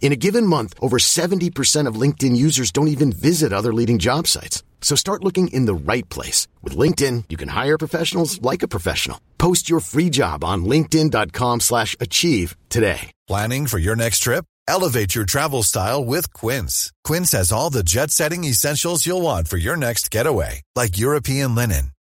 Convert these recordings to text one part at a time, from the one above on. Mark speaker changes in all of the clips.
Speaker 1: In a given month, over 70% of LinkedIn users don't even visit other leading job sites. So start looking in the right place. With LinkedIn, you can hire professionals like a professional. Post your free job on linkedin.com slash achieve today.
Speaker 2: Planning for your next trip? Elevate your travel style with Quince. Quince has all the jet-setting essentials you'll want for your next getaway, like European linen,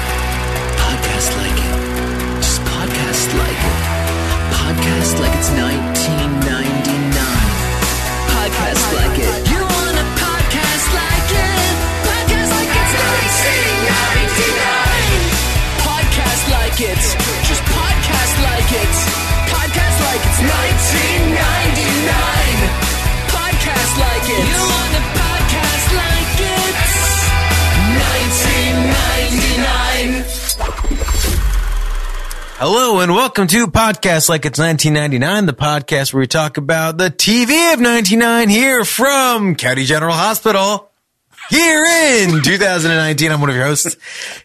Speaker 3: Podcast like it. Just podcast like it. Podcast like it's 1999. Podcast like it. You want a podcast like it? Podcast like it's 1999. Podcast like it. Just podcast like it. Podcast like it's 1999. Podcast like it. You want a podcast like it? 1999.
Speaker 4: Hello and welcome to Podcast Like It's 1999, the podcast where we talk about the TV of 99 here from County General Hospital. Here in 2019, I'm one of your hosts,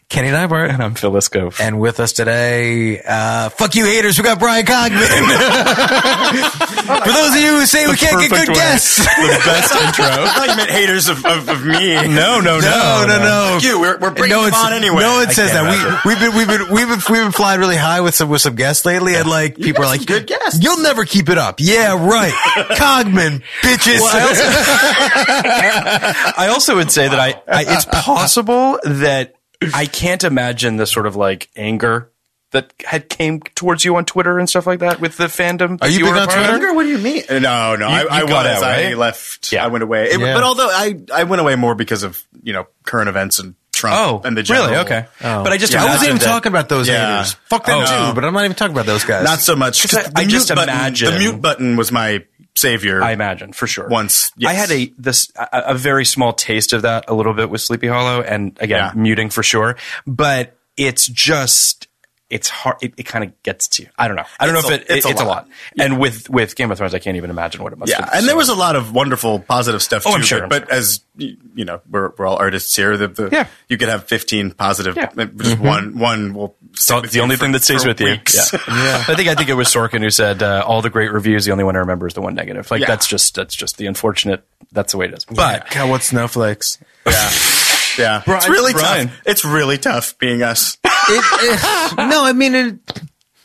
Speaker 4: Kenny Nybart. And I'm Phil Lisco. And with us today, uh, fuck you haters, we got Brian Cogman. For those of you who say we can't get good guests.
Speaker 5: The best intro. I thought you meant haters of, of, of me. No, no, no,
Speaker 4: No, no, no.
Speaker 5: Fuck you. We're, we're bringing
Speaker 4: no
Speaker 5: them
Speaker 4: it's-
Speaker 5: on anyway.
Speaker 4: No one
Speaker 5: I
Speaker 4: says
Speaker 5: can't
Speaker 4: that.
Speaker 5: remember.
Speaker 4: We, we've been, we've been, we've been, we've been flying really high with some, with some guests lately. And like, people are
Speaker 5: got some
Speaker 4: like,
Speaker 5: good guests.
Speaker 4: You'll never keep it up. Yeah, right. Cogman, bitches.
Speaker 6: I also would say that I, I it's possible that I can't imagine the sort of like anger that had came towards you on Twitter and stuff like that with the fandom. that
Speaker 4: you big
Speaker 6: were a
Speaker 4: on
Speaker 6: part of.
Speaker 4: Twitter?
Speaker 5: What do you mean? No, no.
Speaker 6: you
Speaker 5: I, I was.
Speaker 6: got out,
Speaker 5: I
Speaker 6: right?
Speaker 5: left.
Speaker 6: Yeah.
Speaker 5: I went away. It-
Speaker 4: Yeah.
Speaker 5: But although I, I went away more because of you know current events and Trump
Speaker 6: Oh,
Speaker 5: and the general.
Speaker 6: really? Okay. But I just
Speaker 4: I wasn't
Speaker 6: imagine
Speaker 4: even
Speaker 6: that-
Speaker 4: talking about those
Speaker 5: Yeah.
Speaker 4: haters. Fuck them
Speaker 5: Oh,
Speaker 4: too,
Speaker 5: no.
Speaker 4: but I'm not even talking about those guys.
Speaker 5: Not so much. 'cause
Speaker 6: 'Cause I- I
Speaker 5: the
Speaker 6: just
Speaker 5: mute button-
Speaker 6: imagine-
Speaker 5: the mute button was my savior.
Speaker 6: I imagine for sure.
Speaker 5: Once, yes.
Speaker 6: I had a this a, a very small taste of that a little bit with Sleepy Hollow, and again
Speaker 5: Yeah.
Speaker 6: muting for sure. But it's just it's hard. It, it kind of gets to you. I don't know. I don't
Speaker 5: It's
Speaker 6: know
Speaker 5: a-
Speaker 6: if it, it-
Speaker 5: it's
Speaker 6: it's, a
Speaker 5: a
Speaker 6: lot.
Speaker 5: lot.
Speaker 6: And with with Game of Thrones, I can't even imagine what it must.
Speaker 5: Yeah,
Speaker 6: have been.
Speaker 5: and there was a lot of wonderful positive stuff
Speaker 6: Oh,
Speaker 5: too.
Speaker 6: I'm sure, I'm
Speaker 5: but, but as y- you know, we're, we're all artists here. The, the,
Speaker 6: Yeah.
Speaker 5: you could have 15 positive.
Speaker 6: Yeah.
Speaker 5: uh, Just one one will.
Speaker 6: So Mm-hmm. it's the only thing that stays with you. Yeah. I think I think it was Sorkin who said uh, all the great reviews. The only one I remember is the one negative. Like
Speaker 5: Yeah.
Speaker 6: that's just that's just the unfortunate. That's the way it is. But
Speaker 4: God, what snowflakes?
Speaker 5: Yeah, it's
Speaker 6: Brian-
Speaker 5: really
Speaker 6: Brian.
Speaker 5: tough. It's really tough being us.
Speaker 4: It, it- no, I mean it.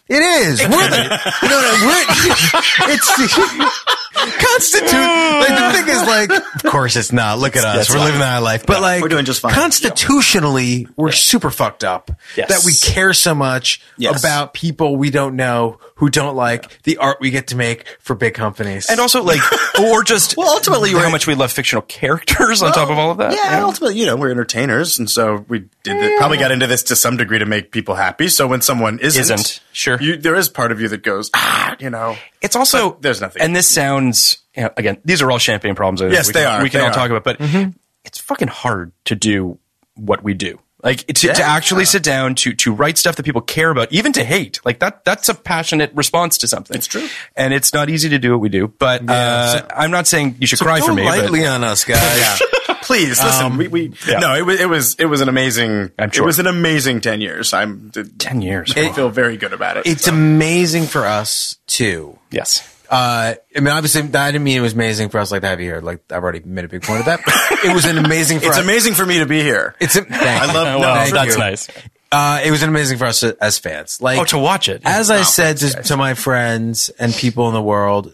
Speaker 4: It is. we're the, no, no. We're it's constitute. Like the thing is, like of course it's not. Look at us.
Speaker 6: it's
Speaker 4: We're
Speaker 6: fine.
Speaker 4: living our life, but like
Speaker 5: we're doing just fine.
Speaker 4: Constitutionally, we're super fucked up
Speaker 6: Yes.
Speaker 4: that we care so much
Speaker 5: Yes.
Speaker 4: about people we don't know who don't like the art we get to make for big companies.
Speaker 6: and also like or just
Speaker 5: Well, ultimately,
Speaker 6: how
Speaker 5: we're-
Speaker 6: much we love fictional characters on top of all of that.
Speaker 5: Yeah, ultimately, you know, we're entertainers, and so we did the, probably got into this to some degree to make people happy. So when someone isn't,
Speaker 6: Isn't, sure.
Speaker 5: you, there is part of you that goes, ah, you know,
Speaker 6: It's also
Speaker 5: But there's nothing.
Speaker 6: And this sounds you know, again. These are all champagne problems. I think
Speaker 5: Yes,
Speaker 6: we
Speaker 5: they
Speaker 6: can,
Speaker 5: are.
Speaker 6: We can
Speaker 5: They
Speaker 6: all
Speaker 5: are. Mm-hmm.
Speaker 6: talk about, but it's fucking hard to do what we do. Like to, to actually sit down to to write stuff that people care about, even to hate. Like that. That's a passionate response to something. It's
Speaker 5: true.
Speaker 6: and it's not easy to do what we do. But uh, I'm not saying you should cry
Speaker 4: Go
Speaker 6: for me. but-
Speaker 4: lightly on us, guys.
Speaker 5: please listen. we we
Speaker 6: yeah.
Speaker 5: no, it was it was it was an amazing.
Speaker 6: I'm sure.
Speaker 5: it was an amazing ten years. I'm
Speaker 6: ten years.
Speaker 5: I feel very good about it.
Speaker 4: It's amazing for us too.
Speaker 6: yes.
Speaker 4: Uh, I mean, obviously, I didn't mean it was amazing for us like to have you here. Like, I've already made a big point of that. it was an amazing. For
Speaker 5: It's
Speaker 4: us.
Speaker 5: amazing for me to be here.
Speaker 4: It's a, thank
Speaker 5: I
Speaker 4: you.
Speaker 5: love-
Speaker 6: Oh,
Speaker 5: No,
Speaker 6: well,
Speaker 4: thank
Speaker 6: that's
Speaker 4: you.
Speaker 6: nice.
Speaker 4: Uh, it was an amazing for us as fans. Like
Speaker 6: Oh, to watch it.
Speaker 4: As I said to, to my friends and people in the world,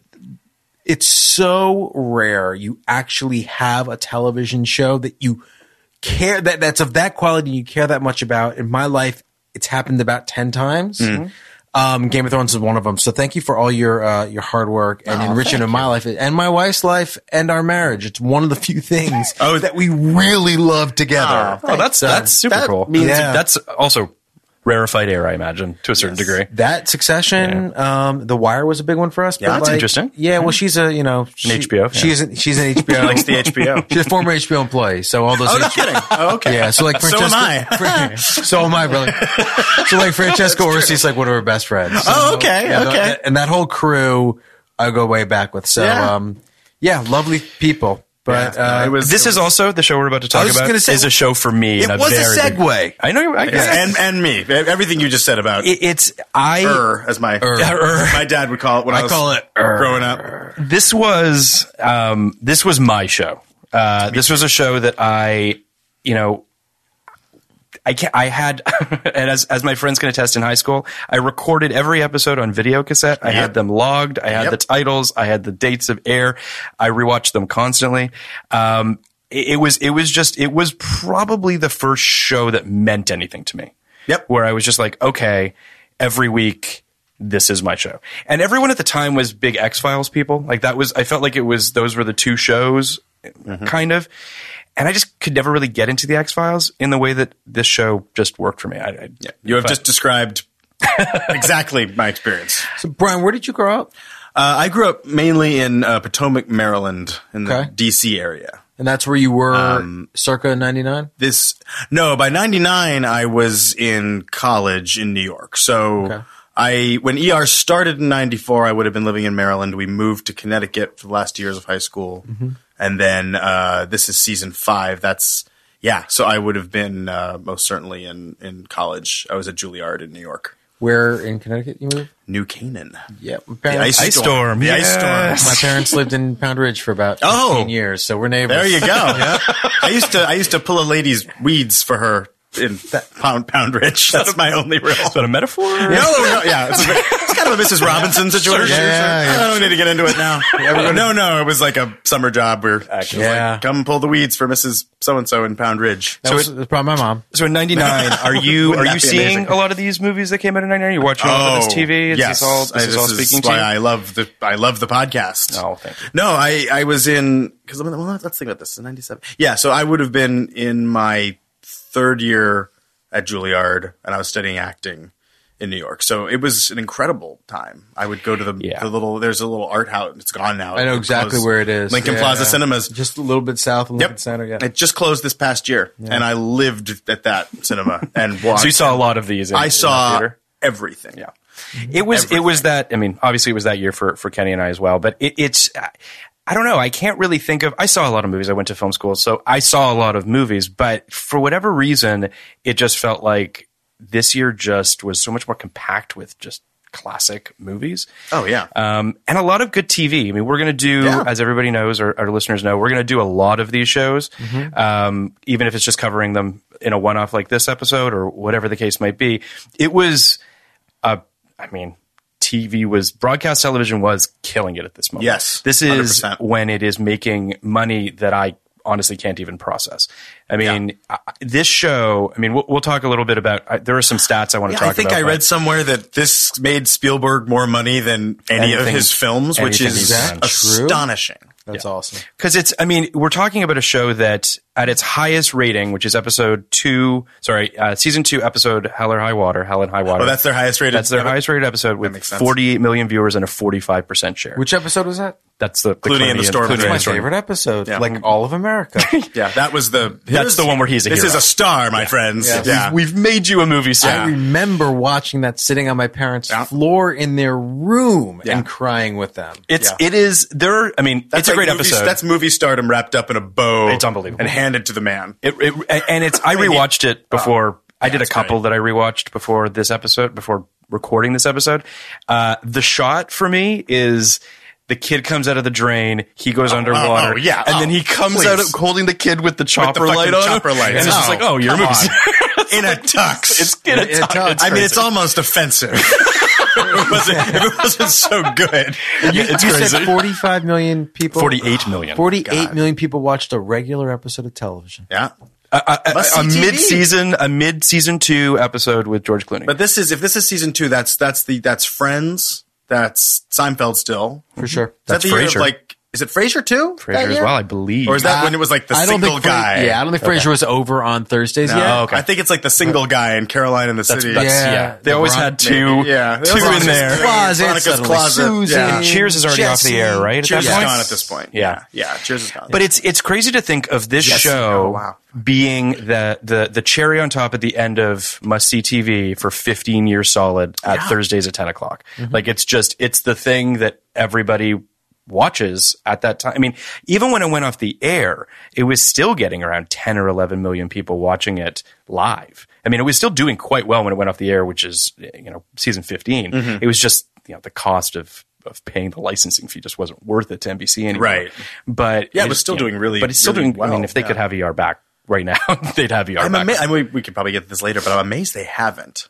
Speaker 4: it's so rare you actually have a television show that you care that that's of that quality you care that much about. In my life, it's happened about ten times. Um, Game of Thrones is one of them. So thank you for all your uh, your hard work and enriching of my life and my wife's life and our marriage. It's one of the few things
Speaker 5: Oh,
Speaker 4: that we really love together.
Speaker 6: Oh, that's that's super
Speaker 5: that
Speaker 6: cool.
Speaker 5: means-
Speaker 4: Yeah.
Speaker 6: That's also rarefied air, I imagine, to a certain degree.
Speaker 4: that succession um the wire was a big one for us
Speaker 5: Yeah,
Speaker 4: but,
Speaker 6: that's
Speaker 4: like,
Speaker 6: interesting.
Speaker 4: yeah well she's a you know she,
Speaker 6: HBO, yeah.
Speaker 4: she's an, she's an hbo
Speaker 5: Likes the HBO.
Speaker 4: she's a former hbo employee so all those
Speaker 5: No kidding. Oh, okay.
Speaker 4: yeah so like
Speaker 5: So am
Speaker 4: Francesca- Fran- so am i really so like francesco orsi's like one of her best friends So,
Speaker 5: Oh, okay,
Speaker 4: yeah, the-
Speaker 5: okay.
Speaker 4: and that whole crew i go way back with so
Speaker 5: Yeah.
Speaker 4: um yeah lovely people but
Speaker 5: Yeah, no,
Speaker 4: uh
Speaker 5: it was-
Speaker 6: This is also the show we're about to talk
Speaker 4: was just
Speaker 6: about.
Speaker 4: gonna say-
Speaker 6: is a show for me.
Speaker 4: it
Speaker 6: in
Speaker 4: was a
Speaker 6: very big-
Speaker 4: segue.
Speaker 6: I know. I guess.
Speaker 5: Yeah, and and me. Everything you just said about
Speaker 6: it, it's I.
Speaker 5: er, as my
Speaker 6: Er.
Speaker 5: my dad would call it when I,
Speaker 4: I
Speaker 5: was
Speaker 4: call it er.
Speaker 5: growing up.
Speaker 6: this was um, this was my show. Uh, this was a show that I, you know, I can I had, and as as my friends can attest in high school, I recorded every episode on video cassette. I had
Speaker 5: Yep.
Speaker 6: them logged. I had
Speaker 5: Yep.
Speaker 6: the titles. I had the dates of air. I rewatched them constantly. Um, it, it was it was just it was probably the first show that meant anything to me.
Speaker 5: Yep.
Speaker 6: Where I was just like, okay, every week this is my show. And everyone at the time was big X Files people. Like that was I felt like it was those were the two shows
Speaker 5: Mm-hmm.
Speaker 6: kind of. And I just could never really get into the X Files in the way that this show just worked for me. I, I,
Speaker 5: You have just described exactly my experience.
Speaker 4: so brian where did you grow up
Speaker 5: Uh, I grew up mainly in uh, Potomac, Maryland, in the
Speaker 4: Okay.
Speaker 5: D.C. area.
Speaker 4: and that's where you were
Speaker 5: Um,
Speaker 4: circa 99
Speaker 5: This no, by '99 I was in college in New York. So I when ER started in '94, I would have been living in Maryland. We moved to Connecticut for the last years of high school, and then uh, this is season five. That's yeah. So I would have been uh, most certainly in in college. I was at Juilliard in New York,
Speaker 4: where in connecticut you moved
Speaker 5: New Canaan.
Speaker 4: yeah
Speaker 5: The ice,
Speaker 6: Ice storm,
Speaker 5: storm. The ice
Speaker 6: yes.
Speaker 5: storm.
Speaker 4: My parents lived in Pound Ridge for about 15
Speaker 5: Oh.
Speaker 4: years, so we're neighbors.
Speaker 5: There you go. I used to I used to pull a lady's weeds for her in Pound Pound Ridge. That's my only real.
Speaker 6: but a metaphor?
Speaker 5: No, no, yeah, it's, a bit- it's kind of a Mrs. Robinson situation.
Speaker 4: Sure, yeah, yeah.
Speaker 5: I don't need to get into it now. no, no, it was like a summer job where she was
Speaker 4: Yeah.
Speaker 5: like, come pull the weeds for Mrs. So and So in Pound Ridge.
Speaker 4: That was, that's probably my mom.
Speaker 6: So in '99, are you
Speaker 5: Wouldn't
Speaker 6: are
Speaker 5: that
Speaker 6: you
Speaker 5: be
Speaker 6: seeing
Speaker 5: amazing?
Speaker 6: a lot of these movies that came out in '99? You're watching a lot of this TV. Is
Speaker 5: Oh, yes.
Speaker 6: this all, this
Speaker 5: I-
Speaker 6: is all speaking to
Speaker 5: why
Speaker 6: you?
Speaker 5: I love the I love the podcast.
Speaker 6: Oh, thank you.
Speaker 5: No, I I was in because well, let's think about this. Ninety seven. Yeah, so I would have been in my third year at Juilliard, and I was studying acting in New York. So it was an incredible time. I would go to the,
Speaker 6: Yeah.
Speaker 5: the little there's a little art house. It's gone now.
Speaker 4: I know
Speaker 5: It
Speaker 4: exactly
Speaker 5: closed.
Speaker 4: where it is.
Speaker 5: Lincoln
Speaker 4: Yeah.
Speaker 5: Plaza Cinemas.
Speaker 4: Just a little bit south of Lincoln
Speaker 5: Yep.
Speaker 4: Center. Yeah.
Speaker 5: It just closed this past year, and I lived at that cinema and watched.
Speaker 6: so you saw a lot of these. In,
Speaker 5: I
Speaker 6: in the
Speaker 5: saw
Speaker 6: theater?
Speaker 5: everything. Yeah.
Speaker 6: It was it was that I mean obviously it was that year for for Kenny and I as well but it, it's I- I don't know I can't really think of I saw a lot of movies I went to film school so I saw a lot of movies but for whatever reason it just felt like this year just was so much more compact with just classic movies
Speaker 5: Oh yeah.
Speaker 6: um, and a lot of good TV. I mean, we're going to do, as everybody knows, or our listeners know, we're going to do a lot of these shows,
Speaker 5: Mm-hmm.
Speaker 6: um, even if it's just covering them in a one-off like this episode or whatever the case might be. It was, uh, I mean, TV was broadcast television was killing it at this moment.
Speaker 5: Yes,
Speaker 6: this is
Speaker 5: 100%.
Speaker 6: when it is making money that I honestly can't even process. I mean, I, I- this show. I mean, we'll, we'll talk a little bit about. I, there are some stats I want to
Speaker 5: Yeah,
Speaker 6: talk.
Speaker 5: I think
Speaker 6: about,
Speaker 5: I
Speaker 6: but-
Speaker 5: read somewhere that this made Spielberg more money than any of
Speaker 6: Anything-
Speaker 5: his films, which
Speaker 6: anything he's
Speaker 5: is
Speaker 6: done.
Speaker 4: Is that true?
Speaker 5: astonishing.
Speaker 4: That's awesome.
Speaker 6: Because it's, I mean, we're talking about a show that at its highest rating, which is episode two, sorry, uh, season two, episode Hell or High Water, Hell and High Water.
Speaker 5: Oh, that's their highest rated.
Speaker 6: That's their highest rated episode with
Speaker 5: makes sense.
Speaker 6: 48 million viewers and a 45% share.
Speaker 4: Which episode was that?
Speaker 6: that's the, the
Speaker 5: Clooney and the Storm.
Speaker 6: Clooney and
Speaker 5: That's
Speaker 6: the
Speaker 4: My
Speaker 6: Storm.
Speaker 4: favorite episode.
Speaker 5: Yeah.
Speaker 4: Like all of America.
Speaker 5: Yeah, that was the.
Speaker 6: That's the one where he's a
Speaker 5: This
Speaker 6: hero.
Speaker 5: is a star, my friends.
Speaker 4: Yeah.
Speaker 5: Yeah.
Speaker 6: We've made you a movie
Speaker 4: I
Speaker 6: star.
Speaker 4: remember watching that sitting on my parents'
Speaker 5: Yeah.
Speaker 4: floor in their room and crying with them.
Speaker 6: It's, it is, there are, I mean,
Speaker 5: That's
Speaker 6: it's a
Speaker 5: like
Speaker 6: great
Speaker 5: movie-
Speaker 6: episode.
Speaker 5: That's movie stardom wrapped up in a bow.
Speaker 6: It's unbelievable.
Speaker 5: And handed to the man.
Speaker 6: It, it, a- and it's I rewatched it before. I did a couple that I rewatched before this episode, before recording this episode. Uh, the shot for me is The kid comes out of the drain. He goes underwater.
Speaker 5: oh, yeah,
Speaker 6: and
Speaker 5: oh,
Speaker 6: then he comes
Speaker 5: please.
Speaker 6: out of- holding the kid with the chopper
Speaker 5: fucking
Speaker 6: light on. him.
Speaker 5: chopper light.
Speaker 6: And it's just
Speaker 5: Oh,
Speaker 6: like, oh, your
Speaker 5: come
Speaker 6: movie's.
Speaker 5: in a tux.
Speaker 6: it's in a
Speaker 4: It- it
Speaker 6: tux.
Speaker 4: tux.
Speaker 5: I mean, it's almost offensive. it wasn't, if it wasn't so good.
Speaker 4: You,
Speaker 5: it's
Speaker 4: you
Speaker 5: crazy.
Speaker 4: said 45 million people.
Speaker 6: 48 million.
Speaker 4: 48 million people watched a regular episode of television.
Speaker 5: yeah.
Speaker 6: a, a,
Speaker 5: Must
Speaker 6: a
Speaker 5: see TV.
Speaker 6: mid-season a mid-season two episode with George Clooney.
Speaker 5: But this is if this is season two. That's that's the that's Friends. That's Seinfeld still.
Speaker 4: For sure.
Speaker 5: Is that
Speaker 6: That's
Speaker 5: the year of,
Speaker 6: Frasier.
Speaker 5: like is it Frasier too?
Speaker 6: Frasier as well, I believe.
Speaker 5: Or is that when it was like the
Speaker 4: I don't
Speaker 5: single
Speaker 4: think Fra-
Speaker 5: guy?
Speaker 4: yeah, I don't think Frasier was over on Thursdays yet.
Speaker 5: okay. I think it's like the single guy in Caroline in the City.
Speaker 4: that's- Yeah.
Speaker 6: yeah, they always
Speaker 4: LeBron-
Speaker 6: had two,
Speaker 5: yeah,
Speaker 6: two in there.
Speaker 4: Closet,
Speaker 5: Veronica's
Speaker 4: suddenly
Speaker 5: closet.
Speaker 4: Susan.
Speaker 5: Yeah.
Speaker 6: Cheers is already off the air, right? at
Speaker 5: Cheers
Speaker 6: that
Speaker 5: is
Speaker 6: point?
Speaker 5: gone at this point.
Speaker 6: Yeah.
Speaker 5: yeah. Cheers is gone.
Speaker 6: But it's it's crazy to think of this
Speaker 5: Yes.
Speaker 6: show
Speaker 5: Oh, wow.
Speaker 6: being the, the the cherry on top at the end of must see TV for 15 years solid at Thursdays at 10 o'clock.
Speaker 5: Mm-hmm.
Speaker 6: Like it's just it's the thing that everybody watches at that time. I mean, even when it went off the air, it was still getting around 10 or 11 million people watching it live. I mean, it was still doing quite well when it went off the air, which is you know season 15.
Speaker 5: Mm-hmm.
Speaker 6: It was just you know the cost of of paying the licensing fee just wasn't worth it to NBC anymore.
Speaker 5: Right.
Speaker 6: But
Speaker 5: Yeah, it
Speaker 6: it's,
Speaker 5: was still
Speaker 6: you
Speaker 5: doing really-
Speaker 6: But it's still
Speaker 5: really
Speaker 6: doing. I mean,
Speaker 5: well,
Speaker 6: if they
Speaker 5: yeah.
Speaker 6: could have ER back right now, they'd have ER
Speaker 5: I'm
Speaker 6: back.
Speaker 5: amazed. I mean, we could probably get to this later, but I'm amazed they haven't.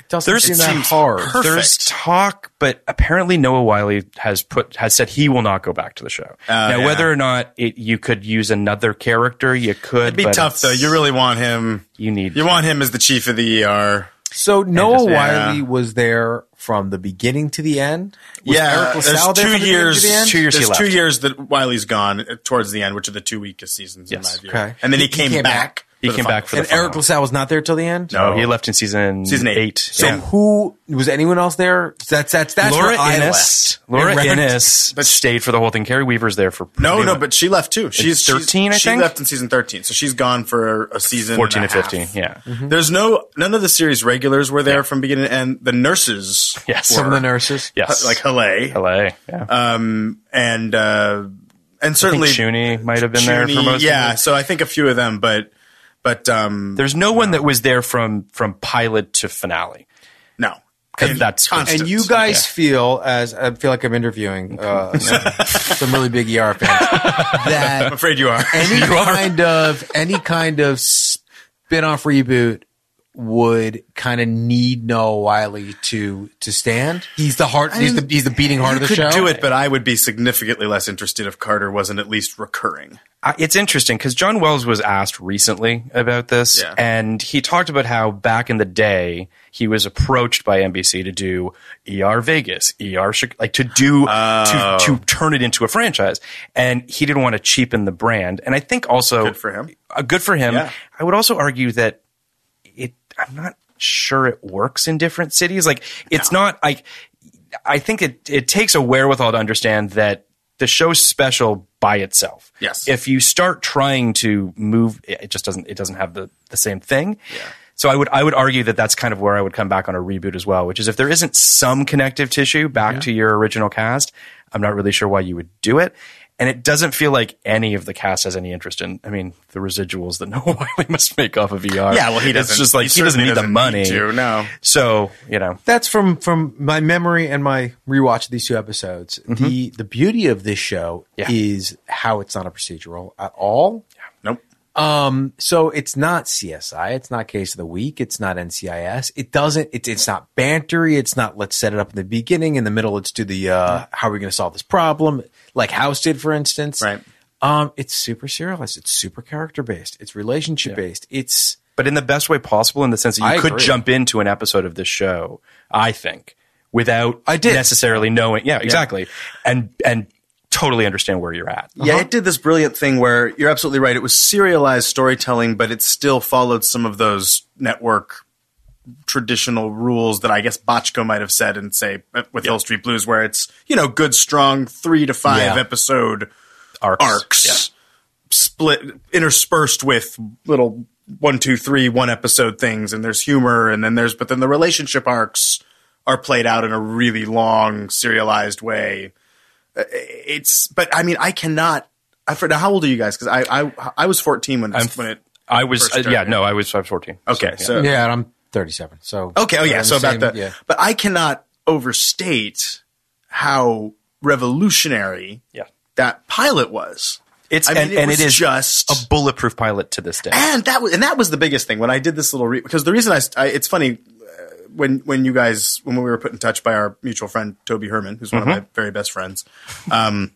Speaker 4: It doesn't
Speaker 6: There's-
Speaker 4: seem
Speaker 6: it
Speaker 4: that
Speaker 6: seems
Speaker 4: hard.
Speaker 5: perfect.
Speaker 6: There's talk, but apparently Noah Wiley has put has said he will not go back to the show. now,
Speaker 5: Oh, yeah.
Speaker 6: whether or not it, you could use another character, you could.
Speaker 5: It'd be
Speaker 6: but
Speaker 5: tough though.
Speaker 6: it's-
Speaker 5: You really want him.
Speaker 6: you need
Speaker 5: You want him as the chief of the ER.
Speaker 4: So Noah
Speaker 5: just- yeah.
Speaker 4: Wiley was there from the beginning to the end. Was Eric
Speaker 5: there's
Speaker 4: LaSalle there from the beginning
Speaker 5: two
Speaker 4: to
Speaker 5: years.
Speaker 4: the end?
Speaker 6: Two years he
Speaker 5: There's two
Speaker 6: left.
Speaker 5: years that Wiley's gone uh, towards the end, which are the two weakest seasons
Speaker 6: Yes.
Speaker 5: in my view.
Speaker 4: Okay.
Speaker 5: And then he,
Speaker 4: He- he
Speaker 5: came,
Speaker 4: came
Speaker 5: back.
Speaker 4: back.
Speaker 6: He
Speaker 5: for the
Speaker 6: came
Speaker 5: final.
Speaker 6: back for
Speaker 4: And
Speaker 6: the
Speaker 4: Eric
Speaker 6: final.
Speaker 4: LaSalle was not there till the end.
Speaker 6: No, he left in season
Speaker 5: Season eight.
Speaker 4: So
Speaker 6: yeah.
Speaker 4: who was anyone else there? That's that's that's
Speaker 6: Laura
Speaker 4: where I
Speaker 6: Innes,
Speaker 4: left.
Speaker 6: Laura
Speaker 4: In reference-
Speaker 6: Innes stayed for the whole thing. Carrie Weaver's there for
Speaker 5: No,
Speaker 6: pretty
Speaker 5: no,
Speaker 6: much-
Speaker 5: but she left too. She's she's-
Speaker 6: 13, I
Speaker 5: She
Speaker 6: think?
Speaker 5: left in season thirteen, so she's gone for a season.
Speaker 6: 14 and
Speaker 5: and a half. Mm-hmm.
Speaker 6: 15, yeah.
Speaker 5: There's no none of the series regulars were there from beginning to end. The nurses,
Speaker 6: Yes.
Speaker 5: were,
Speaker 4: Some of the nurses.
Speaker 6: yes,
Speaker 5: like Halle,
Speaker 6: LA, yeah.
Speaker 5: and uh, and
Speaker 6: I think
Speaker 5: certainly
Speaker 6: Shuni might have been there for
Speaker 5: Chuni,
Speaker 6: most.
Speaker 5: yeah,
Speaker 6: of it.
Speaker 5: so I think a few of them, but but um,
Speaker 6: there's no one that was there from from pilot to finale.
Speaker 5: no,
Speaker 6: 'Cause that's-
Speaker 5: constant.
Speaker 4: And you guys feel as I feel like I'm interviewing uh, some, some really big ER fans that
Speaker 5: I'm afraid you are.
Speaker 4: any kind of any kind of spin-off reboot would kind of need Noah Wiley to to stand. He's the heart. he's the he's the beating heart of the
Speaker 5: could
Speaker 4: show.
Speaker 5: do it, but I would be significantly less interested if Carter wasn't at least recurring.
Speaker 6: I- it's interesting because John Wells was asked recently about this,
Speaker 5: Yeah.
Speaker 6: and he talked about how back in the day he was approached by NBC to do ER Vegas, ER Chi- like to do
Speaker 5: Oh.
Speaker 6: to to turn it into a franchise, and he didn't want to cheapen the brand. And I think also
Speaker 5: Good for him.
Speaker 6: uh, good for him.
Speaker 5: Yeah.
Speaker 6: I would also argue that it. I'm not sure it works in different cities. Like it's not like I think it it takes a wherewithal to understand that the show's special by itself.
Speaker 5: Yes.
Speaker 6: If you start trying to move, it it just doesn't it doesn't have the the same thing. Yeah. So I would I would argue that that's kind of where I would come back on a reboot as well, which is if there isn't some connective tissue back to your original cast, I'm not really sure why you would do it. And it doesn't feel like any of the cast has any interest in. I mean, the residuals that Noah Wiley must make off of ER.
Speaker 5: Yeah, well, he doesn't-
Speaker 6: It's just like
Speaker 5: he
Speaker 6: he, doesn't
Speaker 5: certainly
Speaker 6: need the
Speaker 5: doesn't
Speaker 6: money.
Speaker 5: need to, no.
Speaker 6: So you know,
Speaker 4: That's from from my memory and my rewatch of these two episodes. The the beauty of this show
Speaker 6: Yeah.
Speaker 4: is how it's not a procedural at all.
Speaker 5: Nope.
Speaker 4: Um, so it's not CSI, it's not Case of the Week, it's not NCIS. It doesn't. It's it's not bantery. It's not. Let's set it up in the beginning. In the middle, let's do the uh, how are we going to solve this problem, like House did, for instance.
Speaker 5: Right.
Speaker 4: Um, it's super serialized. It's super character based. It's relationship based. It's
Speaker 6: but in the best way possible in the sense that you
Speaker 4: I
Speaker 6: could
Speaker 4: agree.
Speaker 6: jump into an episode of this show i think without
Speaker 4: I did.
Speaker 6: necessarily knowing yeah exactly and and totally understand where you're at
Speaker 5: Yeah, it did this brilliant thing where you're absolutely right. It was serialized storytelling, but it still followed some of those network traditional rules that I guess Botchko might have said and say uh, with Hill Street Blues, where it's you know good, strong three to five
Speaker 4: Yeah.
Speaker 5: episode
Speaker 6: arcs,
Speaker 5: arcs split interspersed with little one two three one episode things and there's humor and then there's but then the relationship arcs are played out in a really long serialized way Uh, it's but i mean i cannot i forget how old are you guys because I, I i was 14 when it's when it
Speaker 6: i was
Speaker 5: First
Speaker 6: uh, yeah
Speaker 5: started.
Speaker 6: no i was i was 14
Speaker 5: okay
Speaker 6: So, yeah.
Speaker 5: so
Speaker 4: yeah. And I'm 37. So
Speaker 5: Okay. Oh, yeah.
Speaker 4: I'm
Speaker 5: So
Speaker 4: the
Speaker 5: about
Speaker 4: same-
Speaker 5: that.
Speaker 4: yeah.
Speaker 5: But I cannot overstate how revolutionary
Speaker 6: Yeah.
Speaker 5: that pilot was.
Speaker 6: It's
Speaker 5: I mean,
Speaker 6: and,
Speaker 5: it
Speaker 6: and
Speaker 5: was
Speaker 6: it is
Speaker 5: just-
Speaker 6: a bulletproof pilot to this day.
Speaker 5: and that was and that was the biggest thing when I did this little re- because the reason I, st- I it's funny uh, when when you guys when we were put in touch by our mutual friend Toby Herman who's one of my very best friends, um,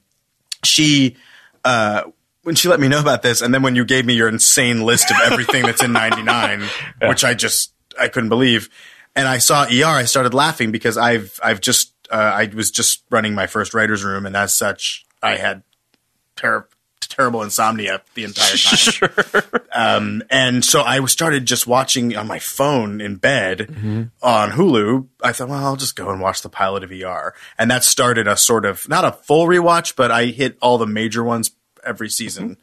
Speaker 5: she. Uh, when she let me know about this, and then when you gave me your insane list of everything that's in '99, which I just I couldn't believe, and I saw ER, I started laughing because I've I've just uh, I was just running my first writers' room, and as such, I had ter- terrible insomnia the entire time. Um, and so I started just watching on my phone in bed on Hulu. I thought, well, I'll just go and watch the pilot of ER. And that started a sort of, not a full rewatch, but I hit all the major ones every season.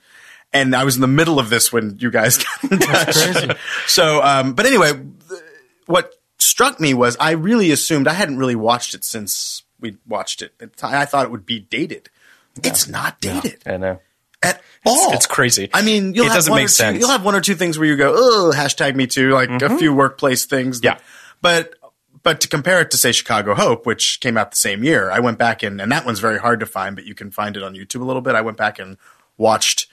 Speaker 5: And I was in the middle of this when you guys got in touch. So, um, but anyway, th- what struck me was I really assumed I hadn't really watched it since we watched it at the time. I thought it would be dated. It's not dated
Speaker 6: I know.
Speaker 5: at all.
Speaker 6: it's crazy.
Speaker 5: I mean, you'll
Speaker 6: It
Speaker 5: have
Speaker 6: doesn't
Speaker 5: one
Speaker 6: make
Speaker 5: or two,
Speaker 6: sense. Mm-hmm.
Speaker 5: You'll have one or two things where you go, "Oh, hashtag me too," like a few workplace things. that-
Speaker 6: Yeah.
Speaker 5: but but to compare it to say Chicago Hope, which came out the same year, I went back and and that one's very hard to find, but you can find it on YouTube a little bit. I went back and watched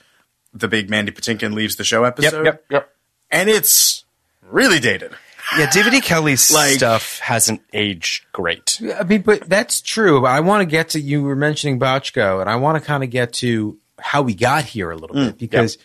Speaker 5: the big Mandy Patinkin leaves the show episode,
Speaker 6: yep.
Speaker 5: and it's really dated.
Speaker 6: Yeah, David E. Kelly's
Speaker 5: Like-
Speaker 6: stuff hasn't aged great.
Speaker 4: I mean, but that's true. I want to get to you were mentioning Bochco, and I want to kind of get to how we got here a
Speaker 6: Mm,
Speaker 4: little bit because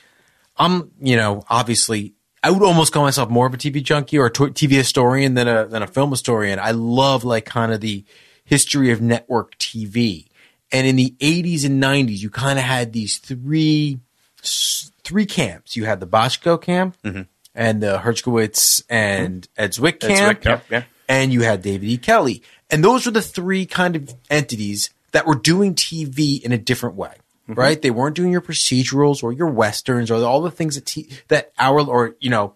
Speaker 4: I'm, you know, obviously I would almost call myself more of a TV junkie or a to- TV historian than a than a film historian. I love like kind of the history of network TV, and in the 80s and 90s, you kind of had these three s- three camps. You had the Bochco camp.
Speaker 6: Mm-hmm.
Speaker 4: And the Hertzkowitz and Ed Zwick camp,
Speaker 6: yep, yeah.
Speaker 4: and you had David E. Kelly. And those were the three kind of entities that were doing TV in a different way, right? They weren't doing your procedurals or your westerns or all the things that t- that our or you know,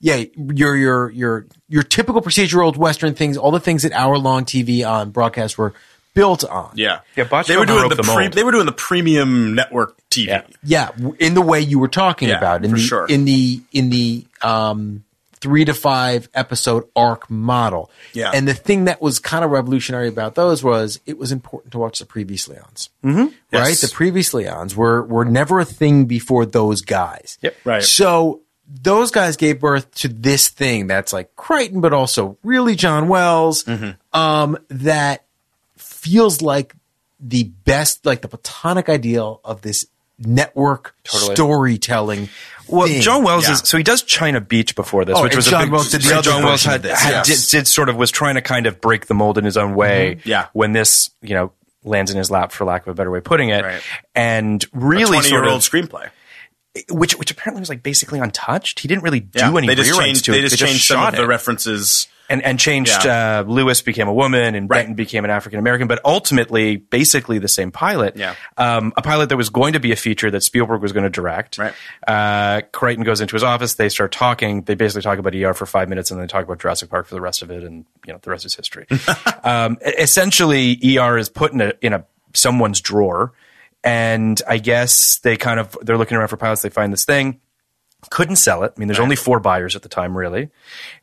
Speaker 4: yeah, your your your your typical procedural western things, all the things that hour long TV on broadcast were built on.
Speaker 5: Yeah,
Speaker 6: Yeah, Botchko
Speaker 5: they were doing
Speaker 6: broke the
Speaker 5: the, pre-
Speaker 6: mold.
Speaker 5: they were doing the premium network TV.
Speaker 6: Yeah.
Speaker 4: Yeah, w- in the way you were talking
Speaker 5: Yeah,
Speaker 4: about in
Speaker 5: for
Speaker 4: the
Speaker 5: sure.
Speaker 4: in the in the um, three to five episode arc model.
Speaker 5: Yeah.
Speaker 4: and the thing that was kind of revolutionary about those was it was important to watch the previously ons. Mm-hmm. Right,
Speaker 5: Yes.
Speaker 4: the previously ons were were never a thing before those guys.
Speaker 6: Yep.
Speaker 5: Right.
Speaker 4: So those guys gave birth to this thing that's like Crichton, but also really John Wells. Um, that feels like the best, like the platonic ideal of this network storytelling.
Speaker 6: Well,
Speaker 4: thing.
Speaker 6: John Wells
Speaker 5: Yeah.
Speaker 6: is so he does China Beach before this,
Speaker 4: Oh,
Speaker 6: which
Speaker 4: and
Speaker 6: was
Speaker 4: John
Speaker 6: a big,
Speaker 4: Wells did the
Speaker 6: John
Speaker 4: other
Speaker 6: Wells
Speaker 4: version
Speaker 6: had,
Speaker 4: of this,
Speaker 6: had-
Speaker 4: yes.
Speaker 6: did, did sort of was trying to kind of break the mold in his own way.
Speaker 5: Mm-hmm. Yeah.
Speaker 6: when this you know lands in his lap, for lack of a better way of putting it,
Speaker 5: Right.
Speaker 6: and really
Speaker 5: twenty
Speaker 6: sort
Speaker 5: year old
Speaker 6: of
Speaker 5: screenplay.
Speaker 6: which which apparently was like basically untouched. He didn't really do
Speaker 5: Yeah,
Speaker 6: any
Speaker 5: they just
Speaker 6: reruns
Speaker 5: changed.
Speaker 6: to it.
Speaker 5: They just changed some
Speaker 6: shot
Speaker 5: of the
Speaker 6: it.
Speaker 5: references.
Speaker 6: and and changed. Uh, Lewis became a woman, and
Speaker 5: Right.
Speaker 6: Benton became an African American, but ultimately, basically the same pilot.
Speaker 5: Yeah.
Speaker 6: um, a pilot that was going to be a feature that Spielberg was going to direct.
Speaker 5: Right.
Speaker 6: Uh, Crichton goes into his office. They start talking. They basically talk about ER for five minutes, and then they talk about Jurassic Park for the rest of it, and you know the rest is history. um, e- essentially, ER is put in a in a someone's drawer, and I guess they kind of they're looking around for pilots. They find this thing couldn't sell it. I mean, there's only four buyers at the time, really,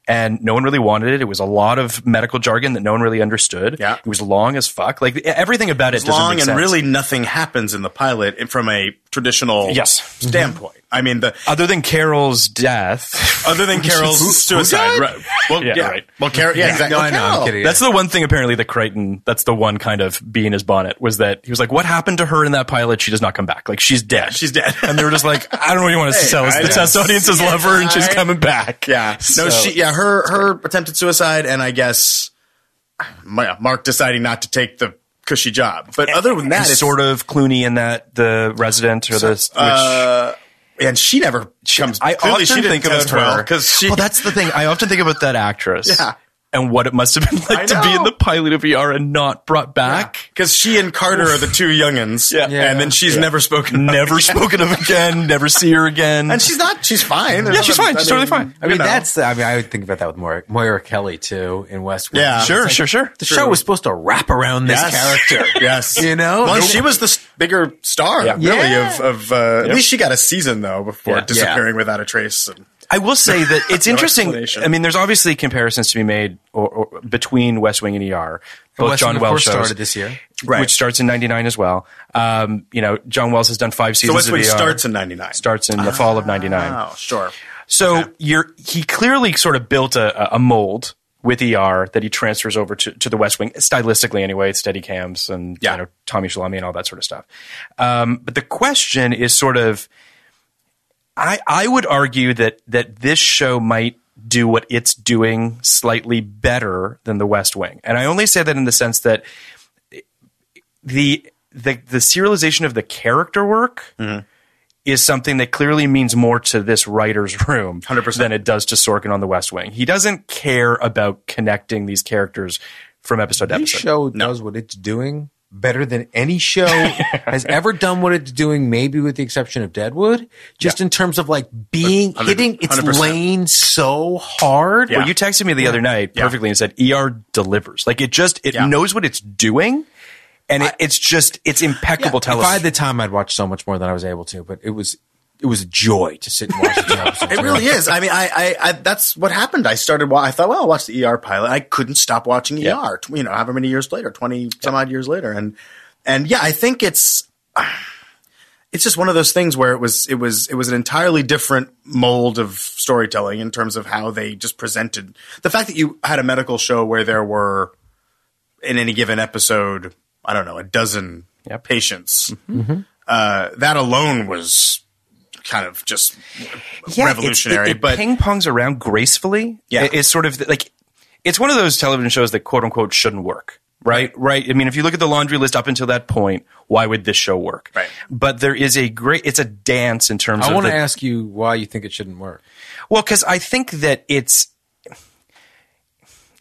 Speaker 6: and no one really wanted it. It was a lot of medical jargon that no one really understood.
Speaker 5: Yeah.
Speaker 6: it was long as fuck. Like everything about it,
Speaker 5: It's
Speaker 6: doesn't
Speaker 5: long
Speaker 6: make
Speaker 5: and
Speaker 6: sense.
Speaker 5: really nothing happens in the pilot and from a traditional
Speaker 6: Yes. Mm-hmm.
Speaker 5: standpoint. I mean, the
Speaker 6: other than Carol's death.
Speaker 5: other than Carol's suicide, right? Well, yeah,
Speaker 6: Yeah, right.
Speaker 5: Well, Carol, yeah, exactly.
Speaker 4: No, I know, I'm
Speaker 5: Carol.
Speaker 4: kidding.
Speaker 6: That's the one thing apparently that Crichton, that's the one kind of bee in his bonnet was that he was like, what happened to her in that pilot? She does not come back. Like she's dead.
Speaker 5: She's dead.
Speaker 6: and they were just like, I don't really want to sell us
Speaker 5: I
Speaker 6: the
Speaker 5: didn't
Speaker 6: test audiences
Speaker 5: see
Speaker 6: love her and she's
Speaker 5: it.
Speaker 6: coming back.
Speaker 5: yeah, no,
Speaker 6: So-
Speaker 5: she, yeah, her her attempted suicide, and I guess Ma- Mark deciding not to take the cushy job. But other than that,
Speaker 6: He's
Speaker 5: it's
Speaker 6: sort of Clooney in that the resident or the which,
Speaker 5: uh, and she never comes.
Speaker 6: I
Speaker 5: clearly
Speaker 6: often
Speaker 5: she didn't
Speaker 6: think about
Speaker 5: test well
Speaker 6: her
Speaker 5: because she.
Speaker 6: Well, that's the thing. I often think about that actress.
Speaker 5: Yeah.
Speaker 6: And what it must have been
Speaker 5: I
Speaker 6: like to be in
Speaker 5: know.
Speaker 6: the pilot of ER and not brought back.
Speaker 5: because she and Carter are the two youngins,
Speaker 6: Yeah.
Speaker 4: Yeah.
Speaker 5: and then she's never spoken. of
Speaker 6: Never
Speaker 5: again.
Speaker 6: spoken of again. Never see her again.
Speaker 5: and she's not. She's fine.
Speaker 6: Yeah, she's fine. She's totally fine.
Speaker 4: I mean,
Speaker 5: you know.
Speaker 4: that's. I mean, I would think about that with Moira, Moira Kelly too in Westworld.
Speaker 5: Yeah.
Speaker 6: sure, sure, sure.
Speaker 4: The show was supposed to wrap around this character.
Speaker 5: yes,
Speaker 4: You know?
Speaker 5: Well,
Speaker 4: No-
Speaker 5: she was the s- bigger star, really.
Speaker 4: Yeah.
Speaker 5: Of, of uh, at least she got a season though before
Speaker 6: Yeah.
Speaker 5: disappearing without a trace. And,
Speaker 6: I will say that it's interesting.
Speaker 5: explanation.
Speaker 6: I mean, there's obviously comparisons to be made or, or between West Wing and ER, both
Speaker 4: Western,
Speaker 6: John
Speaker 4: of
Speaker 6: Wells
Speaker 4: course,
Speaker 6: shows,
Speaker 4: started this year.
Speaker 5: Right.
Speaker 6: which starts in '99 as well. Um, you know, John Wells has done five
Speaker 5: So
Speaker 6: seasons.
Speaker 5: what's when
Speaker 6: of
Speaker 5: he
Speaker 6: ER,
Speaker 5: starts in '99?
Speaker 6: starts in the fall of '99.
Speaker 5: Oh, sure.
Speaker 6: So you're he clearly sort of built a, a- a mold with ER that he transfers over to, to the West Wing stylistically anyway, steady cams and
Speaker 5: Yeah.
Speaker 6: you know Tommy Shalami and all that sort of stuff. Um, but the question is sort of I I would argue that that this show might do what it's doing slightly better than the West Wing. And I only say that in the sense that the the the serialization of the character work is something that clearly means more to this writer's room
Speaker 5: 100%.
Speaker 6: than it does to Sorkin on The West Wing. He doesn't care about connecting these characters from episode to
Speaker 4: This
Speaker 6: episode.
Speaker 4: show does what it's doing better than any show has ever done what it's doing, maybe with the exception of Deadwood, just in terms of like being
Speaker 5: Hundred-
Speaker 4: hitting its
Speaker 5: 100%.
Speaker 4: lane so hard.
Speaker 6: Well, you texted me the other night
Speaker 5: Yeah.
Speaker 6: perfectly and said ER delivers. Like it just it
Speaker 5: Yeah.
Speaker 6: knows what it's doing, and it, it's just it's impeccable
Speaker 4: if I had
Speaker 6: television.
Speaker 4: the time, I'd watch so much more than I was able to, but it was it was a joy to sit and watch the episodes.
Speaker 5: It really is. I mean, I, I, I that's what happened. I started. Wa- I thought, well, I'll watch the ER pilot. I couldn't stop watching ER. tw- You know, however many years later, twenty some odd years later, and and yeah, I think it's it's just one of those things where it was it was it was an entirely different mold of storytelling in terms of how they just presented the fact that you had a medical show where there were in any given episode, I don't know, a dozen
Speaker 6: Yep.
Speaker 5: patients. Uh, that alone was kind of just
Speaker 6: Yeah, it's-
Speaker 5: revolutionary,
Speaker 6: It, it
Speaker 5: but
Speaker 6: ping pongs around gracefully.
Speaker 5: Yeah.
Speaker 6: It- it's sort of like it's one of those television shows that quote unquote shouldn't work. Right, right. I mean, if you look at the laundry list up until that point, why would this show work?
Speaker 5: Right.
Speaker 6: But there is a great, it's a dance in terms
Speaker 4: I
Speaker 6: of
Speaker 4: want
Speaker 6: the,
Speaker 4: to ask you why you think it shouldn't work.
Speaker 6: well, because I think that it's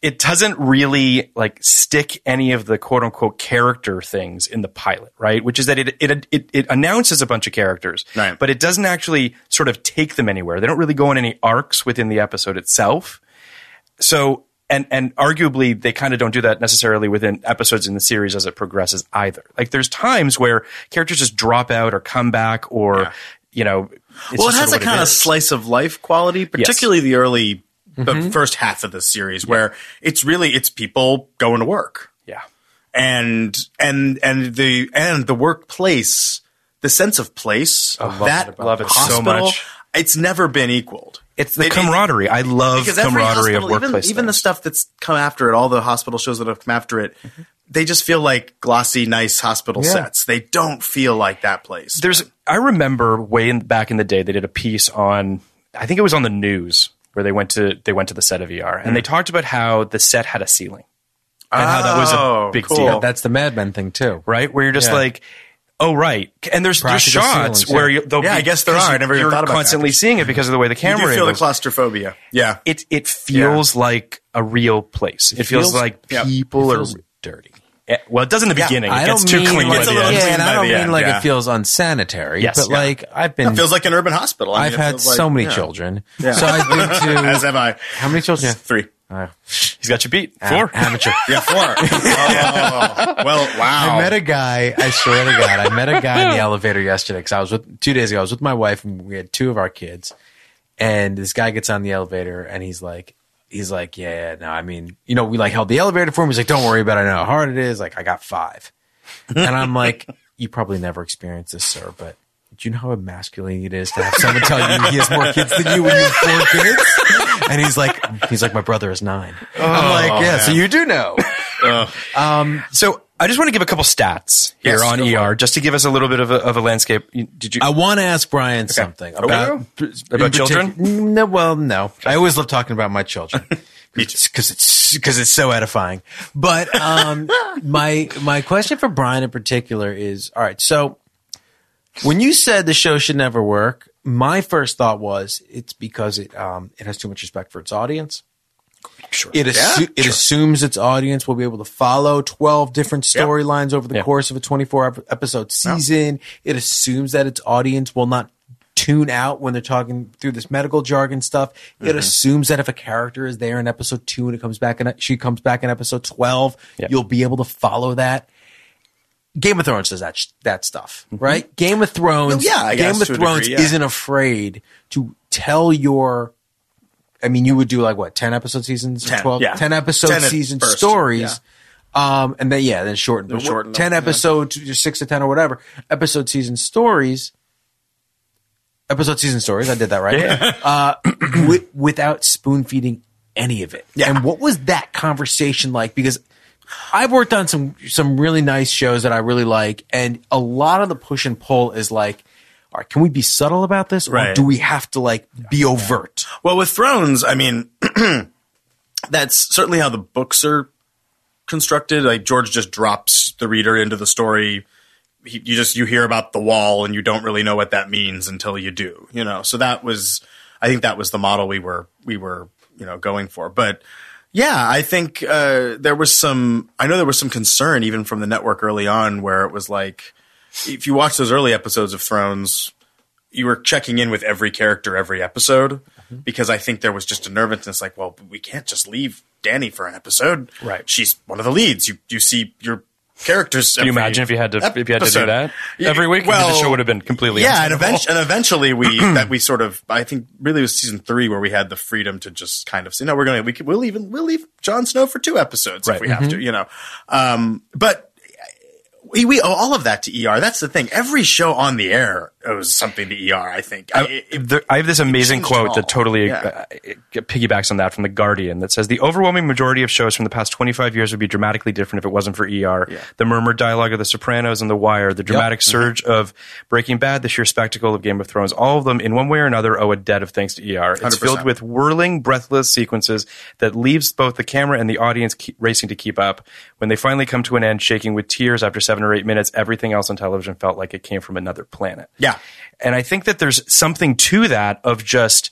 Speaker 6: it doesn't really like stick any of the quote unquote character things in the pilot, right? Which is that it it it, it announces a bunch of characters,
Speaker 5: Right.
Speaker 6: but it doesn't actually sort of take them anywhere. They don't really go on any arcs within the episode itself. So. And, and arguably they kind of don't do that necessarily within episodes in the series as it progresses either. Like there's times where characters just drop out or come back or, you know, it's
Speaker 5: well, it
Speaker 6: just sort
Speaker 5: has a
Speaker 6: what
Speaker 5: kind of
Speaker 6: is.
Speaker 5: slice of life quality, particularly the early, the
Speaker 6: Mm-hmm.
Speaker 5: first half of the series, where it's really it's people going to work
Speaker 6: yeah.
Speaker 5: and and and the and the workplace, the sense of place, that
Speaker 6: about Love it so
Speaker 5: hospital,
Speaker 6: much.
Speaker 5: It's never been equaled.
Speaker 6: It's the
Speaker 5: It- it-
Speaker 6: camaraderie. I love
Speaker 5: because every
Speaker 6: camaraderie
Speaker 5: hospital,
Speaker 6: of workplace.
Speaker 5: even, even the
Speaker 6: things.
Speaker 5: stuff that's come after it, all the hospital shows that have come after it,
Speaker 6: Mm-hmm.
Speaker 5: they just feel like glossy, nice hospital sets. They don't feel like that place.
Speaker 6: There's, I remember way in, back in the day, they did a piece on, I think it was on the news where they went to they went to the set of ER and
Speaker 5: Hmm.
Speaker 6: they talked about how the set had a ceiling and how that was a
Speaker 5: Oh,
Speaker 6: big
Speaker 5: cool.
Speaker 6: deal,
Speaker 4: That's the Mad Men thing too.
Speaker 6: right? Where you're just like. Oh right, and there's, there's
Speaker 4: Practical
Speaker 6: shots
Speaker 4: ceilings,
Speaker 6: where
Speaker 4: yeah.
Speaker 6: you, they'll
Speaker 5: Yeah,
Speaker 6: be-
Speaker 5: I guess there
Speaker 6: because
Speaker 5: are. I
Speaker 6: you-
Speaker 5: never even
Speaker 6: you're
Speaker 5: thought about that.
Speaker 6: constantly seeing it because of the way the
Speaker 5: you
Speaker 6: camera.
Speaker 5: do feel the
Speaker 6: angles.
Speaker 5: claustrophobia. Yeah.
Speaker 6: it it feels like a real place. It, feels,
Speaker 4: feels-
Speaker 6: like
Speaker 5: yeah.
Speaker 6: people
Speaker 4: Feels
Speaker 6: are.
Speaker 4: dirty.
Speaker 6: eh, Well, it does in the beginning.
Speaker 4: I
Speaker 6: it gets
Speaker 4: don't
Speaker 6: too
Speaker 4: mean
Speaker 6: clean.
Speaker 4: like,
Speaker 6: by the
Speaker 5: little
Speaker 6: end.
Speaker 4: yeah,
Speaker 5: clean
Speaker 4: and
Speaker 5: by
Speaker 4: I don't
Speaker 5: the
Speaker 4: mean
Speaker 5: end,
Speaker 4: like
Speaker 5: yeah.
Speaker 4: it feels unsanitary.
Speaker 6: Yes,
Speaker 4: but
Speaker 6: yeah.
Speaker 4: like I've been,
Speaker 5: It feels like an urban hospital. I mean,
Speaker 4: I've
Speaker 5: it
Speaker 4: had
Speaker 5: feels like-
Speaker 4: so many
Speaker 5: yeah.
Speaker 4: children. So I've been to
Speaker 5: As have I.
Speaker 4: how many children?
Speaker 5: Three.
Speaker 6: He's got you beat. Four.
Speaker 4: Amateur.
Speaker 5: Yeah, four. Oh, well, wow.
Speaker 4: I met a guy. I swear to God, I met a guy in the elevator yesterday because I was with two days ago. I was with my wife and we had two of our kids. And this guy gets on the elevator and he's like, he's like, yeah, yeah, no, I mean, you know, we like held the elevator for him. He's like, don't worry about it. I know how hard it is. Like, I got five. And I'm like, you probably never experienced this, sir, but do you know how emasculating it is to have someone tell you he has more kids than you when you have four kids? And he's like, he's like, my brother is nine. I'm like, yeah, so you do know.
Speaker 6: So I just want to give a couple stats here
Speaker 5: Yes,
Speaker 6: on
Speaker 5: go
Speaker 6: ER, just to give us a little bit of a, of a landscape. You- Did you?
Speaker 4: I want to ask Brian something about
Speaker 6: About
Speaker 4: in
Speaker 6: children?
Speaker 4: partic- No, well, no. I always love talking about my children because it's because it's so edifying. But um, my my question for Brian in particular is: All right, so when you said the show should never work, my first thought was it's because it um, it has too much respect for its audience.
Speaker 6: sure.
Speaker 4: It, assu- it assumes its audience will be able to follow 12 different storylines over the
Speaker 6: Yeah.
Speaker 4: course of a 24 ep- episode season. It assumes that its audience will not tune out when they're talking through this medical jargon stuff. It
Speaker 5: Mm-hmm.
Speaker 4: assumes that if a character is there in episode 2 and it comes back and she comes back in episode 12, you'll be able to follow that. Game of Thrones does that sh- that stuff, right? Game of Thrones,
Speaker 5: Mm-hmm. yeah, I
Speaker 4: Game
Speaker 5: guess
Speaker 4: of
Speaker 5: to a
Speaker 4: Thrones
Speaker 5: degree, yeah.
Speaker 4: isn't afraid to tell your I mean, you would do like what, 10 episode seasons?
Speaker 5: 10,
Speaker 4: 12,
Speaker 5: yeah.
Speaker 4: 10 episode
Speaker 5: 10 at
Speaker 4: season
Speaker 5: first,
Speaker 4: stories
Speaker 5: yeah.
Speaker 4: Um, and then yeah, then shortened. But
Speaker 5: shortened
Speaker 4: ten
Speaker 5: them, yeah.
Speaker 4: episode, six to ten or whatever episode season stories. Episode season stories. I did that right. Uh, wi- without spoon feeding any of it.
Speaker 5: Yeah.
Speaker 4: And what was that conversation like? Because I've worked on some some really nice shows that I really like, and a lot of the push and pull is like, all right, can we be subtle about this, or
Speaker 5: Right.
Speaker 4: do we have to like be overt?
Speaker 5: Well, with Thrones, I mean, that's certainly how the books are constructed. Like George just drops the reader into the story. He, you just you hear about the wall and you don't really know what that means until you do. You know, so that was I think that was the model we were we were you know going for. But yeah, I think uh, there was some. I know there was some concern even from the network early on where it was like, if you watch those early episodes of Thrones, you were checking in with every character every episode
Speaker 6: Mm-hmm.
Speaker 5: because I think there was just a nervousness like, well, we can't just leave Danny for an episode.
Speaker 6: Right.
Speaker 5: She's one of the leads. You you see your characters.
Speaker 6: Can you imagine if you had to if you had to do that every week?
Speaker 5: Well,
Speaker 6: the show would have been completely
Speaker 5: yeah, and,
Speaker 6: untenable.
Speaker 5: eventu- and eventually we that we sort of I think really it was season three where we had the freedom to just kind of say no, we're going to we can, we'll even we'll leave Jon Snow for two episodes if we have
Speaker 6: Mm-hmm.
Speaker 5: to, you know. Um, but we, we owe all of that to ER. That's the thing. Every show on the air owes something to ER. I think. I,
Speaker 6: I,
Speaker 5: it-
Speaker 6: there- I have this amazing
Speaker 5: changed it
Speaker 6: quote
Speaker 5: all.
Speaker 6: that totally
Speaker 5: Yeah.
Speaker 6: uh, it piggybacks on that from The Guardian that says the overwhelming majority of shows from the past 25 years would be dramatically different if it wasn't for ER. The murmured dialogue of The Sopranos and The Wire, the dramatic
Speaker 5: Mm-hmm.
Speaker 6: surge of Breaking Bad, the sheer spectacle of Game of Thrones, all of them in one way or another owe a debt of thanks to ER. It's
Speaker 5: 100%.
Speaker 6: filled with whirling, breathless sequences that leaves both the camera and the audience keep racing to keep up. When they finally come to an end, shaking with tears after seven or eight minutes, everything else on television felt like it came from another planet.
Speaker 5: yeah.
Speaker 6: And I think that there's something to that of just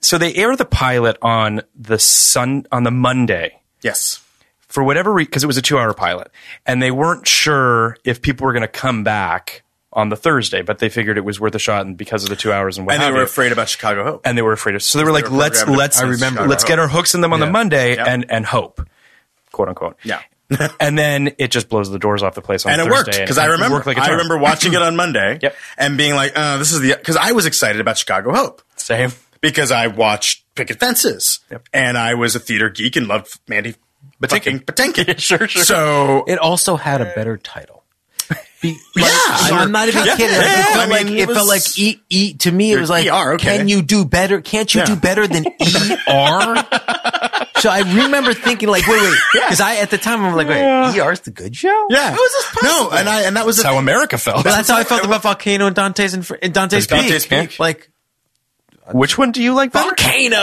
Speaker 6: so they air the pilot on the sun on the Monday
Speaker 5: Yes.
Speaker 6: for whatever reason because it was a 2-hour pilot and they weren't sure if people were going to come back on the Thursday but they figured it was worth a shot and because of the 2 hours and what
Speaker 5: And they
Speaker 6: have
Speaker 5: were
Speaker 6: you.
Speaker 5: afraid about Chicago Hope.
Speaker 6: and they were afraid of so they were like
Speaker 5: were
Speaker 6: let's
Speaker 5: programmed to-
Speaker 6: let's
Speaker 5: I remember.
Speaker 6: let's get our hooks in them on the Monday
Speaker 5: Yep.
Speaker 6: and and hope quote unquote
Speaker 5: Yeah.
Speaker 6: and then it just blows the doors off the place on
Speaker 5: and it
Speaker 6: Thursday
Speaker 5: worked because I
Speaker 6: and it
Speaker 5: remember.
Speaker 6: worked like a
Speaker 5: I
Speaker 6: charm.
Speaker 5: remember watching it on Monday
Speaker 6: Yep.
Speaker 5: and being like, uh, "This is the," because I was excited about Chicago Hope.
Speaker 6: same
Speaker 5: because I watched Picket Fences and I was a theater geek and loved Mandy Patinkin. Patinkin.
Speaker 6: sure, sure.
Speaker 5: So
Speaker 4: It also had a better title. Be,
Speaker 5: Yeah,
Speaker 4: like,
Speaker 5: sure.
Speaker 4: I'm not even
Speaker 5: Yeah,
Speaker 4: kidding.
Speaker 5: yeah,
Speaker 4: Like, it felt
Speaker 5: yeah. I
Speaker 4: like
Speaker 5: mean, it
Speaker 4: it, felt like
Speaker 5: was-
Speaker 4: E E to me. It
Speaker 5: Your
Speaker 4: was like,
Speaker 5: ER, okay.
Speaker 4: can you do better? Can't you
Speaker 5: Yeah.
Speaker 4: do better than E R? so I remember thinking, like, wait, wait, because I at the time I'm like, wait, E R is the good show.
Speaker 5: yeah,
Speaker 4: how is this possible?
Speaker 5: No, and I and that was the
Speaker 6: that's how
Speaker 5: thing.
Speaker 6: America felt
Speaker 4: But that's how I felt about Volcano and Dante's and Dante's,
Speaker 5: Dante's
Speaker 4: Peak.
Speaker 5: Peak.
Speaker 4: Like
Speaker 6: Which one do you like better?
Speaker 4: Volcano,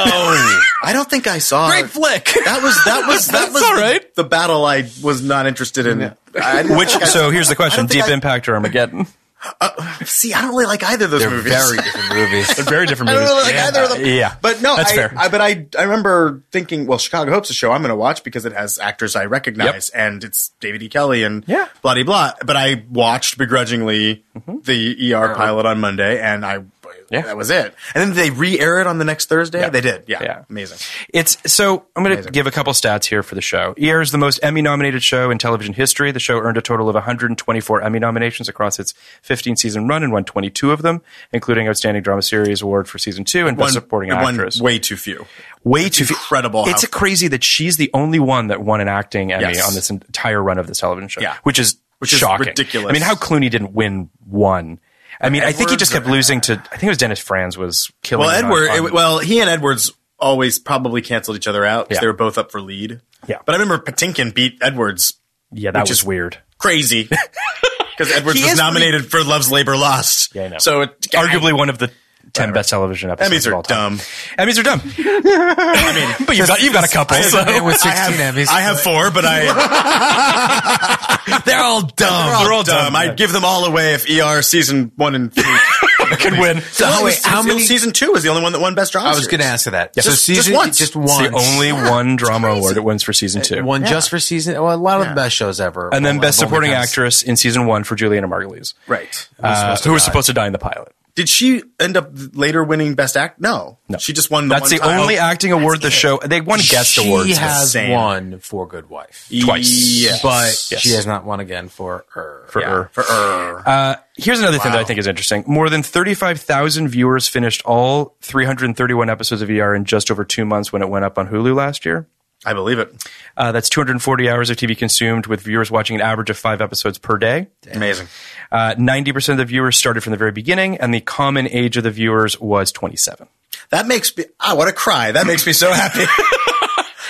Speaker 5: I don't think I saw.
Speaker 4: great flick.
Speaker 5: That was that was that
Speaker 4: That's
Speaker 5: was
Speaker 4: all
Speaker 5: the-
Speaker 4: right.
Speaker 5: the, battle I was not interested in. I didn't
Speaker 6: Which
Speaker 5: think I-
Speaker 6: so here's the question:
Speaker 5: I don't think
Speaker 6: Deep
Speaker 5: I-
Speaker 6: Impact or Armageddon?
Speaker 5: see, I don't really like either of those movies.
Speaker 4: different movies.
Speaker 6: They're very different
Speaker 5: I don't
Speaker 6: movies.
Speaker 5: really like either of them.
Speaker 6: Yeah,
Speaker 5: but no,
Speaker 6: that's
Speaker 5: I,
Speaker 6: fair.
Speaker 5: I, but I, I remember thinking, well, Chicago Hope's a show I'm going to watch because it has actors I recognize, and it's David E. Kelly and
Speaker 6: Yeah. Mm-hmm.
Speaker 5: blah de blah. But I watched begrudgingly the ER pilot on Monday, and I.
Speaker 6: Yeah.
Speaker 5: That was it. And then they re-air it on the next Thursday. They did. Yeah.
Speaker 6: Yeah.
Speaker 5: Amazing.
Speaker 6: It's so I'm going to give a couple stats here for the show. ER is the most Emmy-nominated show in television history. The show earned a total of 124 Emmy nominations across its 15-season run and won 22 of them, including Outstanding Drama Series Award for season two and Best Supporting
Speaker 5: it won
Speaker 6: Actress.
Speaker 5: way too few.
Speaker 6: way
Speaker 5: It's
Speaker 6: too few-
Speaker 5: incredible
Speaker 6: It's
Speaker 5: how-
Speaker 6: a crazy that she's the only one that won an acting Emmy
Speaker 5: Yes.
Speaker 6: on this entire run of this television show,
Speaker 5: Yeah.
Speaker 6: which is
Speaker 5: Which is
Speaker 6: shocking,
Speaker 5: ridiculous.
Speaker 6: I mean, how Clooney didn't win one. I mean, I think he
Speaker 5: Edwards
Speaker 6: just kept
Speaker 5: or-
Speaker 6: losing to. I think it was Dennis Franz was killing.
Speaker 5: Well,
Speaker 6: it on-
Speaker 5: Edward.
Speaker 6: on-
Speaker 5: it- well, he and Edwards always probably canceled each other out because
Speaker 6: Yeah.
Speaker 5: they were both up for lead.
Speaker 6: Yeah.
Speaker 5: But I remember Patinkin beat Edwards
Speaker 6: yeah, that
Speaker 5: which
Speaker 6: was
Speaker 5: is-
Speaker 6: weird.
Speaker 5: crazy because Edwards
Speaker 6: He
Speaker 5: was
Speaker 6: is
Speaker 5: nominated for Love's Labor Lost.
Speaker 6: Yeah, I know.
Speaker 5: So it,
Speaker 6: Arguably one of the ten best television episodes.
Speaker 5: Emmys
Speaker 6: of
Speaker 5: are
Speaker 6: all time.
Speaker 5: dumb.
Speaker 6: Emmys are dumb. I mean, but you've got you've got a couple. so-
Speaker 4: with 16
Speaker 5: I have,
Speaker 4: Emmys.
Speaker 5: I have four, but I
Speaker 4: They're all dumb.
Speaker 5: they're all dumb. I'd give them all away if ER season one and three
Speaker 6: could win.
Speaker 4: So how- wait, how many?
Speaker 5: Season two is the only one that won Best Drama.
Speaker 4: I was
Speaker 5: Series.
Speaker 4: going to ask you that. So
Speaker 5: Just-
Speaker 4: season
Speaker 5: just once.
Speaker 4: just
Speaker 5: It's
Speaker 6: It's
Speaker 4: one,
Speaker 6: the only one drama award it wins for season two.
Speaker 4: one just for season. Well, a lot of the best shows ever,
Speaker 6: and then
Speaker 4: Well,
Speaker 6: best
Speaker 4: I've only
Speaker 6: supporting
Speaker 4: kind of-
Speaker 6: actress in season one for Juliana Margulies,
Speaker 5: Right.
Speaker 6: uh, who was supposed to die in the pilot.
Speaker 5: Did she end up later winning Best Act? No. No. She just won the
Speaker 6: That's the
Speaker 5: one time.
Speaker 6: only acting award the show. They won guest
Speaker 4: she
Speaker 6: awards.
Speaker 4: has
Speaker 5: insane.
Speaker 4: won for Good Wife,
Speaker 6: twice.
Speaker 5: Yes.
Speaker 4: but
Speaker 6: Yes.
Speaker 4: she has not won again for her.
Speaker 6: for her.
Speaker 5: for her.
Speaker 6: Uh, here's another thing that I think is interesting. More than 35,000 viewers E finished all 331 episodes of ER in just over two months when it went up on Hulu last year.
Speaker 5: I believe it.
Speaker 6: Uh, that's 240 hours of TV consumed, with viewers watching an average of five episodes per day.
Speaker 5: Amazing.
Speaker 6: Uh, 90% of the viewers started from the very beginning, and the common age of the viewers was 27.
Speaker 5: That makes me. I want to cry. That makes me so happy.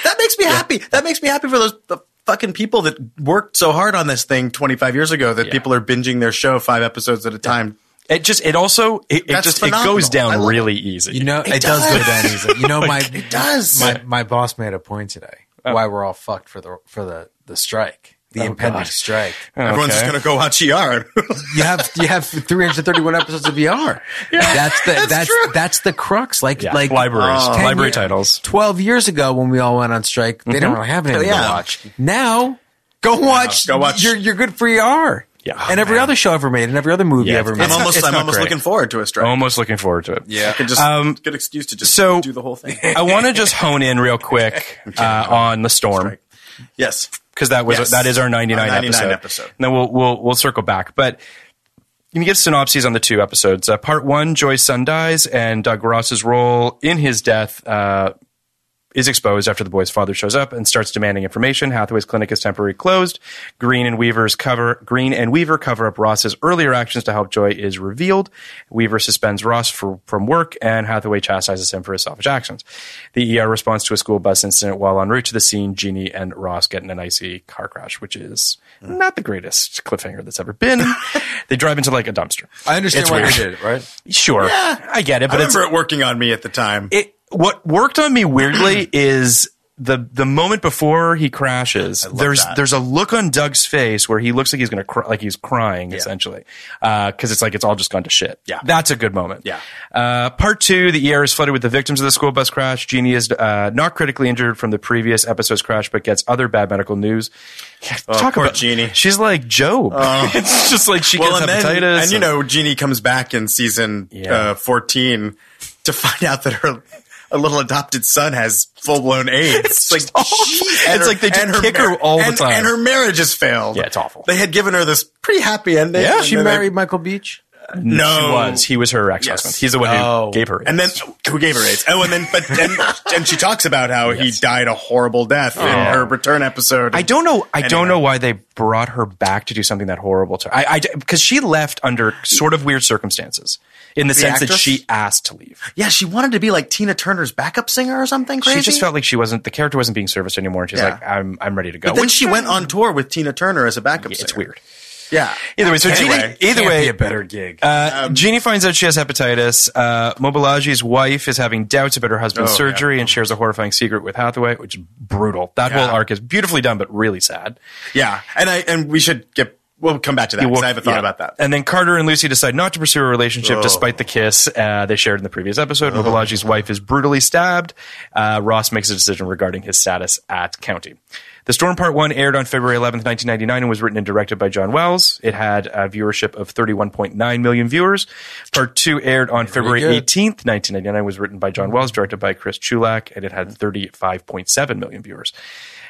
Speaker 5: that makes me happy. That makes me happy for those the fucking people that worked so hard on this thing 25 years ago. That
Speaker 6: Yeah.
Speaker 5: people are binging their show five episodes at a time.
Speaker 6: It just, it also, it, it
Speaker 5: That's
Speaker 6: just,
Speaker 5: phenomenal.
Speaker 6: it goes
Speaker 5: I
Speaker 6: down
Speaker 5: love
Speaker 6: really easy.
Speaker 4: You know, it, does. go down easy. You know, my it
Speaker 5: does.
Speaker 4: My, my boss made a point today
Speaker 6: Oh.
Speaker 4: why we're all fucked for the for the the strike, the impending strike.
Speaker 6: Oh,
Speaker 5: Everyone's just gonna go watch ER.
Speaker 4: You have you have 331 episodes of VR. that's the that's that's, the crux. Like
Speaker 6: yeah.
Speaker 4: like
Speaker 6: libraries,
Speaker 4: 10
Speaker 6: library
Speaker 4: year-
Speaker 6: titles.
Speaker 4: 12 years ago when we all went on strike, they don't really have anything
Speaker 5: Yeah.
Speaker 4: to watch. Now, go watch.
Speaker 5: go watch-
Speaker 4: You're, you're good for ER.
Speaker 6: Yeah.
Speaker 4: and
Speaker 6: Oh,
Speaker 4: every other show ever made, and every other movie
Speaker 6: Yeah,
Speaker 4: ever
Speaker 6: it's-
Speaker 4: made.
Speaker 5: I'm almost.
Speaker 6: it's
Speaker 5: I'm
Speaker 6: not
Speaker 5: almost
Speaker 6: great.
Speaker 5: looking forward to a strike.
Speaker 6: Almost looking forward to it.
Speaker 5: I could just
Speaker 6: Um,
Speaker 5: good excuse to just
Speaker 6: so-
Speaker 5: do the whole thing.
Speaker 6: I want to just hone in real quick uh, on the storm
Speaker 5: yes.
Speaker 6: because that was
Speaker 5: Yes.
Speaker 6: that is our 99,
Speaker 5: Our 99
Speaker 6: episode.
Speaker 5: episode.
Speaker 6: And then we'll we'll we'll circle back, but. You can give synopses on the two episodes. Uh, part one, Joy's son dies, and Doug Ross's role in his death uh, is exposed after the boy's father shows up and starts demanding information. Hathaway's clinic is temporarily closed. Green and Weaver's cover Green and Weaver cover up Ross's earlier actions to help Joy is revealed. Weaver suspends Ross for, from work and Hathaway chastises him for his selfish actions. The ER responds to a school bus incident while en route to the scene. Jeannie and Ross get in an icy car crash, which is not the greatest cliffhanger that's ever been. they drive into like a dumpster.
Speaker 4: I understand
Speaker 6: It's
Speaker 4: why
Speaker 6: weird.
Speaker 4: they did it, right?
Speaker 6: Sure, I get it,
Speaker 5: I
Speaker 6: but it's
Speaker 5: remember it working on me at the time.
Speaker 6: it what worked on me weirdly is the the moment before he crashes there's
Speaker 5: that.
Speaker 6: there's a look on Doug's face where he looks like he's going to cry, like he's crying essentially Uh 'cause cuz it's like it's all just gone to shit.
Speaker 5: Yeah.
Speaker 6: That's a good moment.
Speaker 5: Yeah.
Speaker 6: Uh, part 2 the ER is flooded with the victims of the school bus crash. Jeannie is uh, not critically injured from the previous episode's crash but gets other bad medical news. Yeah,
Speaker 5: poor Jeannie. Oh.
Speaker 6: She's like Job. it's just like she
Speaker 5: well,
Speaker 6: gets
Speaker 5: and
Speaker 6: hepatitis.
Speaker 5: then and you
Speaker 6: and-
Speaker 5: know, Jeannie comes back in season
Speaker 6: Yeah.
Speaker 5: uh, fourteen to find out that her. A little adopted son has full blown AIDS. It's like, she- and
Speaker 6: It's like they just
Speaker 5: and
Speaker 6: kick her all the
Speaker 5: and-
Speaker 6: time.
Speaker 5: and her marriage has failed.
Speaker 6: Yeah, it's awful.
Speaker 5: They had given her this pretty happy ending.
Speaker 6: Yeah.
Speaker 5: and
Speaker 4: She
Speaker 5: then they-
Speaker 4: married Michael Beach.
Speaker 5: no,
Speaker 6: He was. He was her ex husband.
Speaker 5: Yes.
Speaker 6: He's the one
Speaker 4: Oh.
Speaker 6: who gave her.
Speaker 5: and then
Speaker 6: AIDS.
Speaker 5: who gave her AIDS? Oh, and then but and, and she talks about how he died a horrible death in her return episode.
Speaker 6: I don't know. I
Speaker 5: Anyway.
Speaker 6: don't know why they brought her back to do something that horrible to. I because she left under sort of weird circumstances, in the, sense that
Speaker 5: actress?
Speaker 6: she asked to leave.
Speaker 5: Yeah, she wanted to be like Tina Turner's backup singer or something crazy.
Speaker 6: She just felt like she wasn't the character wasn't being serviced anymore, and she's
Speaker 5: Yeah.
Speaker 6: like, "I'm I'm ready to go."
Speaker 5: But then
Speaker 6: Which-
Speaker 5: she went on tour with Tina Turner as a backup singer.
Speaker 6: it's weird.
Speaker 5: Yeah.
Speaker 6: Either way, so
Speaker 5: Anyway,
Speaker 6: Jeannie, either
Speaker 4: Can't be
Speaker 6: way,
Speaker 4: a better gig.
Speaker 6: uh, Jeannie finds out she has hepatitis. Uh, Mobilagi's wife is having doubts about her husband's
Speaker 5: Oh,
Speaker 6: surgery and shares a horrifying secret with Hathaway, which is brutal. That
Speaker 5: Yeah.
Speaker 6: whole arc is beautifully done, but really sad.
Speaker 5: Yeah. And I and we should get we'll come back to that
Speaker 6: Yeah,
Speaker 5: because
Speaker 6: well,
Speaker 5: I haven't thought
Speaker 6: yeah.
Speaker 5: about that.
Speaker 6: And then Carter and Lucy decide not to pursue a relationship despite the kiss uh, they shared in the previous episode. Mobilagi's wife is brutally stabbed. Uh, Ross makes a decision regarding his status at County. The Storm Part 1 aired on February 11th, 1999 and was written and directed by John Wells. It had a viewership of 31.9 million viewers. Part 2 aired on February
Speaker 4: good.
Speaker 6: 18th, 1999 was written by John Wells, directed by Chris Chulak, and it had 35.7 million viewers.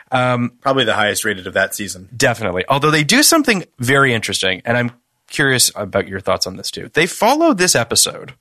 Speaker 5: Probably the highest rated of that season.
Speaker 6: Definitely. Although they do something very interesting, and I'm curious about your thoughts on this too. They follow this episode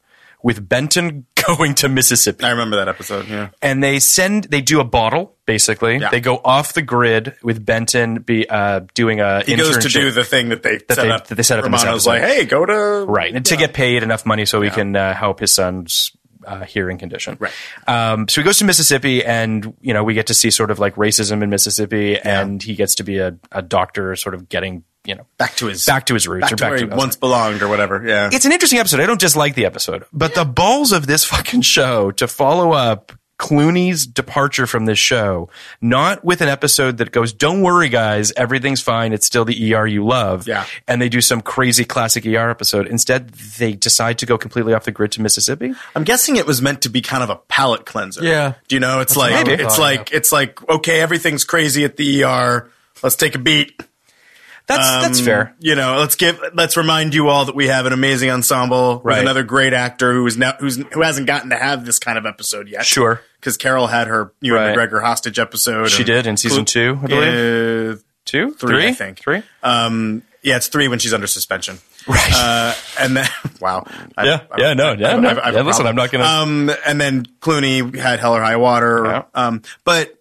Speaker 6: with Benton going to Mississippi.
Speaker 5: I remember that episode. Yeah.
Speaker 6: And they send, they do a bottle, basically.
Speaker 5: Yeah.
Speaker 6: They go off the grid with Benton be, uh, doing a
Speaker 5: He goes to do
Speaker 6: internship.
Speaker 5: the thing that they set
Speaker 6: they-
Speaker 5: up.
Speaker 6: that they set up in this
Speaker 5: Romano's like,
Speaker 6: episode.
Speaker 5: hey, go to
Speaker 6: Right. And to get paid enough money so he can uh, help his son's uh, hearing condition.
Speaker 5: Right.
Speaker 6: Um, so he goes to Mississippi and, you know, we get to see sort of like racism in Mississippi and he gets to be a, a doctor sort of getting, you know,
Speaker 5: back to his
Speaker 6: back to his roots
Speaker 5: back
Speaker 6: or
Speaker 5: to
Speaker 6: back
Speaker 5: where he
Speaker 6: to
Speaker 5: once belonged or whatever. Yeah.
Speaker 6: it's an interesting episode. I don't dislike the episode, but the balls of this fucking show to follow up Clooney's departure from this show, not with an episode that goes, "Don't worry, guys, everything's fine. It's still the ER you love."
Speaker 5: Yeah.
Speaker 6: and they do some crazy classic ER episode. Instead, they decide to go completely off the grid to Mississippi.
Speaker 5: I'm guessing it was meant to be kind of a palate cleanser.
Speaker 4: Yeah.
Speaker 5: Do you know? It's
Speaker 4: what
Speaker 5: like
Speaker 4: I
Speaker 5: it's
Speaker 4: thought,
Speaker 5: like it's like okay, everything's crazy at the ER. Let's take a beat.
Speaker 6: That's
Speaker 5: Um,
Speaker 6: that's fair.
Speaker 5: You know, let's give let's remind you all that we have an amazing ensemble with
Speaker 6: Right.
Speaker 5: another great actor who is now who's who hasn't gotten to have this kind of episode yet.
Speaker 6: Sure.
Speaker 5: Because Carol had her you
Speaker 6: Right.
Speaker 5: and McGregor hostage episode.
Speaker 6: She
Speaker 5: and-
Speaker 6: did in season two, I believe.
Speaker 5: Uh,
Speaker 6: Two,
Speaker 5: three,
Speaker 6: three,
Speaker 5: I think.
Speaker 6: three.
Speaker 5: Um, yeah, it's three when she's under suspension.
Speaker 6: Right.
Speaker 5: Uh, and then wow. I-
Speaker 6: Yeah,
Speaker 5: I-
Speaker 6: yeah, no,
Speaker 5: I-
Speaker 6: yeah,
Speaker 5: I-
Speaker 6: no.
Speaker 5: I- I have
Speaker 6: Yeah,
Speaker 5: a Um,
Speaker 6: listen,
Speaker 5: problem.
Speaker 6: I'm not gonna-
Speaker 5: Um, and then Clooney had Hell or High Water.
Speaker 6: Yeah.
Speaker 5: Um, but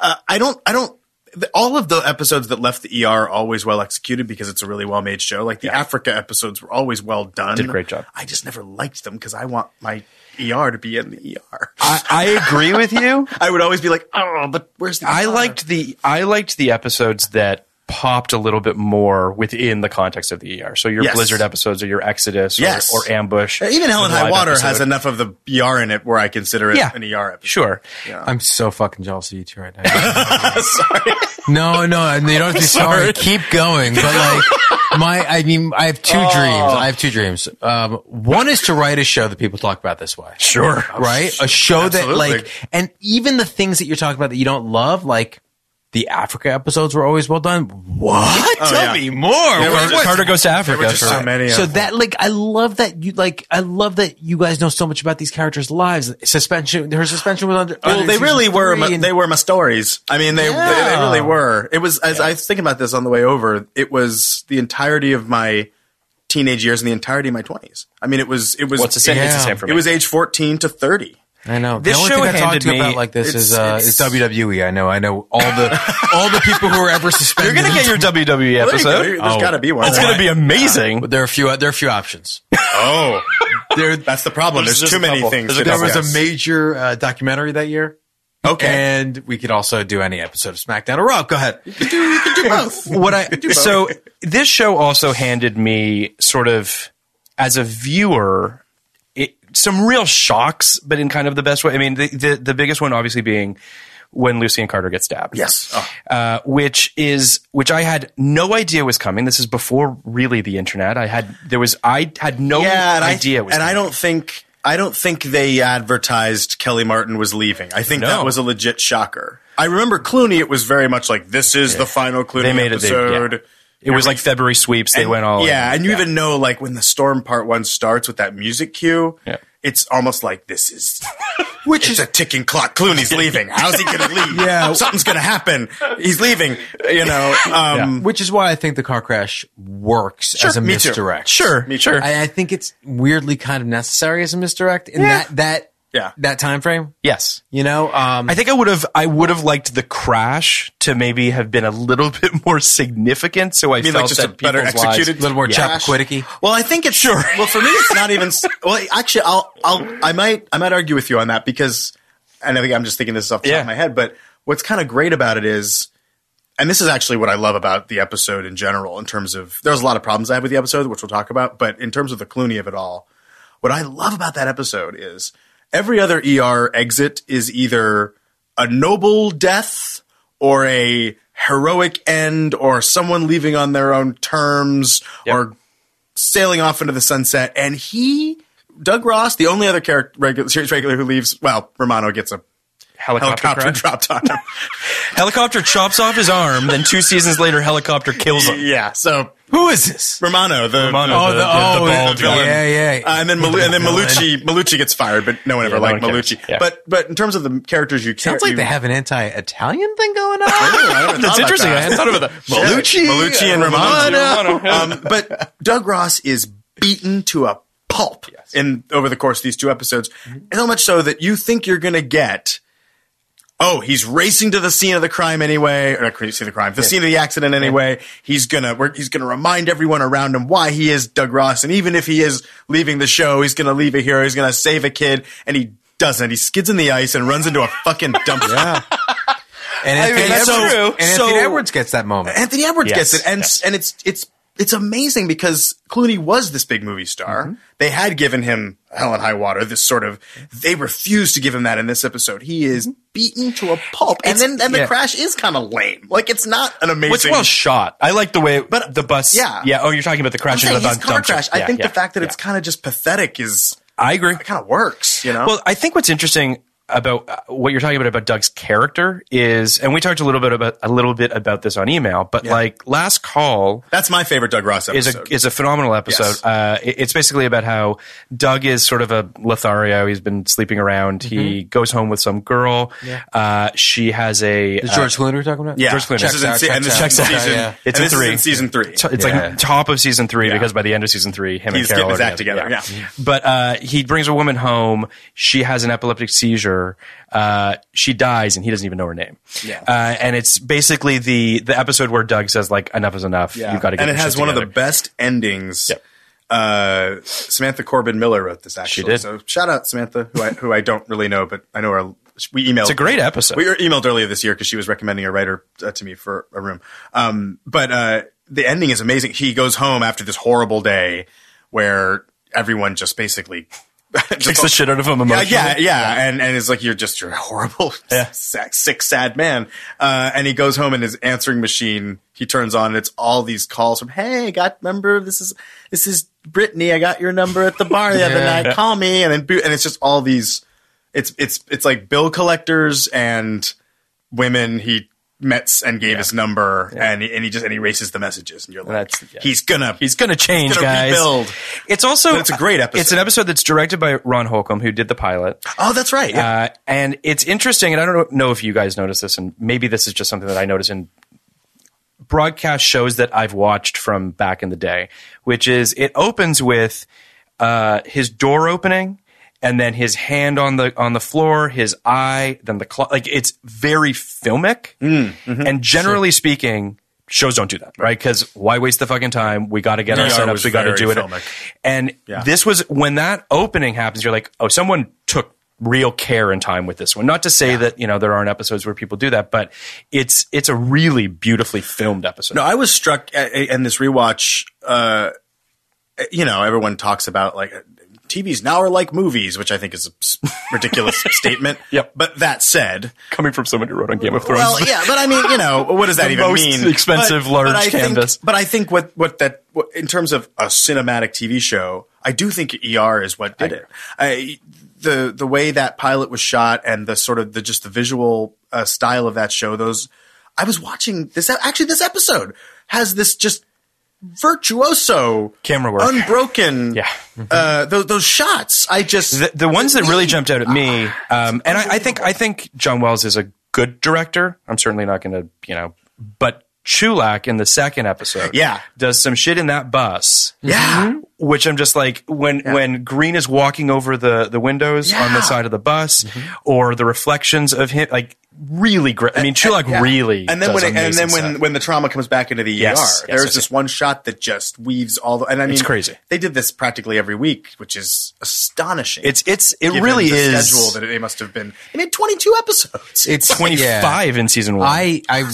Speaker 5: uh, I don't, I don't. The, all of the episodes that left the ER are always well executed because it's a really well made show. Like the Africa episodes were always well done.
Speaker 6: Did a great job.
Speaker 5: I just never liked them because I want my ER to be in the ER.
Speaker 6: I, I agree with you.
Speaker 5: I would always be like, oh, but where's the?
Speaker 6: I
Speaker 5: ER?"
Speaker 6: liked the I liked the episodes that popped a little bit more within the context of the ER. So your
Speaker 5: Yes.
Speaker 6: Blizzard episodes or your Exodus or,
Speaker 5: Yes.
Speaker 6: or Ambush.
Speaker 5: even Hell and
Speaker 6: the
Speaker 5: High
Speaker 6: live
Speaker 5: Water has
Speaker 6: episode.
Speaker 5: enough of the ER in it where I consider it
Speaker 6: Yeah.
Speaker 5: an ER episode.
Speaker 6: Sure.
Speaker 4: I'm so fucking jealous of you two right now. No, no, and they don't have to be sorry. Keep going. But like my I mean I have
Speaker 5: Oh.
Speaker 4: two dreams. I have two dreams. Um one is to write a show that people talk about this way.
Speaker 5: Sure.
Speaker 4: Right? A show
Speaker 5: Absolutely.
Speaker 4: that like and even the things that you're talking about that you don't love, like the Africa episodes were always well done. What? Tell
Speaker 5: Oh, yeah.
Speaker 4: me more. What-
Speaker 6: Carter,
Speaker 4: what-
Speaker 6: Carter goes to Africa.
Speaker 5: There were just
Speaker 6: for-
Speaker 5: so many.
Speaker 4: so
Speaker 5: of them.
Speaker 4: that like I love that you like I love that you guys know so much about these characters' lives. Suspension, her suspension was under.
Speaker 5: Well,
Speaker 4: under
Speaker 5: they
Speaker 4: season
Speaker 5: really were.
Speaker 4: three
Speaker 5: My,
Speaker 4: and-
Speaker 5: they were my stories. I mean, they they, they
Speaker 4: Yeah.
Speaker 5: really were. It was as I was thinking about this on the way over. It was the entirety of my teenage years and the entirety of my twenties. I mean, it was it was
Speaker 6: Well, it's the same-
Speaker 4: it's the same
Speaker 6: for
Speaker 5: It
Speaker 6: me.
Speaker 5: was age fourteen to thirty.
Speaker 4: I know.
Speaker 6: This
Speaker 4: the only
Speaker 6: show
Speaker 4: thing I talk
Speaker 6: handed
Speaker 4: to you
Speaker 6: me-
Speaker 4: about like this is
Speaker 5: it's-
Speaker 4: uh,
Speaker 5: it's-
Speaker 4: it's WWE. I know. I know all the all the people who were ever
Speaker 6: You're
Speaker 4: suspended.
Speaker 6: gonna get your WWE
Speaker 5: Well, there you go. There's
Speaker 6: episode.
Speaker 4: Oh.
Speaker 5: got to be one.
Speaker 6: It's gonna be amazing.
Speaker 4: But there are a few. There are a few options.
Speaker 5: Oh,
Speaker 4: There,
Speaker 5: that's the problem. There's,
Speaker 6: There's
Speaker 5: too
Speaker 6: just a
Speaker 5: many
Speaker 6: couple.
Speaker 5: things.
Speaker 6: There's a
Speaker 5: to
Speaker 4: there was
Speaker 5: discuss.
Speaker 4: a major uh, documentary that year,
Speaker 5: okay.
Speaker 4: and we could also do any episode of SmackDown or Raw. Go ahead.
Speaker 6: what I so this show also handed me sort of as a viewer it, some real shocks, but in kind of the best way. I mean, the the, the biggest one obviously being when Lucy and Carter get stabbed.
Speaker 5: Yes. Oh.
Speaker 6: uh, which is which I had no idea was coming. This is before really the internet. I had there was I had no
Speaker 5: yeah, and
Speaker 6: idea.
Speaker 5: I,
Speaker 6: it was
Speaker 5: and I
Speaker 6: coming.
Speaker 5: don't think I don't think they advertised Kelly Martin was leaving. I think that
Speaker 6: No.
Speaker 5: was a legit shocker. I remember Clooney. It was very much like this is the final Clooney
Speaker 6: They made it. They- yeah.
Speaker 5: episode.
Speaker 6: It was like February sweeps. They
Speaker 5: And-
Speaker 6: went all
Speaker 5: yeah,
Speaker 6: in.
Speaker 5: and you even know like when the storm part one starts with that music cue.
Speaker 6: Yeah.
Speaker 5: It's almost like this is, which is a ticking clock. Clooney's leaving. How's he gonna leave?
Speaker 4: Yeah.
Speaker 5: something's gonna happen. He's leaving. You know, um,
Speaker 4: Which is why I think the car crash works as a
Speaker 5: me too.
Speaker 4: misdirect.
Speaker 6: sure,
Speaker 5: Me too.
Speaker 6: sure.
Speaker 4: I, I think it's weirdly kind of necessary as a misdirect in that that
Speaker 5: Yeah.
Speaker 4: that time frame.
Speaker 6: yes.
Speaker 4: You know, um,
Speaker 6: I think I would have I would have liked the crash to maybe have been a little bit more significant. So I
Speaker 5: mean,
Speaker 6: felt
Speaker 5: like, just
Speaker 6: that
Speaker 5: a better
Speaker 6: people's lives-
Speaker 5: executed-
Speaker 4: a little more
Speaker 5: Yeah.
Speaker 4: yeah. Chappaquiddicky.
Speaker 5: Well, I think it's sure. Well, for me, it's not even. s- Well, actually, I'll, I'll, I might, I might argue with you on that because, and I think I'm just thinking this off the
Speaker 6: Yeah.
Speaker 5: top of my head. But what's kind of great about it is, and this is actually what I love about the episode in general. In terms of, there's a lot of problems I have with the episode, which we'll talk about. But in terms of the Clooney of it all, what I love about that episode is every other ER exit is either a noble death or a heroic end or someone leaving on their own terms or sailing off into the sunset. And he, Doug Ross, the only other character, regular, series regular who leaves, well, Romano gets a
Speaker 6: helicopter,
Speaker 5: helicopter
Speaker 6: crash.
Speaker 5: dropped on him.
Speaker 6: helicopter chops off his arm. Then two seasons later, helicopter kills him.
Speaker 5: yeah. So
Speaker 4: Who is this?
Speaker 5: Romano, the,
Speaker 6: Romano,
Speaker 5: oh,
Speaker 6: the- the- the bald
Speaker 4: villain. Yeah, yeah.
Speaker 5: Uh, and then Malu- and then Malucci, Malucci gets fired, but no one ever
Speaker 6: no
Speaker 5: liked
Speaker 6: one cares.
Speaker 5: Malucci.
Speaker 6: Yeah.
Speaker 5: But but in terms of the characters, you
Speaker 4: Sounds
Speaker 5: care,
Speaker 4: like
Speaker 5: you,
Speaker 4: they have an anti-Italian thing going on.
Speaker 6: That's interesting. I hadn't thought about that.
Speaker 5: Malucci, Malucci, and Romano.
Speaker 6: Romano.
Speaker 5: um, but Doug Ross is beaten to a pulp in over the course of these two episodes, so much so that you think you're going to get. Oh, he's racing to the scene of the crime anyway, or not scene of the crime, the scene of the accident anyway. He's gonna we're, he's gonna remind everyone around him why he is Doug Ross, and even if he is leaving the show, he's gonna leave a hero, he's gonna save a kid, and he doesn't. He skids in the ice and runs into a fucking dumpster.
Speaker 4: And Anthony,
Speaker 5: mean, that's
Speaker 4: Edwards,
Speaker 5: true.
Speaker 4: And Anthony
Speaker 5: So-
Speaker 4: Edwards gets that moment.
Speaker 5: Anthony Edwards
Speaker 6: Yes,
Speaker 5: gets it, and
Speaker 6: yes.
Speaker 5: and it's it's it's amazing because Clooney was this big movie star. They had given him Hell and High Water. This sort of they refused to give him that in this episode. He is beaten to a pulp, and then and the
Speaker 6: yeah.
Speaker 5: crash is kind of lame. Like it's not an amazing.
Speaker 6: It's well shot. I like the way
Speaker 5: But-
Speaker 6: the bus.
Speaker 5: yeah.
Speaker 6: yeah. Oh, you're talking about the
Speaker 5: I'm
Speaker 6: crash
Speaker 5: saying
Speaker 6: into the
Speaker 5: his car
Speaker 6: dumpster.
Speaker 5: crash. I
Speaker 6: Yeah,
Speaker 5: think
Speaker 6: yeah,
Speaker 5: the fact that
Speaker 6: yeah.
Speaker 5: it's kind of just pathetic is
Speaker 6: I agree.
Speaker 5: it kind of works. You know.
Speaker 6: Well, I think what's interesting about uh, what you're talking about about Doug's character is, and we talked a little bit about a little bit about this on email, but like last call
Speaker 5: that's my favorite Doug Ross
Speaker 6: is
Speaker 5: episode.
Speaker 6: a is a phenomenal episode.
Speaker 5: Yes.
Speaker 6: Uh, it- it's basically about how Doug is sort of a Lothario. He's been sleeping around. He goes home with some girl. Uh, she has a
Speaker 4: Is
Speaker 6: uh,
Speaker 4: George Clooney we're talking about?
Speaker 5: yeah,
Speaker 4: George Clooney.
Speaker 5: This is in
Speaker 4: Checks
Speaker 5: se-
Speaker 4: out,
Speaker 5: and this
Speaker 4: checks
Speaker 5: is
Speaker 4: out,
Speaker 5: in
Speaker 4: checks out,
Speaker 5: season.
Speaker 4: yeah.
Speaker 5: and
Speaker 6: It's a
Speaker 5: this is
Speaker 6: three.
Speaker 5: in season three.
Speaker 6: t- it's
Speaker 4: Yeah.
Speaker 6: like top of season three because by the end of season three, him
Speaker 5: He's
Speaker 6: and Carol
Speaker 5: getting his
Speaker 6: are
Speaker 5: act
Speaker 6: dancing.
Speaker 5: together, yeah.
Speaker 6: But uh, he brings a woman home. She has an epileptic seizure, character, uh, she dies and he doesn't even know her name. Yeah. Uh, and it's basically the the episode where Doug says like enough is enough. You've got to. get
Speaker 5: and it
Speaker 6: your
Speaker 5: has
Speaker 6: shit
Speaker 5: one of the
Speaker 6: together."
Speaker 5: best endings.
Speaker 6: Yep.
Speaker 5: Uh, Samantha Corbin Miller wrote this actually.
Speaker 6: did.
Speaker 5: So shout out Samantha, who I who I don't really know, but I know her. We emailed.
Speaker 6: It's a great episode.
Speaker 5: We were emailed earlier this year because she was recommending a writer uh, to me for a room. Um, but uh, the ending is amazing. He goes home after this horrible day where everyone just basically
Speaker 6: Kicks the shit out of him
Speaker 5: Yeah,
Speaker 6: emotionally.
Speaker 5: yeah, yeah, and and it's like you're just you're a horrible, sa- sick, sad man. Uh, and he goes home and his answering machine he turns on. and It's all these calls from Hey, got remember this is this is Brittany. I got your number at the bar the other night. Call me. And then boo- and it's just all these. It's it's it's like bill collectors and women he met and gave his number and he, and he just and he erases the messages and you're like
Speaker 6: That's- yeah.
Speaker 5: he's gonna
Speaker 6: He's going to change,
Speaker 5: gonna
Speaker 6: guys.
Speaker 5: rebuild.
Speaker 6: It's also
Speaker 5: But it's a great episode.
Speaker 6: It's an episode that's directed by Ron Holcomb, who did the pilot.
Speaker 5: oh that's right yeah.
Speaker 6: Uh, and it's interesting, and I don't know if you guys notice this, and maybe this is just something that I notice in broadcast shows that I've watched from back in the day, which is it opens with uh, his door opening. And then his hand on the on the floor, his eye, then the clock. Like it's very filmic.
Speaker 5: Mm, mm-hmm.
Speaker 6: And generally speaking, shows don't do that, right? Because why waste the fucking time? We got to get our
Speaker 5: Yeah, it
Speaker 6: setups.
Speaker 5: was
Speaker 6: We got to
Speaker 5: very
Speaker 6: do it.
Speaker 5: filmic.
Speaker 6: And this was when that opening happens, you're like, oh, someone took real care and time with this one. Not to say that, you know, there aren't episodes where people do that, but it's it's a really beautifully filmed episode.
Speaker 5: No, I was struck a- a- in this rewatch. Uh, you know, everyone talks about like TVs now are like movies, which I think is a s- ridiculous statement.
Speaker 6: Yep.
Speaker 5: But that said,
Speaker 6: Coming from someone who wrote on Game of Thrones.
Speaker 5: well, yeah, but I mean, you know, what does that
Speaker 6: The
Speaker 5: even
Speaker 6: most
Speaker 5: mean?
Speaker 6: expensive large
Speaker 5: I think-
Speaker 6: canvas.
Speaker 5: but I think what what that what, in terms of a cinematic TV show, I do think ER is what did it. I, the the way that pilot was shot and the sort of the just the visual uh, style of that show. Those I was watching this actually this episode has this just virtuoso
Speaker 6: Camera work.
Speaker 5: unbroken.
Speaker 6: Yeah.
Speaker 5: uh, those, those shots. I just
Speaker 6: the, the ones that really jumped out at me, um, and I, I think I think John Wells is a good director. I'm certainly not going to, you know, but Chulak in the second episode,
Speaker 5: Yeah.
Speaker 6: does some shit in that bus, Mm-hmm.
Speaker 5: yeah.
Speaker 6: which I'm just like when when Green is walking over the the windows on
Speaker 5: Yeah. Mm-hmm.
Speaker 6: the side of the bus, or the reflections of him, like really great. I mean, Chulak
Speaker 5: Yeah.
Speaker 6: really,
Speaker 5: and then
Speaker 6: does
Speaker 5: when it, and
Speaker 6: amazing
Speaker 5: then when
Speaker 6: stuff.
Speaker 5: when the trauma comes back into the
Speaker 6: Yes,
Speaker 5: ER,
Speaker 6: yes,
Speaker 5: there's
Speaker 6: yes,
Speaker 5: this
Speaker 6: yes.
Speaker 5: one shot that just weaves all the and I mean
Speaker 6: It's crazy.
Speaker 5: They did this practically every week, which is astonishing.
Speaker 6: it's it's it
Speaker 5: given
Speaker 6: really
Speaker 5: the
Speaker 6: is
Speaker 5: schedule that they must have been. They made 22 episodes.
Speaker 4: It's
Speaker 6: 25 in season one.
Speaker 4: I I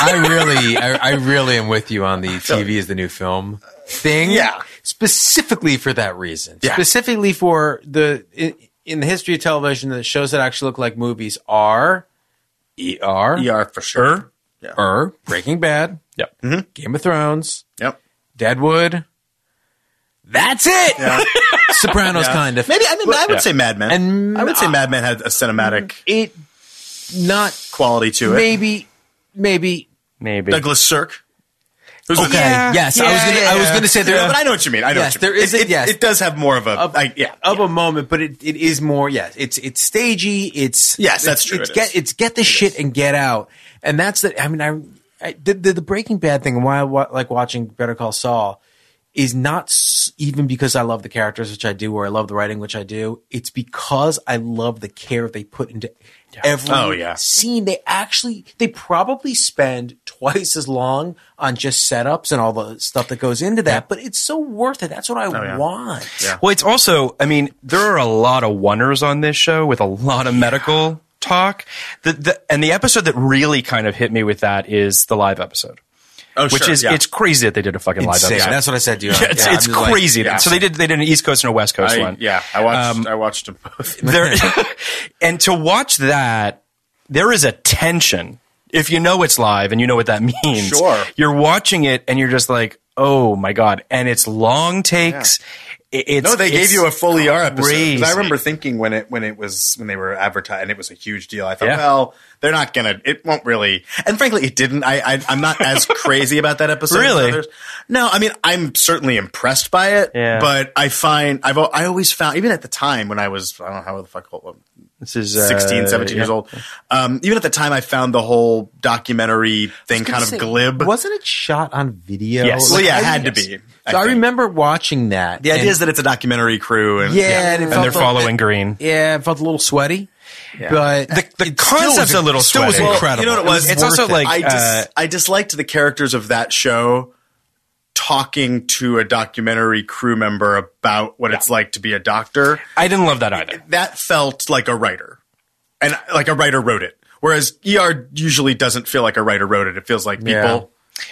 Speaker 4: I really I, I really am with you on the TV is the new film thing.
Speaker 5: Yeah.
Speaker 4: specifically for that reason. Specifically for the in, in the history of television, the shows that actually look like movies are ER,
Speaker 5: ER for sure. Yeah.
Speaker 4: Er, Breaking Bad,
Speaker 6: Yep.
Speaker 4: Game of Thrones,
Speaker 5: Yep.
Speaker 4: Deadwood. That's it. Sopranos, kind of.
Speaker 5: Maybe I mean I would
Speaker 6: yeah.
Speaker 5: say Mad Men.
Speaker 4: And-
Speaker 5: I would say Mad Men had a cinematic
Speaker 4: it not
Speaker 5: quality to it.
Speaker 4: maybe maybe
Speaker 6: maybe
Speaker 5: Douglas Sirk. Who's
Speaker 4: okay.
Speaker 6: Yeah,
Speaker 4: yes, I
Speaker 6: yeah,
Speaker 4: was gonna I was
Speaker 6: yeah.
Speaker 4: gonna say
Speaker 5: You
Speaker 4: there.
Speaker 5: know, but I know what you mean. I know
Speaker 4: Yes,
Speaker 5: what you
Speaker 4: there
Speaker 5: mean.
Speaker 4: is
Speaker 5: it,
Speaker 4: a-
Speaker 5: it-
Speaker 4: yes.
Speaker 5: it does have more of a
Speaker 4: of,
Speaker 5: I- yeah.
Speaker 4: of a moment, but it, it is more. Yes, it's it's stagey. It's
Speaker 5: Yes,
Speaker 4: it's-
Speaker 5: that's true,
Speaker 4: It's
Speaker 5: it
Speaker 4: get
Speaker 5: is.
Speaker 4: it's get the shit and get out, and that's the. I mean, I, I the, the the Breaking Bad thing and why I wa- like watching Better Call Saul is not s- even because I love the characters, which I do, or I love the writing, which I do. It's because I love the care they put into every
Speaker 5: Oh, yeah.
Speaker 4: scene. They actually they probably spend twice as long on just setups and all the stuff that goes into that, but it's so worth it. That's what
Speaker 5: Oh,
Speaker 4: I want.
Speaker 6: Well, it's also, I mean, there are a lot of wonders on this show with a lot of medical talk. The, the, and the episode that really kind of hit me with that is the live episode,
Speaker 5: Oh,
Speaker 6: which
Speaker 5: sure,
Speaker 6: is,
Speaker 5: yeah.
Speaker 6: it's crazy that they did a fucking live
Speaker 4: Insane.
Speaker 6: episode.
Speaker 4: That's what I said to you.
Speaker 6: Yeah, it's it's crazy. that- So they did they did an East Coast and a West Coast
Speaker 5: I,
Speaker 6: one.
Speaker 5: yeah, I watched I watched them both.
Speaker 6: There, and to watch that, there is a tension. If you know it's live and you know what that means,
Speaker 5: Sure.
Speaker 6: you're watching it and you're just like, oh my god! And it's long takes. It- It's
Speaker 5: No, they
Speaker 6: it's
Speaker 5: gave you a full ER episode. 'Cause
Speaker 6: crazy.
Speaker 5: I remember thinking when it when it was when they were advertised and it was a huge deal. I thought,
Speaker 6: Yeah.
Speaker 5: well, they're not gonna. It won't really. And frankly, it didn't. I, I I'm not as crazy about that episode. as
Speaker 6: Really?
Speaker 5: others. No, I mean I'm certainly impressed by it.
Speaker 6: Yeah.
Speaker 5: But I find I've al- I always found even at the time when I was I don't know how the fuck old,
Speaker 6: This is uh,
Speaker 5: 16, 17 years
Speaker 6: yeah.
Speaker 5: old. Um, even at the time, I found the whole documentary thing kind of glib.
Speaker 4: Wasn't it shot on video?
Speaker 6: Yes.
Speaker 5: well,
Speaker 4: Like,
Speaker 5: yeah,
Speaker 4: I-
Speaker 5: it had to be. I
Speaker 4: so I
Speaker 5: think.
Speaker 4: remember watching that.
Speaker 5: the idea is that it's a dothcumentary crew and
Speaker 4: yeah, and, it felt
Speaker 6: and they're
Speaker 4: a little
Speaker 6: following
Speaker 4: bit-
Speaker 6: Green.
Speaker 4: Yeah, it felt a little sweaty. But
Speaker 6: The, the
Speaker 4: it still was-
Speaker 6: concept's a little
Speaker 4: still was
Speaker 6: sweaty.
Speaker 4: incredible.
Speaker 5: You know what it was?
Speaker 6: It's also
Speaker 4: worth it.
Speaker 6: like
Speaker 5: I,
Speaker 6: uh,
Speaker 5: dis- I disliked the characters of that show talking to a documentary crew member about what it's like to be a doctor.
Speaker 6: I didn't love that either.
Speaker 5: That felt like a writer, and like a writer wrote it. Whereas ER usually doesn't feel like a writer wrote it. It feels like people.
Speaker 4: Yeah.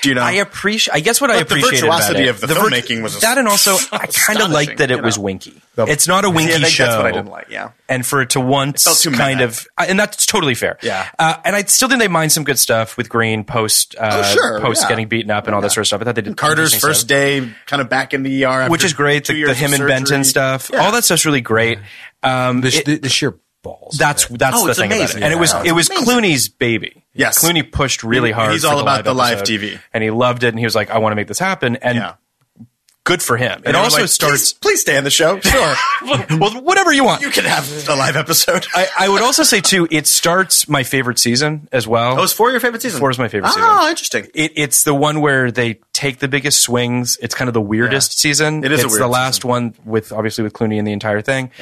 Speaker 5: Do you know?
Speaker 6: I appreciate. I guess what I
Speaker 5: But the
Speaker 6: appreciated
Speaker 5: virtuosity
Speaker 6: about it,
Speaker 5: of the
Speaker 6: vir-
Speaker 5: filmmaking was
Speaker 6: that, and also I kind of liked that it was winky. It's not a winky
Speaker 5: yeah, I think
Speaker 6: show.
Speaker 5: that's what I didn't like. Yeah.
Speaker 6: and for it to once
Speaker 5: felt too
Speaker 6: kind
Speaker 5: meta.
Speaker 6: of, and that's totally fair.
Speaker 5: Yeah.
Speaker 6: uh, and I still think they mined some good stuff with Green post, uh,
Speaker 5: Oh, sure,
Speaker 6: post
Speaker 5: yeah.
Speaker 6: getting beaten up and all that sort of stuff. I thought they did
Speaker 5: Carter's
Speaker 6: interesting stuff.
Speaker 5: first day, kind of back in the ER, after
Speaker 6: which is great.
Speaker 5: two
Speaker 6: The,
Speaker 5: years
Speaker 6: the
Speaker 5: of
Speaker 6: him and
Speaker 5: surgery.
Speaker 6: Benton stuff, all that stuff's really great. Um,
Speaker 4: the, sh-
Speaker 6: it-
Speaker 4: the, the sheer balls.
Speaker 6: that's that's
Speaker 5: Oh,
Speaker 6: the
Speaker 5: it's
Speaker 6: thing about it,
Speaker 5: amazing.
Speaker 6: and it was
Speaker 5: Yeah.
Speaker 6: it was Clooney's baby.
Speaker 5: Yes.
Speaker 6: Clooney pushed really
Speaker 5: He-
Speaker 6: hard.
Speaker 5: he's
Speaker 6: for
Speaker 5: all about the live
Speaker 6: episode,
Speaker 5: TV.
Speaker 6: and he loved it. And he was like, "I want to make this happen." And
Speaker 5: Yeah.
Speaker 6: good for him. It
Speaker 5: And they were
Speaker 6: also
Speaker 5: like,
Speaker 6: starts.
Speaker 5: Please, please stay on the show. Sure,
Speaker 6: well, whatever you want.
Speaker 5: you can have a live episode.
Speaker 6: I, I would also say too, it starts my favorite season as well.
Speaker 5: Oh, was four your favorite season?
Speaker 6: Four is my favorite
Speaker 5: oh,
Speaker 6: season.
Speaker 5: interesting.
Speaker 6: it, it's the one where they take the biggest swings. It's kind of the weirdest season.
Speaker 5: It is a
Speaker 6: It's
Speaker 5: weird
Speaker 6: the last one with obviously with Clooney and the entire thing.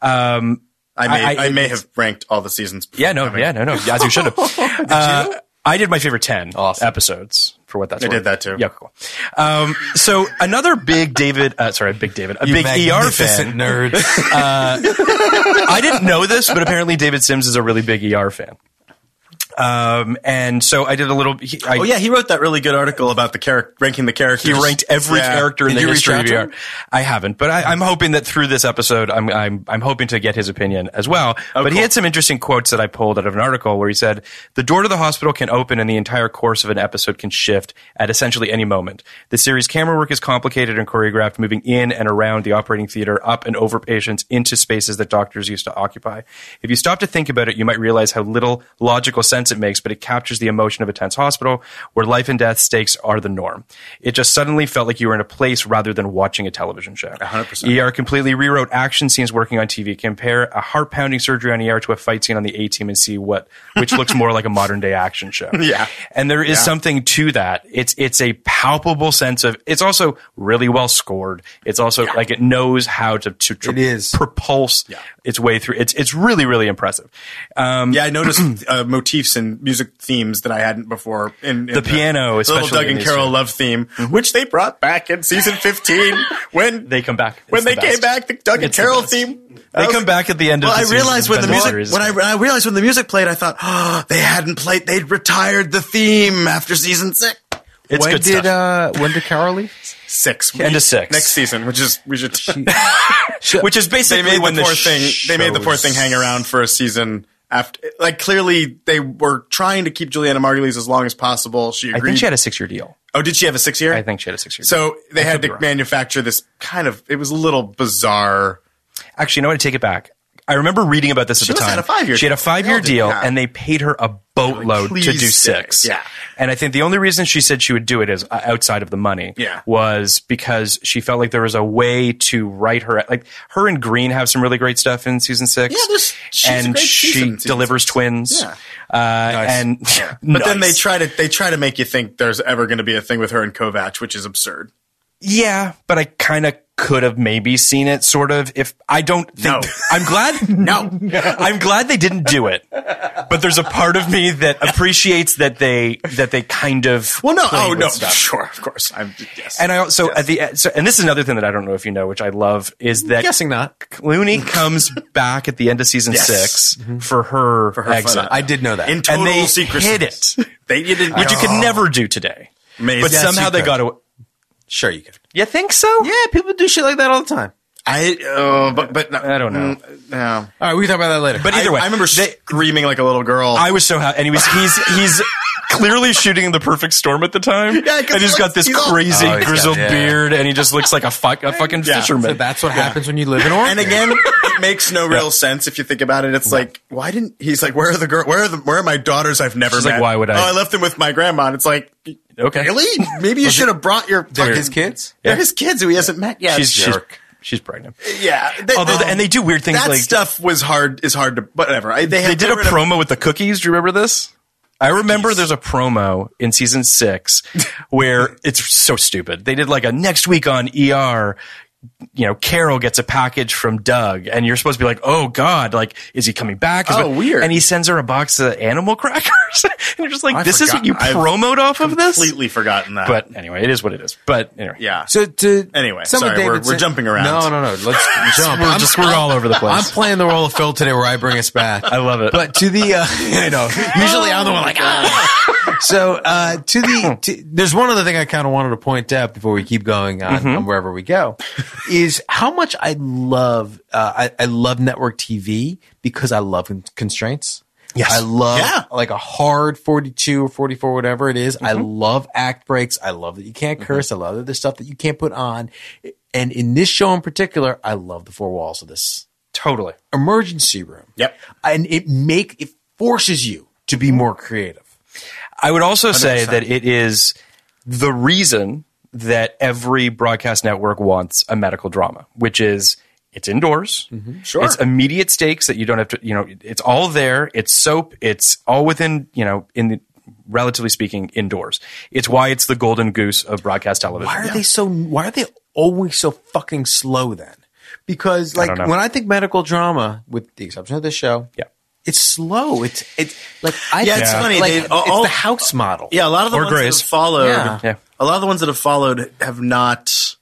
Speaker 6: Um,
Speaker 5: I may,
Speaker 6: I-
Speaker 5: I,
Speaker 6: I-
Speaker 5: may have ranked all the seasons. before
Speaker 6: Yeah, no,
Speaker 5: coming.
Speaker 6: yeah, no, no. As you should have. Uh, I did my favorite 10 episodes for what that's
Speaker 5: I
Speaker 6: worth.
Speaker 5: did that too.
Speaker 6: Yeah, cool. Um, so another big David, uh, sorry, big David, a
Speaker 4: You
Speaker 6: big ER
Speaker 4: magnificent
Speaker 6: fan.
Speaker 4: nerds.
Speaker 6: I didn't know this, but apparently David Sims is a really big ER fan. Um, and so I did a little, he, I,
Speaker 5: Oh yeah, he wrote that really good article about the character ranking the characters.
Speaker 6: He ranked every
Speaker 5: Yeah.
Speaker 6: character in
Speaker 4: Did
Speaker 6: the
Speaker 4: you reach
Speaker 6: history
Speaker 4: out
Speaker 6: of
Speaker 4: to
Speaker 6: ER.
Speaker 4: him?
Speaker 6: I haven't, but I, I'm hoping that through this episode, I'm I'm I'm hoping to get his opinion as well.
Speaker 4: Oh,
Speaker 6: but he
Speaker 5: cool.
Speaker 6: had some interesting quotes that I pulled out of an article where he said, "The door to the hospital can open, and the entire course of an episode can shift at essentially any moment. The series camera work is complicated and choreographed, moving in and around the operating theater, up and over patients, into spaces that doctors used to occupy. If you stop to think about it, you might realize how little logical sense it makes, but it captures the emotion of a tense hospital where life and death stakes are the norm. It just suddenly felt like you were in a place rather than watching a television show. 100%. ER completely rewrote action scenes working on TV. Compare a heart pounding surgery on ER to a fight scene on the A team and see what, which looks more like a modern day action show.
Speaker 5: Yeah.
Speaker 6: And there is something to that. It's, it's a palpable sense of, it's also really well scored. It's also like it knows how to, to, to
Speaker 4: It is.
Speaker 6: propulse its way through. It's, it's really, really impressive. Um,
Speaker 5: Yeah, I noticed uh, motifs and music themes that I hadn't before. In, in the,
Speaker 6: piano, especially
Speaker 5: little Doug
Speaker 6: in
Speaker 5: and
Speaker 6: these
Speaker 5: Carol
Speaker 6: two.
Speaker 5: love theme, which they brought back in season fifteen when
Speaker 6: They come back. It's
Speaker 5: When
Speaker 6: the
Speaker 5: they
Speaker 6: best.
Speaker 5: came back, the Doug and
Speaker 6: It's the
Speaker 5: Carol
Speaker 6: best.
Speaker 5: theme.
Speaker 6: They come back at the end of
Speaker 5: Well,
Speaker 6: the
Speaker 5: I
Speaker 6: season
Speaker 5: realized when the
Speaker 6: depending on
Speaker 5: music
Speaker 6: the series.
Speaker 5: when I, when I realized when the music played, I thought, oh, they hadn't played. They'd retired the theme after season six.
Speaker 6: it's
Speaker 4: when
Speaker 6: good
Speaker 4: did
Speaker 6: stuff.
Speaker 4: uh, when did Carol leave?
Speaker 5: Six
Speaker 6: End of six.
Speaker 5: next season, which is we should.
Speaker 6: which is basically
Speaker 5: they made
Speaker 6: when
Speaker 5: the poor
Speaker 6: sh-
Speaker 5: thing. They made the poor thing hang around for a season after. Like clearly, they were trying to keep Juliana Margulies as long as possible. She
Speaker 6: I
Speaker 5: agreed.
Speaker 6: think she had a six-year deal.
Speaker 5: oh, did she have a six year?
Speaker 6: I think she had a six-year. deal.
Speaker 5: So they had to manufacture this kind of. It was a little bizarre.
Speaker 6: actually, you know what? I take it back. I remember reading about this at
Speaker 5: She
Speaker 6: the
Speaker 5: must
Speaker 6: time.
Speaker 5: have had a five-year
Speaker 6: She had a
Speaker 5: deal.
Speaker 6: five-year
Speaker 5: Hell,
Speaker 6: deal,
Speaker 5: yeah.
Speaker 6: and they paid her a boatload
Speaker 5: Like,
Speaker 6: to
Speaker 5: please
Speaker 6: do
Speaker 5: stay.
Speaker 6: six.
Speaker 5: Yeah.
Speaker 6: And I think the only reason she said she would do it is uh, outside of the money.
Speaker 5: Yeah.
Speaker 6: Was because she felt like there was a way to write her like her and Green have some really great stuff in season six.
Speaker 5: Yeah, there's- she's a
Speaker 6: and
Speaker 5: great
Speaker 6: she
Speaker 5: season in season
Speaker 6: delivers twins.
Speaker 5: Yeah.
Speaker 6: Uh, And
Speaker 5: But then they
Speaker 6: Nice.
Speaker 5: try to they try to make you think there's ever going to be a thing with her and Kovac, which is absurd.
Speaker 6: Yeah, but I kind of could have maybe seen it sort of if I don't think
Speaker 5: No.
Speaker 6: I'm glad no. I'm glad they didn't do it. But there's a part of me that appreciates that they that they kind of
Speaker 5: Well, no,
Speaker 6: played
Speaker 5: oh
Speaker 6: with
Speaker 5: no,
Speaker 6: stuff.
Speaker 5: sure, of course, I'm yes.
Speaker 6: And I also at the end- so, and this is another thing that I don't know if you know, which I love, is that
Speaker 4: Guessing not.
Speaker 6: Clooney comes back at the end of season
Speaker 5: Yes. Mm-hmm.
Speaker 6: 6 for her
Speaker 5: her
Speaker 6: exit.
Speaker 5: photo.
Speaker 4: I did know that.
Speaker 5: in
Speaker 6: and
Speaker 5: total
Speaker 6: they
Speaker 5: secrecy, Oh.
Speaker 6: hid it,
Speaker 5: They you didn't,
Speaker 6: which you could never do today.
Speaker 5: Amazing.
Speaker 6: But
Speaker 5: Yes,
Speaker 6: somehow
Speaker 4: you
Speaker 6: they
Speaker 4: could.
Speaker 6: got away.
Speaker 4: Sure, you could.
Speaker 6: You think so?
Speaker 4: Yeah, people do shit like that all the time.
Speaker 5: I oh, but but no,
Speaker 6: I don't know.
Speaker 5: Mm, no.
Speaker 4: All right, we can talk about that later.
Speaker 6: But either
Speaker 5: I,
Speaker 6: way,
Speaker 5: I remember
Speaker 6: they-
Speaker 5: screaming like a little girl.
Speaker 6: I was so happy. And he was, he's, he's clearly shooting the perfect storm at the time.
Speaker 5: Yeah, 'cause
Speaker 6: and he's
Speaker 5: he
Speaker 6: got
Speaker 5: looks-
Speaker 6: this
Speaker 5: he's all-
Speaker 6: crazy
Speaker 4: Oh, he's got-
Speaker 6: grizzled
Speaker 4: yeah.
Speaker 6: beard and he just looks like a, fuck, a fucking
Speaker 5: Yeah.
Speaker 6: fisherman.
Speaker 4: So that's what happens when you live in Oregon.
Speaker 5: and again, it makes no real sense if you think about it. It's like, why didn't he's like, where are the girl? Where are the where are my daughters? I've never
Speaker 6: She's like,
Speaker 5: met.
Speaker 6: why would I-
Speaker 5: Oh, I left them with my grandma. And it's like,
Speaker 6: okay.
Speaker 5: really? Maybe you should have brought your
Speaker 4: They're
Speaker 5: fucking-
Speaker 4: his kids?
Speaker 5: They're his kids who he hasn't met yet.
Speaker 6: She's, she's, she's pregnant.
Speaker 5: yeah. They-
Speaker 6: Although, and they do weird things
Speaker 5: that
Speaker 6: like
Speaker 5: stuff was hard. Is hard to whatever. I, they, had-
Speaker 6: they did
Speaker 5: they
Speaker 6: a
Speaker 5: were in
Speaker 6: promo with the cookies. Do you remember this? I remember there's a promo in season six where it's so stupid. They did like a next week on ER. you know, Carol gets a package from Doug, and you're supposed to be like, "Oh God, like, is he coming back?" Is
Speaker 5: Oh,
Speaker 6: what-"
Speaker 5: weird.
Speaker 6: And he sends her a box of animal crackers, and you're just like,
Speaker 5: I
Speaker 6: "This is what
Speaker 5: forgot-
Speaker 6: you
Speaker 5: I've
Speaker 6: promoed off of this."
Speaker 5: Completely forgotten that.
Speaker 6: But anyway, it is what it is. But anyway,
Speaker 5: yeah.
Speaker 4: So to
Speaker 5: Anyway,
Speaker 4: some of
Speaker 5: sorry, we're-
Speaker 4: David's-
Speaker 5: we're jumping around.
Speaker 4: No, no, no. Let's jump.
Speaker 6: we're
Speaker 4: I'm-
Speaker 6: just we're all over the
Speaker 4: I'm
Speaker 6: place.
Speaker 4: playing the role of Phil today, where I bring us back.
Speaker 6: I love it. Oh
Speaker 4: But to the, uh, you know, usually I'm the one like. "Ah." so uh, to the,
Speaker 6: Hmm.
Speaker 4: to, there's one other thing I kind of wanted to point out before we keep going on,
Speaker 6: Mm-hmm.
Speaker 4: on wherever we go, is how much I love, uh, I, I love network TV because I love con- constraints.
Speaker 6: Yes.
Speaker 4: I love
Speaker 5: Yeah.
Speaker 4: like a hard 42 or 44, whatever it is.
Speaker 6: Mm-hmm.
Speaker 4: I love act breaks. I love that you can't curse. I love that there's stuff that you can't put on. And in this show in particular, I love the four walls of this
Speaker 6: totally.
Speaker 4: emergency room.
Speaker 5: Yep.
Speaker 4: And it make it forces you to be more creative.
Speaker 6: I would also say that it is the reason that every broadcast network wants a medical drama, which is it's indoors.
Speaker 5: Sure.
Speaker 6: It's immediate stakes that you don't have to, you know, it's all there. It's soap. It's all within, you know, in the, relatively speaking, indoors. It's why it's the golden goose of broadcast television.
Speaker 4: Why are they so why are they always so fucking slow then? Because like
Speaker 6: know.
Speaker 4: when I think medical drama, with the exception of this show,
Speaker 6: Yeah.
Speaker 4: it's slow. It's it's like I
Speaker 5: Yeah,
Speaker 4: think-
Speaker 5: it's funny.
Speaker 4: Like,
Speaker 5: They-
Speaker 4: it's
Speaker 5: all-
Speaker 4: the house model.
Speaker 5: Yeah, a lot of the
Speaker 6: Or
Speaker 5: ones
Speaker 6: Grays.
Speaker 5: that have followed.
Speaker 4: Yeah.
Speaker 6: Yeah.
Speaker 5: A lot of the ones that have followed have not.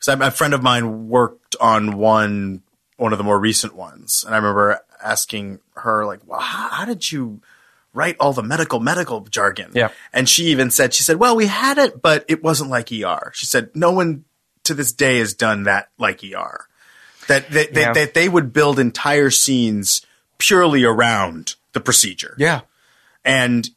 Speaker 5: Because a friend of mine worked on one one of the more recent ones, and I remember asking her like, "Well, how, how did you write all the medical medical jargon?"
Speaker 6: Yeah.
Speaker 5: and she even said, "She said, well, we had it, but it wasn't like ER." She said, "No one to this day has done that like ER." That they, they,
Speaker 6: Yeah.
Speaker 5: that they would build entire scenes purely around the procedure
Speaker 4: Yeah.
Speaker 5: and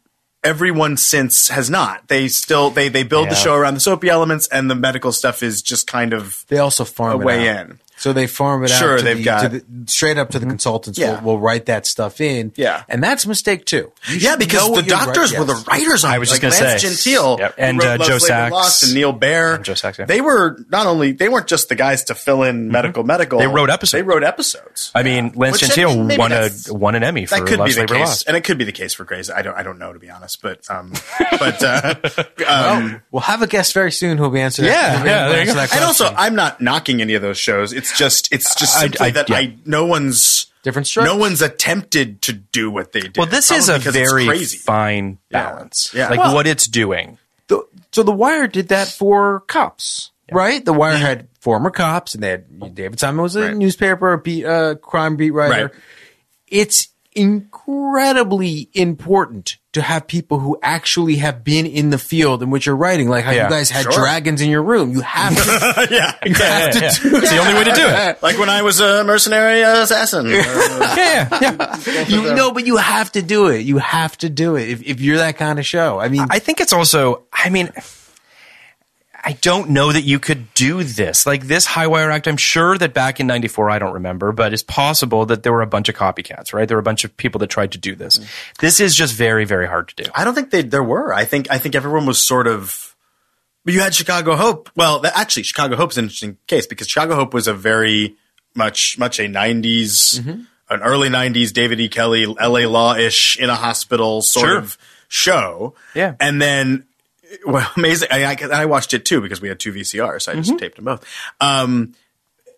Speaker 5: everyone since has not. They still they they build the
Speaker 6: Yeah.
Speaker 5: show around the soapy elements, and the medical stuff is just kind of
Speaker 4: They also farm
Speaker 5: A
Speaker 4: it
Speaker 5: way
Speaker 4: out.
Speaker 5: in.
Speaker 4: So they farm it out.
Speaker 5: Sure,
Speaker 4: to
Speaker 5: they've
Speaker 4: the,
Speaker 5: got- Mm-hmm.
Speaker 4: to the- straight up to the consultants.
Speaker 5: Yeah.
Speaker 4: We'll, we'll write that stuff in.
Speaker 5: Yeah.
Speaker 4: and that's a mistake too. You
Speaker 5: yeah
Speaker 4: should
Speaker 5: because
Speaker 4: know
Speaker 5: the
Speaker 4: what you're
Speaker 5: doctors
Speaker 4: writing.
Speaker 5: were the
Speaker 4: Yes.
Speaker 5: writers on.
Speaker 6: I was
Speaker 5: it.
Speaker 6: just
Speaker 5: like
Speaker 6: gonna
Speaker 5: Lance
Speaker 6: say.
Speaker 5: Gentile
Speaker 6: Yep.
Speaker 5: who
Speaker 6: And,
Speaker 5: wrote
Speaker 6: uh,
Speaker 5: Love,
Speaker 6: Joe
Speaker 5: Slave, and
Speaker 6: Sachs.
Speaker 5: Lost, and Neil Baer.
Speaker 6: And Joe Sachs, yeah. Mm-hmm.
Speaker 5: They were not only they weren't just the guys to fill in medical medical.
Speaker 6: They wrote episodes.
Speaker 5: They wrote episodes.
Speaker 6: I mean, Lance
Speaker 5: Which, I
Speaker 6: Gentile
Speaker 5: mean, maybe
Speaker 6: won a
Speaker 5: that's-
Speaker 6: won an Emmy for
Speaker 5: That could
Speaker 6: Last
Speaker 5: be the
Speaker 6: Labor
Speaker 5: case,
Speaker 6: Lost.
Speaker 5: and it could be the case for Grace. I don't, I don't know to be honest, but um, but uh, um,
Speaker 4: We'll have a guest very soon who'll be answering.
Speaker 6: Yeah,
Speaker 4: who'll be
Speaker 6: yeah, there you
Speaker 4: answering
Speaker 6: go.
Speaker 4: that
Speaker 5: and also
Speaker 4: question.
Speaker 5: I'm not knocking any of those shows. It's just it's just
Speaker 6: I-
Speaker 5: simply
Speaker 6: I-
Speaker 5: that
Speaker 6: yeah.
Speaker 5: I no one's
Speaker 4: Different strokes.
Speaker 5: No one's attempted to do what they did.
Speaker 6: well, this is
Speaker 5: Probably
Speaker 6: a
Speaker 5: because it's
Speaker 6: very
Speaker 5: crazy.
Speaker 6: fine balance.
Speaker 5: Yeah.
Speaker 6: Like
Speaker 5: Well-
Speaker 6: what it's doing.
Speaker 4: The- so the Wire did that for cops, right? The Wire had former cops, and they had David Simon was a
Speaker 5: Right.
Speaker 4: newspaper beat, uh, crime beat writer.
Speaker 5: Right.
Speaker 4: It's incredibly important to have people who actually have been in the field in which you're writing, like how
Speaker 6: Yeah,
Speaker 4: you guys had
Speaker 5: sure.
Speaker 4: dragons in your room. You have to,
Speaker 5: yeah,
Speaker 4: have to do
Speaker 6: It's the only way to do it.
Speaker 5: like when I was a mercenary assassin. Uh,
Speaker 6: Yeah, yeah, yeah.
Speaker 4: you know, but you have to do it. You have to do it if, if you're that kind of show. I mean,
Speaker 6: I think it's also, I mean, I don't know that you could do this. Like this high wire act, I'm sure that back in 94, I don't remember, but it's possible that there were a bunch of copycats, right? There were a bunch of people that tried to do this. This is just very, very hard to do.
Speaker 5: Mm. I don't think they there were. I think I think everyone was sort of. But you had Chicago Hope. Well, that, actually, Chicago Hope's an interesting case because Chicago Hope was a very much much a '90s,
Speaker 6: Mm-hmm.
Speaker 5: an early '90s David E. Kelly, L.A. Law ish in a hospital sort
Speaker 6: Sure.
Speaker 5: of show.
Speaker 6: Yeah.
Speaker 5: and then well, amazing. I, I, I watched it too because we had two VCRs. So I just
Speaker 6: Mm-hmm.
Speaker 5: taped them both. Um,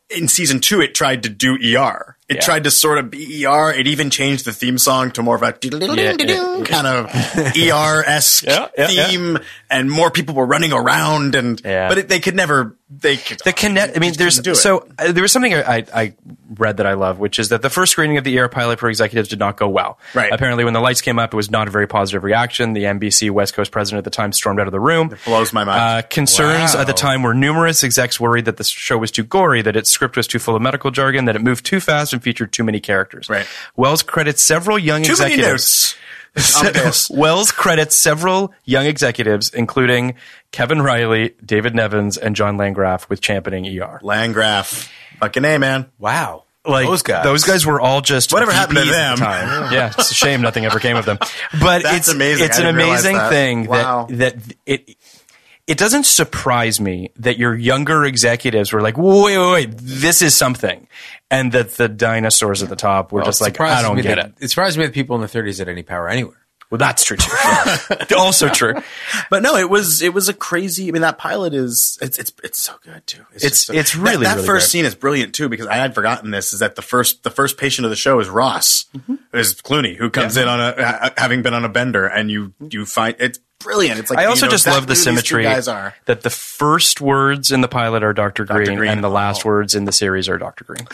Speaker 5: in season two, it tried to do ER. It tried to sort of be ER. It even changed the theme song to more of a kind of ER esque
Speaker 6: Yeah, yeah, yeah.
Speaker 5: theme, and more people were running around. And
Speaker 6: Yeah.
Speaker 5: but it, they could never. They could,
Speaker 6: The connect. I mean, there's
Speaker 5: do it.
Speaker 6: so uh, there was something I, I, I read that I love, which is that the first screening of the air pilot for executives did not go well.
Speaker 5: Right.
Speaker 6: Apparently, when the lights came up, it was not a very positive reaction. The NBC West Coast president at the time stormed out of the room.
Speaker 5: blows my
Speaker 6: Uh,
Speaker 5: mind.
Speaker 6: concerns at the time were numerous. Execs worried that the show was too gory, that its script was too full of medical jargon, that it moved too fast and featured too many characters.
Speaker 5: Right.
Speaker 6: Wells credits several young
Speaker 5: Too many
Speaker 6: executives.
Speaker 5: notes. Amadeus.
Speaker 6: Wells credits several young executives, including Kevin Riley, David Nevins, and John Landgraf, with championing ER.
Speaker 5: Landgraf. Fucking a man.
Speaker 4: wow.
Speaker 6: Like
Speaker 4: those guys.
Speaker 6: those guys were all just
Speaker 5: Whatever happened to
Speaker 6: VPs at the
Speaker 5: them?
Speaker 6: time. yeah, it's a shame nothing ever came of them. But
Speaker 5: That's
Speaker 6: it's
Speaker 5: amazing.
Speaker 6: It's
Speaker 5: I
Speaker 6: an
Speaker 5: didn't realize
Speaker 6: amazing
Speaker 5: that.
Speaker 6: thing
Speaker 5: Wow.
Speaker 6: that that it. It doesn't surprise me that your younger executives were like, wait, wait, wait, this is something. And that the dinosaurs at the top were just like, I
Speaker 4: surprises
Speaker 6: don't
Speaker 4: me
Speaker 6: get
Speaker 4: that-
Speaker 6: it.
Speaker 4: It surprises me that people in the 30s had any power anywhere.
Speaker 6: Well, that's true too. also true.
Speaker 5: But no, it was it was a crazy. I mean, that pilot is it's it's it's so good too.
Speaker 6: It's-
Speaker 5: just so-
Speaker 6: it's
Speaker 5: that-
Speaker 6: really,
Speaker 5: that,
Speaker 6: really
Speaker 5: first
Speaker 6: great.
Speaker 5: scene is brilliant too because I had forgotten this is that the first the first patient of the show is Ross,
Speaker 6: Mm-hmm.
Speaker 5: is Clooney who comes in on a ha- having been on a bender and you you find it's brilliant. It's like
Speaker 6: I
Speaker 5: you
Speaker 6: also
Speaker 5: know
Speaker 6: just
Speaker 5: exactly
Speaker 6: love the
Speaker 5: who these two
Speaker 6: symmetry
Speaker 5: guys are.
Speaker 6: that the first words in the pilot are Dr. Green,
Speaker 5: Green,
Speaker 6: and the last
Speaker 5: oh.
Speaker 6: words in the series are Dr. Green.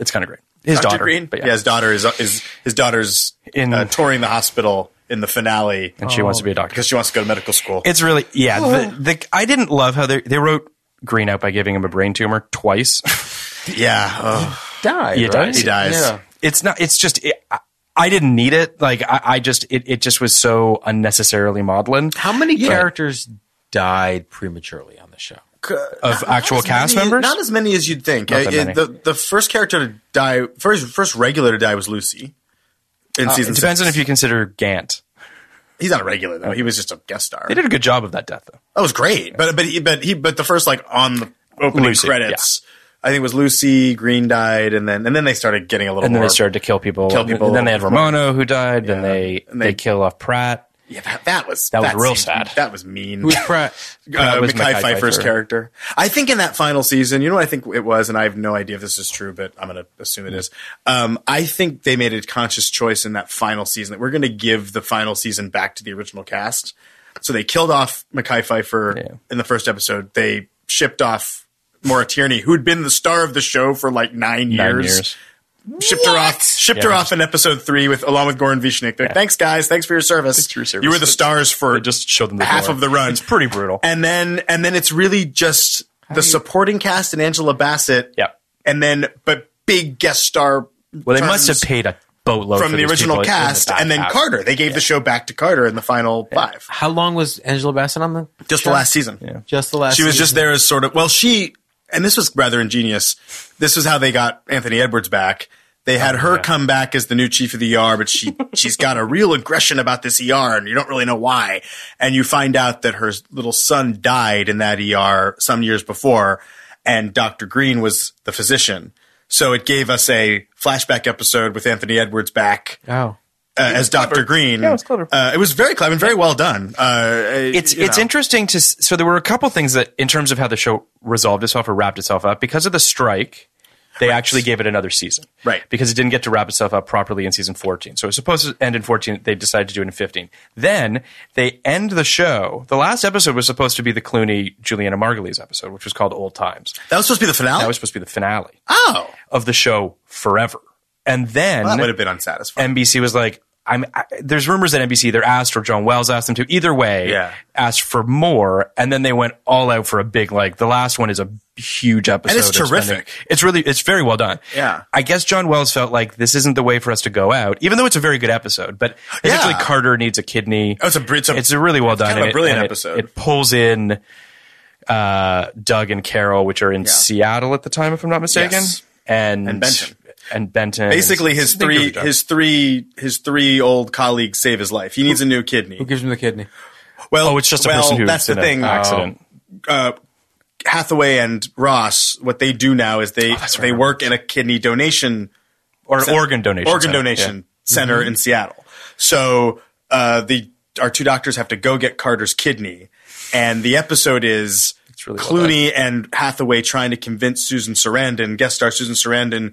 Speaker 6: It's kind of great. His
Speaker 5: Dr.
Speaker 6: daughter.
Speaker 5: Green?
Speaker 6: But yeah.
Speaker 5: yeah. his daughter is is his daughter's
Speaker 6: In-
Speaker 5: uh, touring the hospital in the finale
Speaker 6: and she wants to be a doctor.
Speaker 5: because she wants to go to medical school.
Speaker 6: It's really yeah. The, the I didn't love how they they wrote Green out by giving him a brain tumor twice.
Speaker 5: yeah, ugh.
Speaker 7: died.
Speaker 6: He
Speaker 7: right?
Speaker 6: dies.
Speaker 5: he dies.
Speaker 7: Yeah.
Speaker 6: it's not. It's just. It, I, I didn't need it. Like I, I just it, it just was so unnecessarily maudlin
Speaker 7: How many characters died prematurely on the show?
Speaker 6: of actual
Speaker 5: as
Speaker 6: cast
Speaker 5: many-
Speaker 6: members.
Speaker 5: Not as many as you'd think.
Speaker 6: Not that
Speaker 5: Uh, it-
Speaker 6: many.
Speaker 5: the the first character to die, first first regular to die was Lucy in
Speaker 6: Uh,
Speaker 5: season.
Speaker 6: it depends
Speaker 5: six.
Speaker 6: on if you consider Gant.
Speaker 5: He's not a regular though. He was just a guest star.
Speaker 6: They did a good job of that death though.
Speaker 5: That was great. But but he, but he but the first like on the opening
Speaker 6: Lucy,
Speaker 5: credits, I think it was Lucy Green died, and then and then they started getting a little.
Speaker 6: And then
Speaker 5: more,
Speaker 6: they started to kill people.
Speaker 5: Kill people.
Speaker 6: And then they had Romano who died. Then they,
Speaker 5: And
Speaker 6: they
Speaker 5: they-
Speaker 6: kill off Pratt.
Speaker 5: Yeah, that, that was
Speaker 6: That was real
Speaker 5: seems-
Speaker 6: sad.
Speaker 5: That was mean.
Speaker 7: Who's Pratt?
Speaker 5: uh,
Speaker 6: was
Speaker 5: Mackay
Speaker 6: Mackay
Speaker 5: Pfeiffer's
Speaker 6: Pfeiffer.
Speaker 5: character. I think in that final season, you know what I think it was, and I have no idea if this is true, but I'm going to assume it is. Um, I think they made a conscious choice in that final season that we're going to give the final season back to the original cast. So they killed off Mackay Pfeiffer in the first episode. They shipped off Maura Tierney, who'd been the star of the show for like nine years.
Speaker 6: Nine years.
Speaker 5: Shipped her off. Shipped her off in episode three with along with Goran Vishnik. They're like, Thanks, guys. Thanks for your service.
Speaker 6: for your service.
Speaker 5: You were the stars for
Speaker 6: They just showed them the
Speaker 5: half
Speaker 6: door.
Speaker 5: of the run.
Speaker 6: It's pretty brutal.
Speaker 5: And then and then it's really just the supporting cast and Angela Bassett.
Speaker 6: Yeah.
Speaker 5: And then but big guest star.
Speaker 6: Well, they must
Speaker 5: turns
Speaker 6: have paid a boatload
Speaker 5: from
Speaker 6: for
Speaker 5: the
Speaker 6: these
Speaker 5: original
Speaker 6: people in the
Speaker 5: cast,
Speaker 6: back
Speaker 5: and then
Speaker 6: half.
Speaker 5: Carter. They gave the show back to Carter in the final five,
Speaker 7: How long was Angela Bassett on the?
Speaker 5: just the last season.
Speaker 7: Just the last.
Speaker 5: She was
Speaker 7: season?
Speaker 5: just there as sort of well, she and this was rather ingenious. This was how they got Anthony Edwards back. They had her come back as the new chief of the ER, but she she's got a real aggression about this ER, and you don't really know why. And you find out that her little son died in that ER some years before, and Doctor Green was the physician. So it gave us a flashback episode with Anthony Edwards back
Speaker 7: Oh,
Speaker 5: uh, as Doctor Green. Yeah, it was clever. Uh, it was very clever and very well done. Uh,
Speaker 6: It's it's interesting to s- so there were a couple things that in terms of how the show resolved itself or wrapped itself up because of the strike. They actually gave it another season,
Speaker 5: Right.
Speaker 6: Because it didn't get to wrap itself up properly in season fourteen. So it was supposed to end in fourteen. They decided to do it in fifteen. Then they end the show. The last episode was supposed to be the Clooney Juliana Margulies episode, which was called Old Times.
Speaker 5: that was supposed to be the finale.
Speaker 6: That was supposed to be the finale
Speaker 5: oh,
Speaker 6: of the show forever. And then
Speaker 5: that would have been unsatisfying.
Speaker 6: NBC was like, I'm. I, there's rumors that NBC either asked or John Wells asked them to. Either way,
Speaker 5: Yeah.
Speaker 6: asked for more, and then they went all out for a big like. The last one is a huge episode,
Speaker 5: it's
Speaker 6: They're spending-
Speaker 5: terrific.
Speaker 6: it's really, it's very well done.
Speaker 5: Yeah.
Speaker 6: I guess John Wells felt like this isn't the way for us to go out, even though it's a very good episode. But
Speaker 5: Yeah.
Speaker 6: basically, Carter needs a kidney.
Speaker 5: Oh, it's a br- it's a-
Speaker 6: really well done.
Speaker 5: kind of
Speaker 6: and
Speaker 5: a
Speaker 6: it-
Speaker 5: brilliant
Speaker 6: and it-
Speaker 5: episode.
Speaker 6: It, pulls in uh, Doug and Carol, which are in Seattle at the time, if I'm not mistaken,
Speaker 5: Yes.
Speaker 6: and
Speaker 5: And Benton.
Speaker 6: and Benton.
Speaker 5: basically his
Speaker 6: They do a
Speaker 5: three
Speaker 6: good job.
Speaker 5: his three his three old colleagues save his life. He needs a new kidney.
Speaker 7: who gives him the kidney?
Speaker 5: Well,
Speaker 6: Oh, it's just a
Speaker 5: well,
Speaker 6: person who's
Speaker 5: that's the
Speaker 6: in
Speaker 5: thing.
Speaker 6: an accident.
Speaker 5: Uh, Hathaway and Ross, what they do now is
Speaker 6: Oh,
Speaker 5: they they work in a kidney donation
Speaker 6: or an organ donation.
Speaker 5: organ
Speaker 6: center. Mm-hmm.
Speaker 5: donation center in Seattle. So uh, the our two doctors have to go get Carter's kidney, and the episode is
Speaker 6: really well
Speaker 5: Clooney and Hathaway trying to convince Susan Sarandon, guest star Susan Sarandon,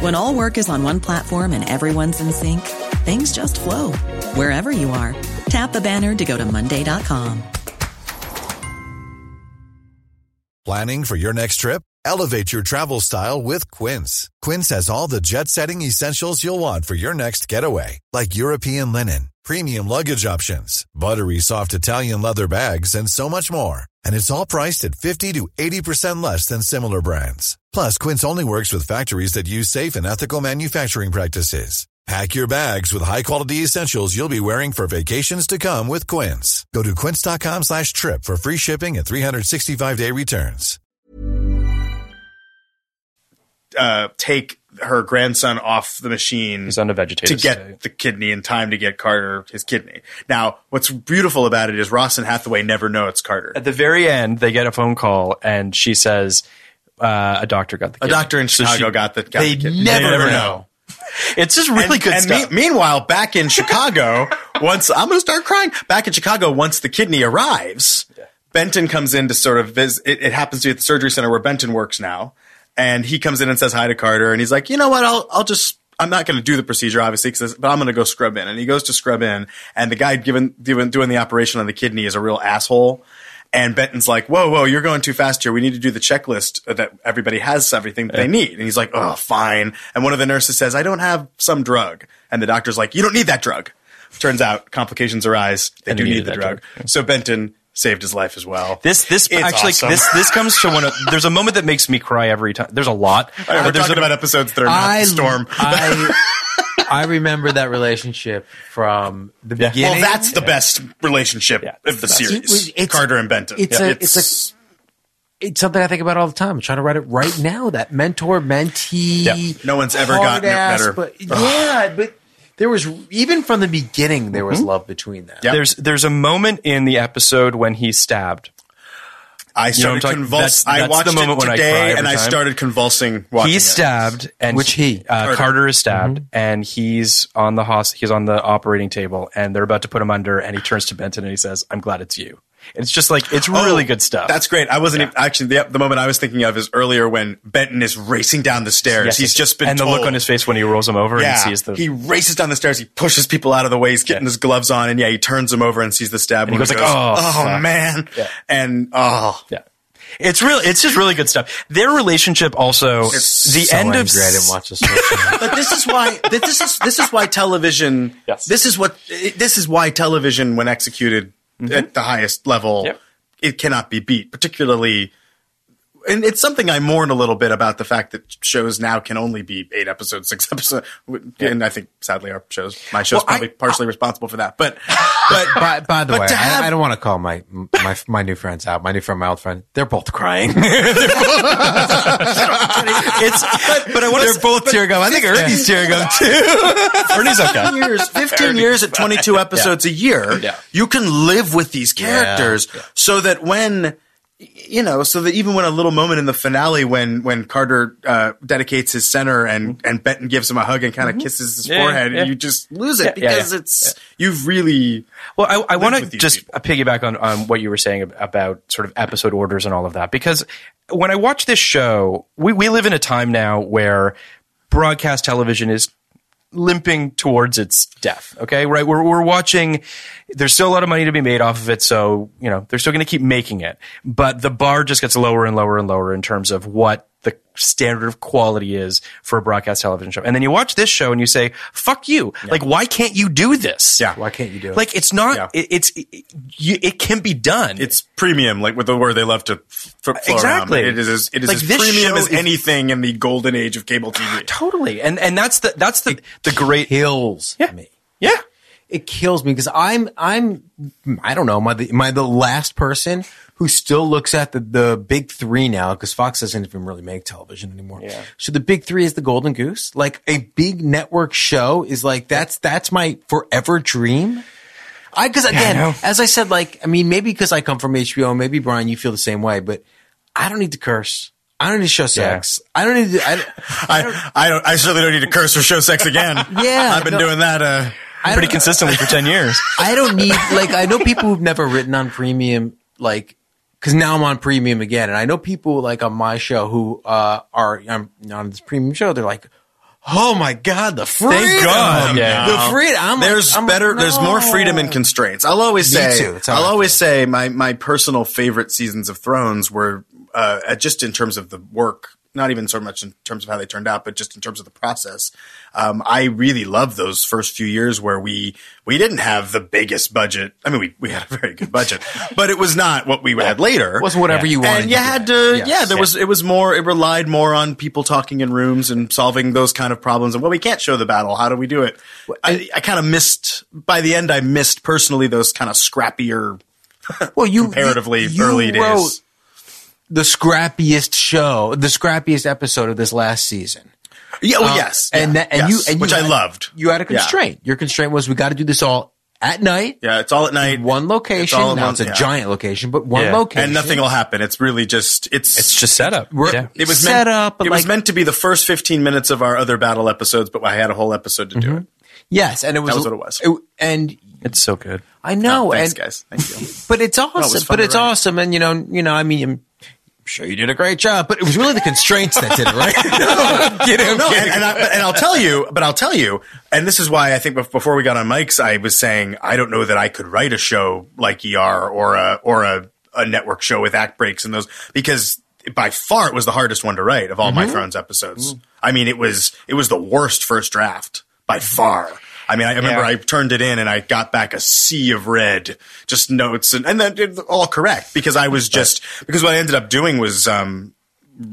Speaker 8: When all work is on one platform and everyone's in sync, things just flow wherever you are. Tap the banner to go to Monday.com.
Speaker 2: Planning for your next trip? Elevate your travel style with Quince. Quince has all the jet setting essentials you'll want for your next getaway, like European linen, premium luggage options, buttery soft Italian leather bags, and so much more. And it's all priced at 50 to 80% less than similar brands. Plus, Quince only works with factories that use safe and ethical manufacturing practices. Pack your bags with high-quality essentials you'll be wearing for vacations to come with Quince. Go to quince.com slash trip for free shipping and 365-day returns.
Speaker 5: uh, take her grandson off the machine
Speaker 6: He's on a vegetative
Speaker 5: to get
Speaker 6: state.
Speaker 5: the kidney in time to get Carter his kidney. Now, what's beautiful about it is Ross and Hathaway never know it's Carter.
Speaker 6: At the very end, they get a phone call, and she says, uh, "A doctor got the
Speaker 5: A
Speaker 6: kid.
Speaker 5: doctor in Chicago got the got
Speaker 9: they
Speaker 5: the kidney.
Speaker 9: never know.
Speaker 6: It's just really
Speaker 5: and,
Speaker 6: good
Speaker 5: and
Speaker 6: stuff.
Speaker 5: me- meanwhile, back in Chicago, once I'm going to start crying. Back in Chicago, once the kidney arrives, Benton comes in to sort of visit. It, it happens to be at the surgery center where Benton works now, and he comes in and says hi to Carter, and he's like, you know what? I'll I'll just. I'm not going to do the procedure, obviously, 'cause this- but I'm going to go scrub in. And he goes to scrub in, and the guy given, given doing the operation on the kidney is a real asshole. And Benton's like, "Whoa, whoa, you're going too fast here. We need to do the checklist that everybody has everything that they need." And he's like, "Oh, fine." And one of the nurses says, "I don't have some drug," and the doctor's like, "You don't need that drug." Turns out complications arise. They
Speaker 6: And
Speaker 5: do
Speaker 6: they
Speaker 5: need,
Speaker 6: needed
Speaker 5: the
Speaker 6: that
Speaker 5: drug.
Speaker 6: drug.
Speaker 5: So Benton saved his life as well.
Speaker 6: This this
Speaker 5: It's
Speaker 6: actually
Speaker 5: awesome.
Speaker 6: this this comes to one of there's a moment that makes me cry every time. There's a lot.
Speaker 5: I know,
Speaker 6: but
Speaker 5: we're
Speaker 6: there's
Speaker 5: talking
Speaker 6: a-
Speaker 5: about episodes that are not the storm.
Speaker 4: I, I remember that relationship from the
Speaker 6: Yeah.
Speaker 4: beginning.
Speaker 5: well, that's the best relationship
Speaker 6: Yeah, it's
Speaker 5: of the,
Speaker 6: the best.
Speaker 5: series.
Speaker 4: It was- it's-
Speaker 5: Carter and Benton.
Speaker 4: it's
Speaker 5: Yeah.
Speaker 4: a- it's it's something I think about all the time. I'm trying to write it right now. That mentor mentee.
Speaker 6: Yeah.
Speaker 5: No one's ever
Speaker 4: hard
Speaker 5: gotten it
Speaker 4: ass,
Speaker 5: better.
Speaker 4: But yeah, but there was even from the beginning there was
Speaker 5: Mm-hmm.
Speaker 4: love between them.
Speaker 5: Yep.
Speaker 6: There's there's a moment in the episode when he's stabbed.
Speaker 5: I
Speaker 6: know what I'm
Speaker 5: started
Speaker 6: talking-
Speaker 5: convulsing.
Speaker 6: that's- that's
Speaker 5: I
Speaker 6: the
Speaker 5: watched
Speaker 6: moment
Speaker 5: it
Speaker 6: when I
Speaker 5: today,
Speaker 6: cry every
Speaker 5: and I
Speaker 6: time.
Speaker 5: started convulsing. Watching
Speaker 6: He's
Speaker 5: it.
Speaker 6: stabbed, and
Speaker 4: Which he? Mm-hmm.
Speaker 6: uh,
Speaker 5: Carter.
Speaker 6: Carter. is stabbed, and he's on the hos- he's on the operating table, and they're about to put him under, and he turns to Benton and he says, "I'm glad it's you." It's just like it's really
Speaker 5: Oh,
Speaker 6: good stuff.
Speaker 5: That's great. I wasn't even, actually the, the moment I was thinking of is earlier when Benton is racing down the stairs.
Speaker 6: Yes,
Speaker 5: he's
Speaker 6: yes.
Speaker 5: just been
Speaker 6: and the look
Speaker 5: told-
Speaker 6: on his face when he rolls him over and sees the
Speaker 5: he races down the stairs. He pushes people out of the way. He's getting
Speaker 6: Yeah.
Speaker 5: his gloves on, and yeah, he turns him over and sees the stab.
Speaker 6: And he
Speaker 5: wound
Speaker 6: goes like, "Oh, fuck."
Speaker 5: man!"
Speaker 6: Yeah.
Speaker 5: And oh,
Speaker 6: Yeah. It's real. It's just really good stuff. Their relationship also. the
Speaker 4: So
Speaker 6: end
Speaker 4: angry
Speaker 6: of
Speaker 4: I didn't watch this. whole show.
Speaker 5: but this is why this is this is why television.
Speaker 6: Yes.
Speaker 5: This is what this is why television, when executed at the highest level,
Speaker 6: Mm-hmm. Yep.
Speaker 5: it cannot be beat. Particularly, and it's something I mourn a little bit about the fact that shows now can only be eight episodes, six episodes, and I think sadly our shows, my show's
Speaker 6: Well, I-
Speaker 5: probably partially responsible for that. But
Speaker 4: but by, by the
Speaker 5: But
Speaker 4: way,
Speaker 5: to have-
Speaker 4: I, I don't want to call my my my new friends out. My new friend, my old friend, they're both crying.
Speaker 6: It's. But, but I want to.
Speaker 4: both tear gum. I think Ernie's tear gum too.
Speaker 6: Ernie's okay.
Speaker 5: years, 15 years at 22 episodes a year, you can live with these characters so that when you know, so that even when a little moment in the finale when when Carter uh, dedicates his center and and Benton gives him a hug and kind of kisses his
Speaker 6: Mm-hmm. Yeah,
Speaker 5: forehead,
Speaker 6: yeah.
Speaker 5: you just lose it
Speaker 6: Yeah, yeah,
Speaker 5: because
Speaker 6: yeah.
Speaker 5: it's you've really
Speaker 6: Well, I, I want
Speaker 5: with
Speaker 6: to
Speaker 5: these
Speaker 6: just
Speaker 5: people.
Speaker 6: uh, piggyback on, on what you were saying ab- about sort of episode orders and all of that, because when I watch this show, we, we live in a time now where broadcast television is limping towards its death. Okay. Right. We're, we're watching, there's still a lot of money to be made off of it. So, you know, they're still going to keep making it, but the bar just gets lower and lower and lower in terms of what the standard of quality is for a broadcast television show. And then you watch this show and you say, fuck you. Like, why can't you do this?
Speaker 5: Yeah.
Speaker 4: Why can't you do it?
Speaker 6: Like it's not.
Speaker 5: Yeah.
Speaker 6: It, it's it, you, it can be done.
Speaker 5: it's premium, like with the word they love to f- f- flow
Speaker 6: Exactly.
Speaker 5: around. It is as, it is
Speaker 6: Like,
Speaker 5: as
Speaker 6: this
Speaker 5: premium
Speaker 6: show
Speaker 5: as
Speaker 6: is-
Speaker 5: anything in the golden age of cable TV.
Speaker 6: totally and and that's the that's the the great
Speaker 4: kills
Speaker 6: Yeah.
Speaker 4: me.
Speaker 6: yeah.
Speaker 4: It kills me because I'm I'm I don't know am I the, am I the last person who still looks at the, the big three now because Fox doesn't even really make television anymore. So the big three is the Golden Goose. Like a big network show is like that's that's my forever dream. I because again,
Speaker 6: know.
Speaker 4: as I said, like I mean, maybe because I come from HBO, and maybe Brian, you feel the same way. But I don't need to curse. I don't need to show sex. I don't need to. I,
Speaker 5: I, I don't. I certainly don't need to curse or show sex again.
Speaker 4: Yeah,
Speaker 5: I've been
Speaker 4: no.
Speaker 5: doing that. Uh,
Speaker 4: I
Speaker 6: Pretty
Speaker 4: don't-
Speaker 6: consistently for ten years.
Speaker 4: I don't need like I know people who've never written on premium like because now I'm on premium again, and I know people like on my show who uh, are um, on this premium show. They're like, "Oh my god, the freedom!
Speaker 6: God, yeah.
Speaker 4: the freedom! I'm
Speaker 5: there's
Speaker 4: I'm
Speaker 5: better.
Speaker 4: no.
Speaker 5: There's more freedom and constraints. I'll always
Speaker 4: Me
Speaker 5: say.
Speaker 4: too. That's how
Speaker 5: I'll
Speaker 4: I
Speaker 5: always say my my personal favorite seasons of Thrones were uh, uh, just in terms of the work, not even so much in terms of how they turned out, but just in terms of the process. Um, I really loved those first few years where we we didn't have the biggest budget. I mean, we we had a very good budget, but it was not what we had later.
Speaker 4: It wasn't whatever you wanted.
Speaker 5: And you had to, yeah, there was, it was more, it relied more on people talking in rooms and solving those kind of problems. And well, we can't show the battle. How do we do it? I, I kind of missed, by the end, I missed personally those kind of scrappier,
Speaker 4: well, you
Speaker 5: comparatively
Speaker 4: you
Speaker 5: early days.
Speaker 4: wrote the scrappiest show, the scrappiest episode of this last season.
Speaker 5: Yeah, well,
Speaker 4: Uh,
Speaker 5: yes,
Speaker 4: and
Speaker 5: yeah,
Speaker 4: that, and
Speaker 5: yes,
Speaker 4: you, and you
Speaker 5: which I
Speaker 4: had-
Speaker 5: loved.
Speaker 4: You had a
Speaker 5: Yeah.
Speaker 4: constraint. Your constraint was we got to do this all at night,
Speaker 5: Yeah, it's all at night.
Speaker 4: one
Speaker 5: It's
Speaker 4: location.
Speaker 5: all in
Speaker 4: now
Speaker 5: one-
Speaker 4: it's a
Speaker 5: yeah.
Speaker 4: giant location, but one
Speaker 6: Yeah.
Speaker 4: location,
Speaker 5: and nothing will happen. It's really just it's
Speaker 6: It's just setup.
Speaker 4: We're-
Speaker 6: Yeah.
Speaker 5: it was
Speaker 4: set
Speaker 5: meant,
Speaker 4: up, but
Speaker 5: It was
Speaker 4: like-
Speaker 5: meant to be the first fifteen minutes of our other battle episodes, but I had a whole episode to
Speaker 4: Mm-hmm.
Speaker 5: do it.
Speaker 4: Yes, and it was
Speaker 5: That was what it was.
Speaker 4: and
Speaker 6: It's so good.
Speaker 4: I know,
Speaker 5: Oh, thanks,
Speaker 4: and
Speaker 5: guys. Thank you.
Speaker 4: but it's
Speaker 5: was
Speaker 4: awesome.
Speaker 5: fun
Speaker 4: but
Speaker 5: to
Speaker 4: it's
Speaker 5: write.
Speaker 4: awesome, and you know, you know, I mean. I'm, Sure, you did a great job, but it was really the constraints that did it, right? no, I'm kidding, I'm
Speaker 5: no,
Speaker 4: kidding.
Speaker 5: and, and, I, and I'll tell you, but I'll tell you, and this is why I think bef- before we got on mics, I was saying I don't know that I could write a show like ER or a or a, a network show with act breaks and those because by far it was the hardest one to write of all my Thrones episodes. I mean, it was it was the worst first draft by far. I mean, I remember
Speaker 6: Yeah.
Speaker 5: I turned it in and I got back a sea of red, just notes and, and then it- all correct because I was just, because what I ended up doing was, um,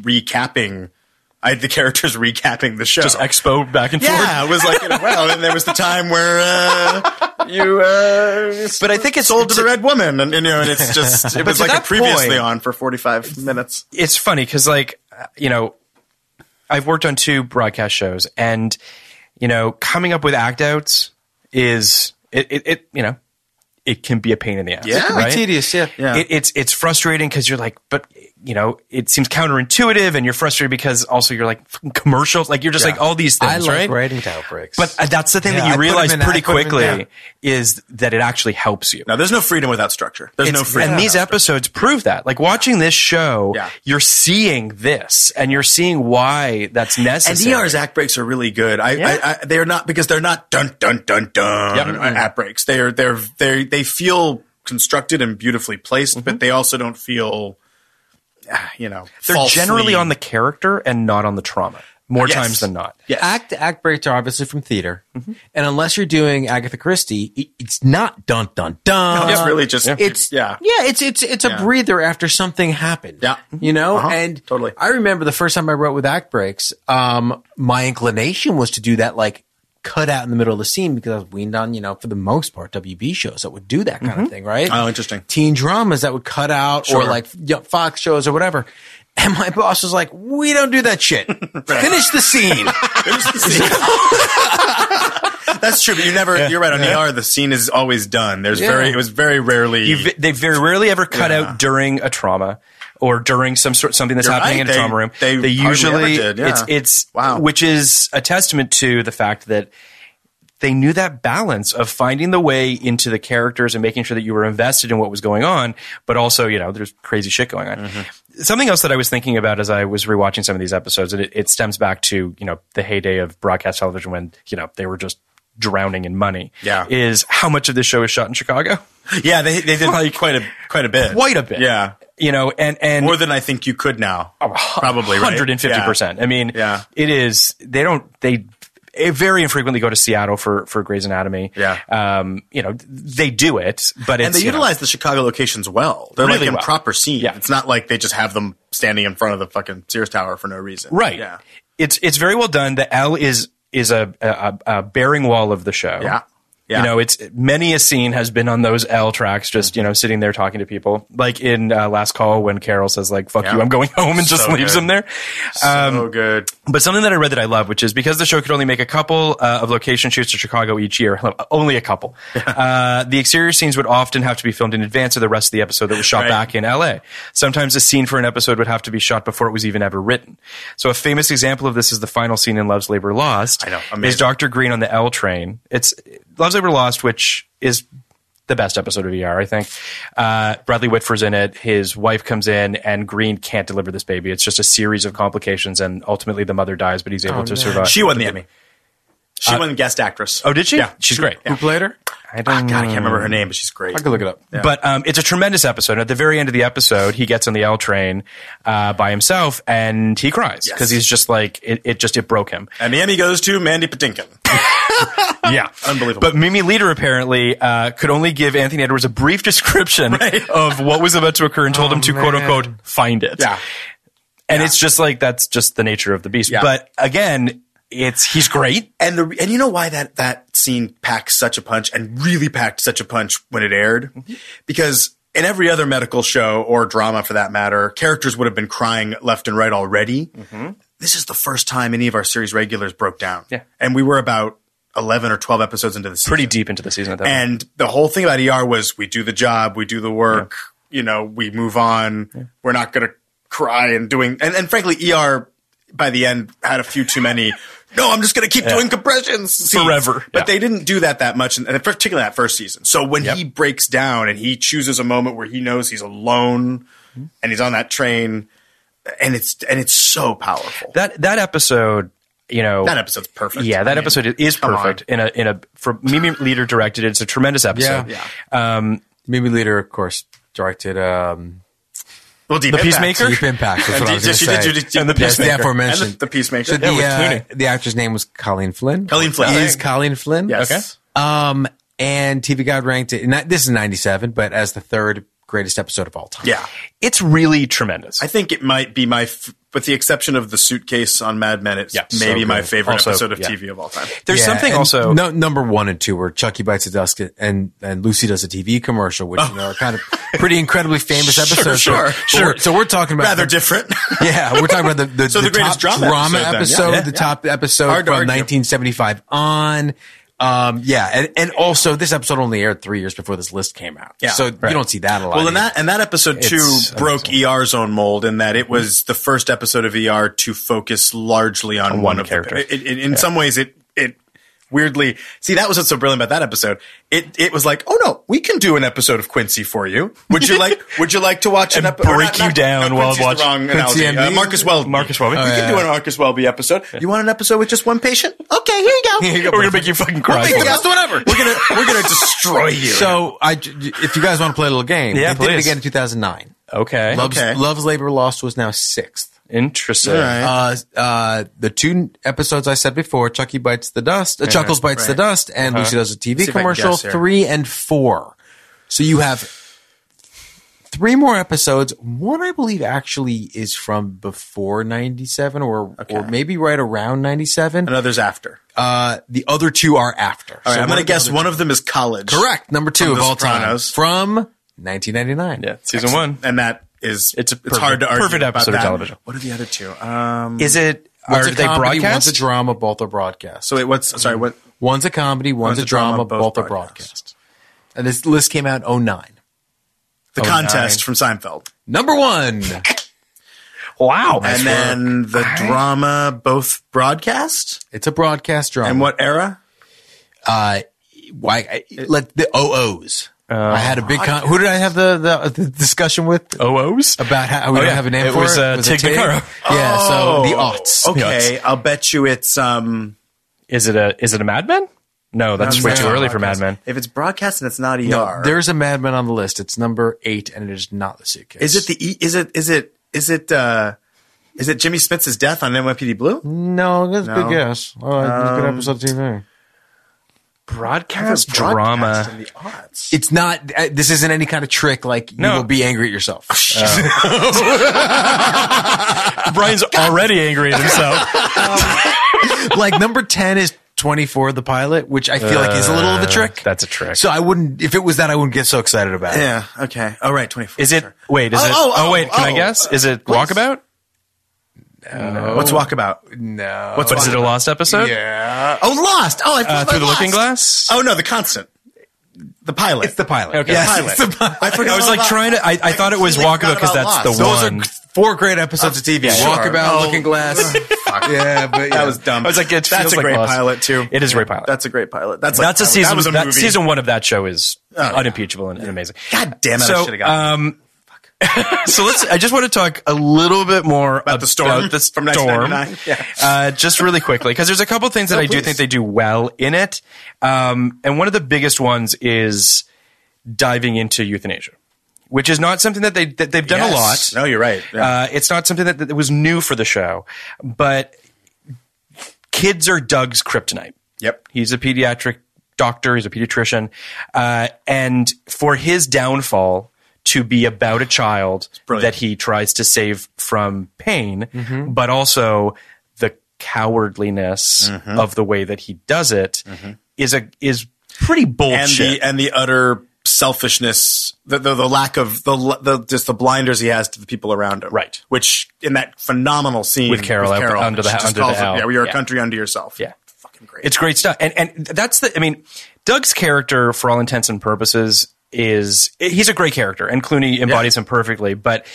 Speaker 5: recapping. I had the characters recapping the show.
Speaker 6: Just expo back and forth.
Speaker 5: yeah, it was like, you know, well, and there was the time where uh, you uh,
Speaker 6: But I think it's
Speaker 5: sold to
Speaker 6: it's-
Speaker 5: the Red Woman, and you know, and it's just it was
Speaker 6: to
Speaker 5: like a
Speaker 6: that
Speaker 5: previously
Speaker 6: point-
Speaker 5: on for forty five minutes.
Speaker 6: it's funny because like uh, you know i've worked on two broadcast shows and you know coming up with act outs is it, it, it you know it can be a pain in the ass
Speaker 5: Yeah.
Speaker 6: right?
Speaker 4: tedious, yeah.
Speaker 6: It, it's it's frustrating because you're like, but you know, it seems counterintuitive, and you're frustrated because also you're like fucking commercials, like you're just like all these things,
Speaker 4: I like
Speaker 6: right?
Speaker 4: writing to outbreaks.
Speaker 6: But uh, that's the thing
Speaker 4: Yeah,
Speaker 6: that
Speaker 4: I
Speaker 6: you
Speaker 4: put 'em
Speaker 6: realize
Speaker 4: in- I
Speaker 6: pretty
Speaker 4: put 'em in
Speaker 6: quickly
Speaker 4: there.
Speaker 6: is that it actually helps you.
Speaker 5: Now, there's no freedom without structure. There's no
Speaker 6: It's-
Speaker 5: freedom.
Speaker 6: And these
Speaker 5: without
Speaker 6: episodes prove that. Like watching this show,
Speaker 5: Yeah.
Speaker 6: you're seeing this and you're seeing why that's
Speaker 4: E
Speaker 5: And
Speaker 6: necessary.
Speaker 5: ER's act breaks are really good. I, I, I they're not because they're not dun dun dun dun act breaks. They are they're they they feel constructed and beautifully placed, but they also don't feel ah, you know
Speaker 6: They're
Speaker 5: falsely-
Speaker 6: generally on the character and not on the trauma more
Speaker 5: Yes.
Speaker 6: times than not.
Speaker 5: yes.
Speaker 4: act act breaks are obviously from theater, and unless you're doing Agatha Christie, it, it's not dun dun dun.
Speaker 5: it's really just
Speaker 4: it's
Speaker 5: yeah.
Speaker 4: yeah it's it's it's a breather after something happened
Speaker 5: Yeah.
Speaker 4: you know
Speaker 5: Uh-huh.
Speaker 4: and
Speaker 5: Totally.
Speaker 4: i remember the first time i wrote with act breaks um my inclination was to do that like cut out in the middle of the scene because i was weaned on you know for the most part wb shows that would do that kind of thing right
Speaker 5: Oh, interesting.
Speaker 4: teen dramas that would cut out or
Speaker 5: Sure.
Speaker 4: like you know, fox shows or whatever and my boss was like we don't do that shit finish the scene
Speaker 5: That's true, but you never. You're right on ER. The scene is always done. There's
Speaker 4: Yeah.
Speaker 5: very. It was very rarely.
Speaker 6: You ve- they very rarely ever cut out during a trauma or during some sort something that's
Speaker 5: You're
Speaker 6: happening
Speaker 5: right.
Speaker 6: in a
Speaker 5: They-
Speaker 6: trauma room.
Speaker 5: they hardly ever did, yeah.
Speaker 6: it's it's
Speaker 5: Wow.
Speaker 6: which is a testament to the fact that they knew that balance of finding the way into the characters and making sure that you were invested in what was going on, but also you know there's crazy shit going on.
Speaker 5: Mm-hmm.
Speaker 6: Something else that I was thinking about as I was rewatching some of these episodes, and it, it stems back to you know the heyday of broadcast television when you know they were just drowning in money.
Speaker 5: Yeah.
Speaker 6: is how much of this show is shot in Chicago?
Speaker 5: yeah, they they did Oh, quite a quite a bit.
Speaker 6: quite a bit.
Speaker 5: Yeah,
Speaker 6: You know, and and
Speaker 5: more than I think you could now. Probably right?
Speaker 6: hundred and fifty percent.
Speaker 5: Yeah.
Speaker 6: I mean,
Speaker 5: Yeah.
Speaker 6: it is. They don't. They eh, very infrequently go to Seattle for for Grey's Anatomy.
Speaker 5: Yeah.
Speaker 6: Um. You know, they do it, but it's
Speaker 5: and they
Speaker 6: you know,
Speaker 5: utilize the Chicago locations well. They're
Speaker 6: Really
Speaker 5: like in
Speaker 6: well.
Speaker 5: proper scene.
Speaker 6: Yeah.
Speaker 5: It's not like they just have them standing in front of the fucking Sears Tower for no reason.
Speaker 6: right.
Speaker 5: Yeah.
Speaker 6: It's it's very well done. The L is is a a, a bearing wall of the show.
Speaker 5: Yeah. Yeah.
Speaker 6: You know, it's many a scene has been on those L tracks, just you know, sitting there talking to people, like in uh, Last Call when Carol says, "Like fuck
Speaker 5: Yeah.
Speaker 6: you, I'm going home," and just
Speaker 5: So
Speaker 6: leaves
Speaker 5: good.
Speaker 6: him there.
Speaker 5: so oh, good.
Speaker 6: But something that I read that I love, which is because the show could only make a couple uh, of location shoots to Chicago each year, only a couple. uh, the exterior scenes would often have to be filmed in advance of the rest of the episode that was shot
Speaker 5: Right.
Speaker 6: back in LA. Sometimes a scene for an episode would have to be shot before it was even ever written. So a famous example of this is the final scene in Love's Labor Lost.
Speaker 5: I know,
Speaker 6: is
Speaker 5: amazing.
Speaker 6: Doctor Green on the L train. It's Love's Labor Lost, which is the best episode of ER, I think. Uh, Bradley Whitford's in it. His wife comes in, and Green can't deliver this baby. It's just a series of complications, and ultimately the mother dies, but he's able to survive.
Speaker 5: She won the Emmy. Uh, She won guest actress.
Speaker 6: oh, did she?
Speaker 5: Yeah.
Speaker 6: she's great.
Speaker 4: who played her
Speaker 6: I
Speaker 5: Ah,
Speaker 6: don't.
Speaker 5: God, I can't remember her name, but she's great.
Speaker 4: i could look it up
Speaker 6: But um, it's a tremendous episode. At the very end of the episode, he gets on the L train uh, by himself, and he cries because
Speaker 5: Yes.
Speaker 6: he's just like it, it. Just it broke him.
Speaker 5: And the Emmy goes to Mandy Patinkin.
Speaker 6: yeah,
Speaker 5: Unbelievable.
Speaker 6: But Mimi Leader apparently uh, could only give Anthony Edwards a brief description of what was about to occur and told him to quote unquote find it.
Speaker 5: Yeah.
Speaker 6: and it's just like that's just the nature of the beast.
Speaker 5: Yeah.
Speaker 6: But again, it's he's great.
Speaker 5: And the and you know why that that scene packs such a punch and really packed such a punch when it aired, because in every other medical show or drama for that matter, characters would have been crying left and right already. This is the first time any of our series regulars broke down.
Speaker 6: Yeah.
Speaker 5: And we were about 11 or 12 episodes into the season.
Speaker 6: pretty deep into the season at that point.
Speaker 5: And the whole thing about ER was we do the job, we do the work, you know, we move on. We're not going to cry and doing. And, and frankly, ER by the end had a few too many. No, I'm just going to keep doing compressions scenes."
Speaker 6: Forever.
Speaker 5: But
Speaker 6: Yeah.
Speaker 5: they didn't do that that much, and particularly that first season. So when he breaks down and he chooses a moment where he knows he's alone
Speaker 6: Mm-hmm.
Speaker 5: and he's on that train, and it's and it's so powerful.
Speaker 6: That that episode, you know,
Speaker 5: That episode's perfect.
Speaker 6: Yeah,
Speaker 5: I
Speaker 6: that
Speaker 5: mean,
Speaker 6: episode is
Speaker 5: come on.
Speaker 6: perfect in a in a for Mimi Leader directed. It's a tremendous episode.
Speaker 4: Yeah.
Speaker 6: Um,
Speaker 4: Mimi Leader, of course, directed um,
Speaker 5: Well, Deep
Speaker 6: the
Speaker 5: Impact.
Speaker 6: Peacemaker?
Speaker 4: Deep Impact. That's
Speaker 5: And
Speaker 4: what I
Speaker 5: you
Speaker 4: was going
Speaker 5: did-
Speaker 4: to
Speaker 5: you did-
Speaker 4: say.
Speaker 5: you did- you
Speaker 4: and
Speaker 5: did
Speaker 4: the
Speaker 5: the
Speaker 4: Peacemaker.
Speaker 5: Peacemaker.
Speaker 4: aforementioned.
Speaker 5: And the- the Peacemaker.
Speaker 4: So
Speaker 5: Yeah, with
Speaker 4: the,
Speaker 5: Clooney.
Speaker 4: uh, the actor's name was Colleen Flynn.
Speaker 5: Colleen Flynn.
Speaker 4: Is Colleen Flynn.
Speaker 5: Yes. Okay.
Speaker 4: Um, and TV Guide ranked it, and that- this is 97, but as the third greatest episode of all time.
Speaker 5: Yeah.
Speaker 6: it's really tremendous.
Speaker 5: I think it might be my, f- with the exception of the suitcase on Mad Men, it's
Speaker 6: Yeah, so
Speaker 5: maybe my
Speaker 6: good.
Speaker 5: favorite
Speaker 6: Also,
Speaker 5: episode of
Speaker 6: yeah.
Speaker 5: TV of all time.
Speaker 6: There's
Speaker 4: Yeah,
Speaker 6: something
Speaker 4: and
Speaker 6: also.
Speaker 4: no, number one and two were Chucky bites the dusk and and Lucy does a TV commercial, which you know are kind of pretty incredibly famous episodes.
Speaker 5: sure,
Speaker 4: But-
Speaker 5: sure.
Speaker 4: but we're- So we're talking about
Speaker 5: Rather
Speaker 4: the-
Speaker 5: different.
Speaker 4: Yeah, we're talking about the the,
Speaker 5: So the greatest
Speaker 4: top
Speaker 5: drama episode then.
Speaker 4: episode,
Speaker 5: Yeah.
Speaker 4: the top episode
Speaker 5: Hard to
Speaker 4: from
Speaker 5: argue.
Speaker 4: 1975 on. Um, yeah, and, and also this episode only aired three years before this list came out.
Speaker 5: Yeah,
Speaker 4: so
Speaker 5: right.
Speaker 4: you don't see that a lot.
Speaker 5: well, and
Speaker 4: either.
Speaker 5: that, and that episode too
Speaker 6: It's
Speaker 5: broke ER's own mold in that it was the first episode of ER to focus largely on, one,
Speaker 6: one
Speaker 5: of
Speaker 6: character.
Speaker 5: characters. The, it, it, in some ways, it, it, Weirdly, see that was what's so brilliant about that episode. It it was like, oh no, we can do an episode of Quincy for you. Would you like? Would you like to watch an
Speaker 6: And
Speaker 5: episode?
Speaker 6: break you down while watching
Speaker 5: wrong
Speaker 4: Quincy
Speaker 5: analogy. Uh,
Speaker 4: MD?
Speaker 5: Marcus Welby.
Speaker 6: Marcus Welby.
Speaker 5: You
Speaker 6: Oh,
Speaker 5: can
Speaker 6: yeah.
Speaker 5: do an Marcus Welby episode. You want an episode with just one patient? Okay, here you go.
Speaker 6: we're gonna make you fucking cry.
Speaker 5: Make the
Speaker 6: for it.
Speaker 5: best one ever. We're gonna we're gonna destroy you.
Speaker 4: so I, j- if you guys want to play a little game,
Speaker 6: Yeah,
Speaker 4: they did it
Speaker 6: please.
Speaker 4: again in 2009.
Speaker 6: Okay,
Speaker 4: Love's,
Speaker 5: Okay.
Speaker 4: Love's Labor Lost was now sixth.
Speaker 6: interesting.
Speaker 4: uh, uh, the two episodes I said before, Chucky bites the dust, uh, Chuckles bites the dust, and Lucy does a TV
Speaker 5: Uh-huh. See if I can
Speaker 4: commercial.
Speaker 5: guess here.
Speaker 4: Three and four. So you have three more episodes. One, I believe, actually is from before '97, or or maybe right around '97.
Speaker 5: Another's after.
Speaker 4: Uh, the other two are after.
Speaker 5: All
Speaker 4: So
Speaker 5: right, Oh, I'm
Speaker 4: one
Speaker 5: gonna
Speaker 4: of the
Speaker 5: guess
Speaker 4: other-
Speaker 5: one of them is college.
Speaker 4: Correct, number two
Speaker 5: From
Speaker 4: of
Speaker 5: The
Speaker 4: all time
Speaker 5: Sopranos.
Speaker 4: from 1999.
Speaker 6: Yeah, season one.
Speaker 5: and that is
Speaker 6: It's a
Speaker 5: it's
Speaker 6: perfect-
Speaker 5: hard to argue
Speaker 6: perfect
Speaker 5: about
Speaker 6: episode of
Speaker 5: that.
Speaker 6: television.
Speaker 5: What are the other two? Um,
Speaker 6: Is it?
Speaker 4: One's
Speaker 6: are
Speaker 4: a
Speaker 6: they
Speaker 4: comedy, One's
Speaker 6: broadcast?
Speaker 4: a drama, both are broadcast.
Speaker 5: so wait, what's sorry? What
Speaker 4: One's a comedy, one's, a drama, both are broadcast. And Uh, this list came out oh in 09.
Speaker 6: Oh,
Speaker 5: The contest from Seinfeld,
Speaker 4: Number one.
Speaker 6: wow.
Speaker 5: and then the drama, both broadcast,
Speaker 4: It's a broadcast drama.
Speaker 5: and what era?
Speaker 4: Uh, why? I, like the OOs. I had a big. Con- who did I have the, the, the discussion with
Speaker 6: OOs?
Speaker 4: about how we
Speaker 6: Oh,
Speaker 4: don't
Speaker 6: yeah.
Speaker 4: have a name
Speaker 6: It
Speaker 4: for
Speaker 6: was,
Speaker 4: it?
Speaker 6: uh, Tig
Speaker 4: Tig?
Speaker 6: Notaro.
Speaker 4: Yeah.
Speaker 5: Oh,
Speaker 4: so the aughts.
Speaker 5: Okay, I'll bet you it's um.
Speaker 6: Is it a is it a Mad Men? No, that's way
Speaker 5: it's
Speaker 6: too
Speaker 5: not
Speaker 6: early for Mad
Speaker 5: broadcast.
Speaker 6: Men.
Speaker 5: If it's broadcast and it's not ER,
Speaker 4: There's a madman on the list. It's number eight, and it is not the suitcase.
Speaker 5: is it the E- is it is it is it uh is it Jimmy Smith's death on NYPD Blue?
Speaker 6: Mm.
Speaker 4: No, that's a
Speaker 5: No.
Speaker 4: good guess. All right, that's a good episode of TV.
Speaker 6: Broadcast
Speaker 5: Broadcast
Speaker 6: drama.
Speaker 5: in the aughts.
Speaker 4: It's not. Uh, this isn't any kind of trick. Like you
Speaker 6: No.
Speaker 4: will be angry at yourself. Uh,
Speaker 6: Brian's already angry at himself.
Speaker 4: like number 10 is 24 the pilot which i feel like is a little of a trick
Speaker 6: Uh, that's a trick.
Speaker 4: so i wouldn't if it was that i wouldn't get so excited about it
Speaker 5: Yeah. Okay. All right. Twenty four.
Speaker 6: Is it? Wait, is
Speaker 5: Oh,
Speaker 6: it?
Speaker 5: oh,
Speaker 6: Oh,
Speaker 5: oh,
Speaker 6: wait, can I
Speaker 5: oh,
Speaker 6: guess?
Speaker 5: uh,
Speaker 6: Is it
Speaker 5: please.
Speaker 6: Walkabout?
Speaker 4: Oh.
Speaker 5: What's Walkabout?
Speaker 4: no
Speaker 5: What's
Speaker 6: But is it a lost episode?
Speaker 4: yeah
Speaker 5: Oh, Lost. Oh,
Speaker 6: Uh,
Speaker 5: I forgot
Speaker 6: through the
Speaker 5: about
Speaker 6: Looking Glass.
Speaker 5: Lost. Oh no, the constant. The pilot.
Speaker 4: it's the pilot
Speaker 6: Okay.
Speaker 4: yes
Speaker 5: Pilot.
Speaker 4: it's the pilot
Speaker 5: I forgot
Speaker 6: I was
Speaker 5: all
Speaker 6: like
Speaker 5: about-
Speaker 6: trying to. I, I thought it was
Speaker 5: completely
Speaker 6: Walkabout because
Speaker 5: forgot
Speaker 6: that's
Speaker 5: about
Speaker 6: the
Speaker 5: Lost.
Speaker 6: one.
Speaker 4: four great episodes of tv
Speaker 5: sure.
Speaker 4: walkabout
Speaker 5: Oh.
Speaker 4: looking glass yeah but
Speaker 5: That was dumb.
Speaker 6: I was like, it
Speaker 5: that's
Speaker 6: feels
Speaker 5: a
Speaker 6: like
Speaker 5: great
Speaker 6: Lost.
Speaker 5: pilot too.
Speaker 6: It is a great pilot.
Speaker 5: That's a great pilot. That's like,
Speaker 6: That's a Oh, season.
Speaker 5: That was a
Speaker 6: that-
Speaker 5: movie.
Speaker 6: season one of that show is unimpeachable and, and amazing.
Speaker 5: God damn it! I
Speaker 6: so,
Speaker 5: should have gotten
Speaker 6: um, so let's. I just want to talk a little bit more about,
Speaker 5: the
Speaker 6: the
Speaker 5: storm from
Speaker 6: storm,
Speaker 5: 1999. Yeah.
Speaker 6: uh, just really quickly because there's a couple things that I do
Speaker 5: please.
Speaker 6: think they do well in it, um, and one of the biggest ones is diving into euthanasia, which is not something that they that they've done
Speaker 5: Yes.
Speaker 6: a lot.
Speaker 5: No, you're right. Yeah.
Speaker 6: Uh, it's not something that, that was new for the show, but kids are Doug's kryptonite.
Speaker 5: Yep.
Speaker 6: He's a pediatric doctor, he's a pediatrician. Uh, and for his downfall to be about a child
Speaker 5: brilliant. Mm-hmm.
Speaker 6: that he tries to save from pain, but also the cowardliness
Speaker 5: Mm-hmm.
Speaker 6: of the way that he does it is a is pretty
Speaker 5: and
Speaker 6: bullshit.
Speaker 5: the and the utter selfishness the, the, the lack of the, the just the blinders he has to the people around him.
Speaker 6: Right.
Speaker 5: Which in that phenomenal scene
Speaker 6: With Carol up- under the-
Speaker 5: she just
Speaker 6: under the
Speaker 5: calls him,
Speaker 6: owl.
Speaker 5: yeah, we are
Speaker 6: Yeah.
Speaker 5: a country unto yourself.
Speaker 6: Yeah.
Speaker 5: fucking great.
Speaker 6: It's great stuff. And and that's the I mean, Doug's character for all intents and purposes is he's a great character and Clooney embodies him perfectly, but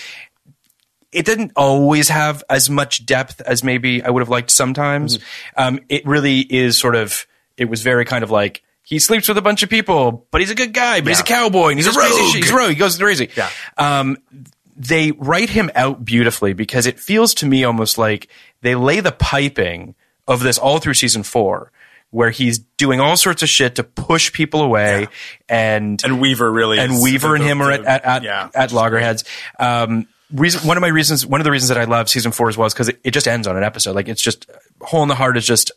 Speaker 6: it didn't always have as much depth as maybe I would have liked sometimes. Um, it really is sort of it was very kind of like he sleeps with a bunch of people, but he's a good guy, but he's a cowboy and he's, a rogue. He's a rogue. He goes crazy. Yeah. Um, they write him out beautifully because it feels to me almost like they lay the piping of this all through season four, where he's doing all sorts of shit to push people away and
Speaker 5: and Weaver really
Speaker 6: and
Speaker 5: is-
Speaker 6: Weaver and
Speaker 5: the-
Speaker 6: him are at
Speaker 5: the-
Speaker 6: at at,
Speaker 5: yeah.
Speaker 6: at loggerheads. Um, reason one of my reasons, one of the reasons that I love season four as well is because it, it just ends on an episode. Like it's just hole in the heart is just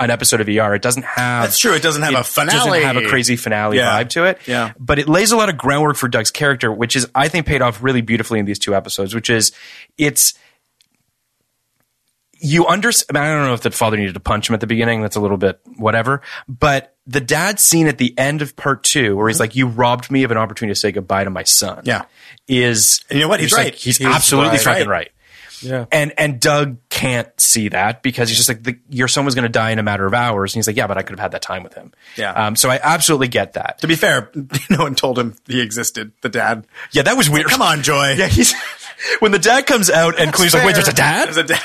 Speaker 6: an episode of ER. It doesn't have
Speaker 5: That's true. It doesn't have a finale.
Speaker 6: Doesn't have a crazy finale
Speaker 5: Yeah.
Speaker 6: vibe to it.
Speaker 5: Yeah.
Speaker 6: but it lays a lot of groundwork for Doug's character, which is I think paid off really beautifully in these two episodes. Which is it's you understand. I don't know if the father needed to punch him at the beginning. That's a little bit whatever. But the dad scene at the end of part two, where he's like, "You robbed me of an opportunity to say goodbye to my son."
Speaker 5: Yeah.
Speaker 6: is
Speaker 5: And you know what?
Speaker 6: you're
Speaker 5: He's
Speaker 6: just
Speaker 5: right.
Speaker 6: like, he's,
Speaker 5: He's
Speaker 6: absolutely
Speaker 5: right.
Speaker 6: fucking right. Yeah. And and Doug can't see that because he's just like the, your son was going to die in a matter of hours, and he's like, yeah, but I could have had that time with him.
Speaker 5: Yeah.
Speaker 6: Um. So I absolutely get that.
Speaker 5: to be fair, no one told him he existed. The dad.
Speaker 6: Yeah, that was weird.
Speaker 5: Come on, Joy.
Speaker 6: Yeah, he's when the dad comes out and Clooney's like, wait, there's a dad.
Speaker 5: There's a dad.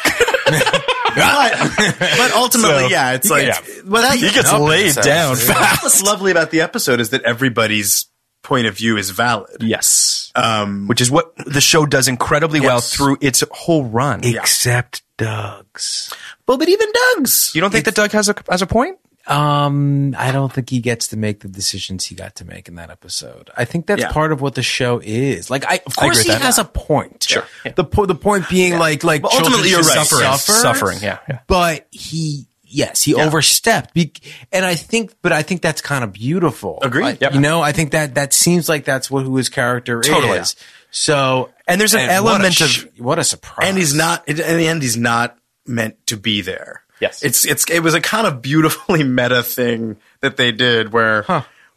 Speaker 5: but, but ultimately,
Speaker 6: So-
Speaker 5: yeah, it's like
Speaker 6: Yeah.
Speaker 5: well, that,
Speaker 6: He gets
Speaker 5: Nope.
Speaker 6: laid down fast.
Speaker 5: What's lovely about the episode is that everybody's point of view is valid.
Speaker 6: Yes. Um, Which is what the show does incredibly well through its whole run.
Speaker 7: Except Doug's.
Speaker 5: Well, but even Doug's.
Speaker 6: You don't think that Doug has a has a point?
Speaker 7: Um, I don't think he gets to make the decisions he got to make in that episode. I think that's
Speaker 5: Yeah.
Speaker 7: part of what the show is. Like, I of course
Speaker 6: with
Speaker 7: he
Speaker 6: that.
Speaker 7: has a point. Sure. The po- the point being like like
Speaker 5: But ultimately
Speaker 7: children
Speaker 5: you're
Speaker 7: should
Speaker 5: right.
Speaker 7: suffer.
Speaker 6: Suffering. Suffering, yeah, yeah.
Speaker 7: But he yes he overstepped. Be- and I think but I think that's kind of beautiful.
Speaker 5: Agreed.
Speaker 7: Like,
Speaker 5: Yep.
Speaker 7: You know I think that that seems like that's what who his character
Speaker 6: Totally.
Speaker 7: is. So
Speaker 6: And there's an
Speaker 7: what a
Speaker 6: element
Speaker 7: sh-
Speaker 6: of-
Speaker 7: what a surprise.
Speaker 5: and he's not. In the end, he's not meant to be there.
Speaker 6: Yes.
Speaker 5: it's it's it was a kind of beautifully meta thing that they did where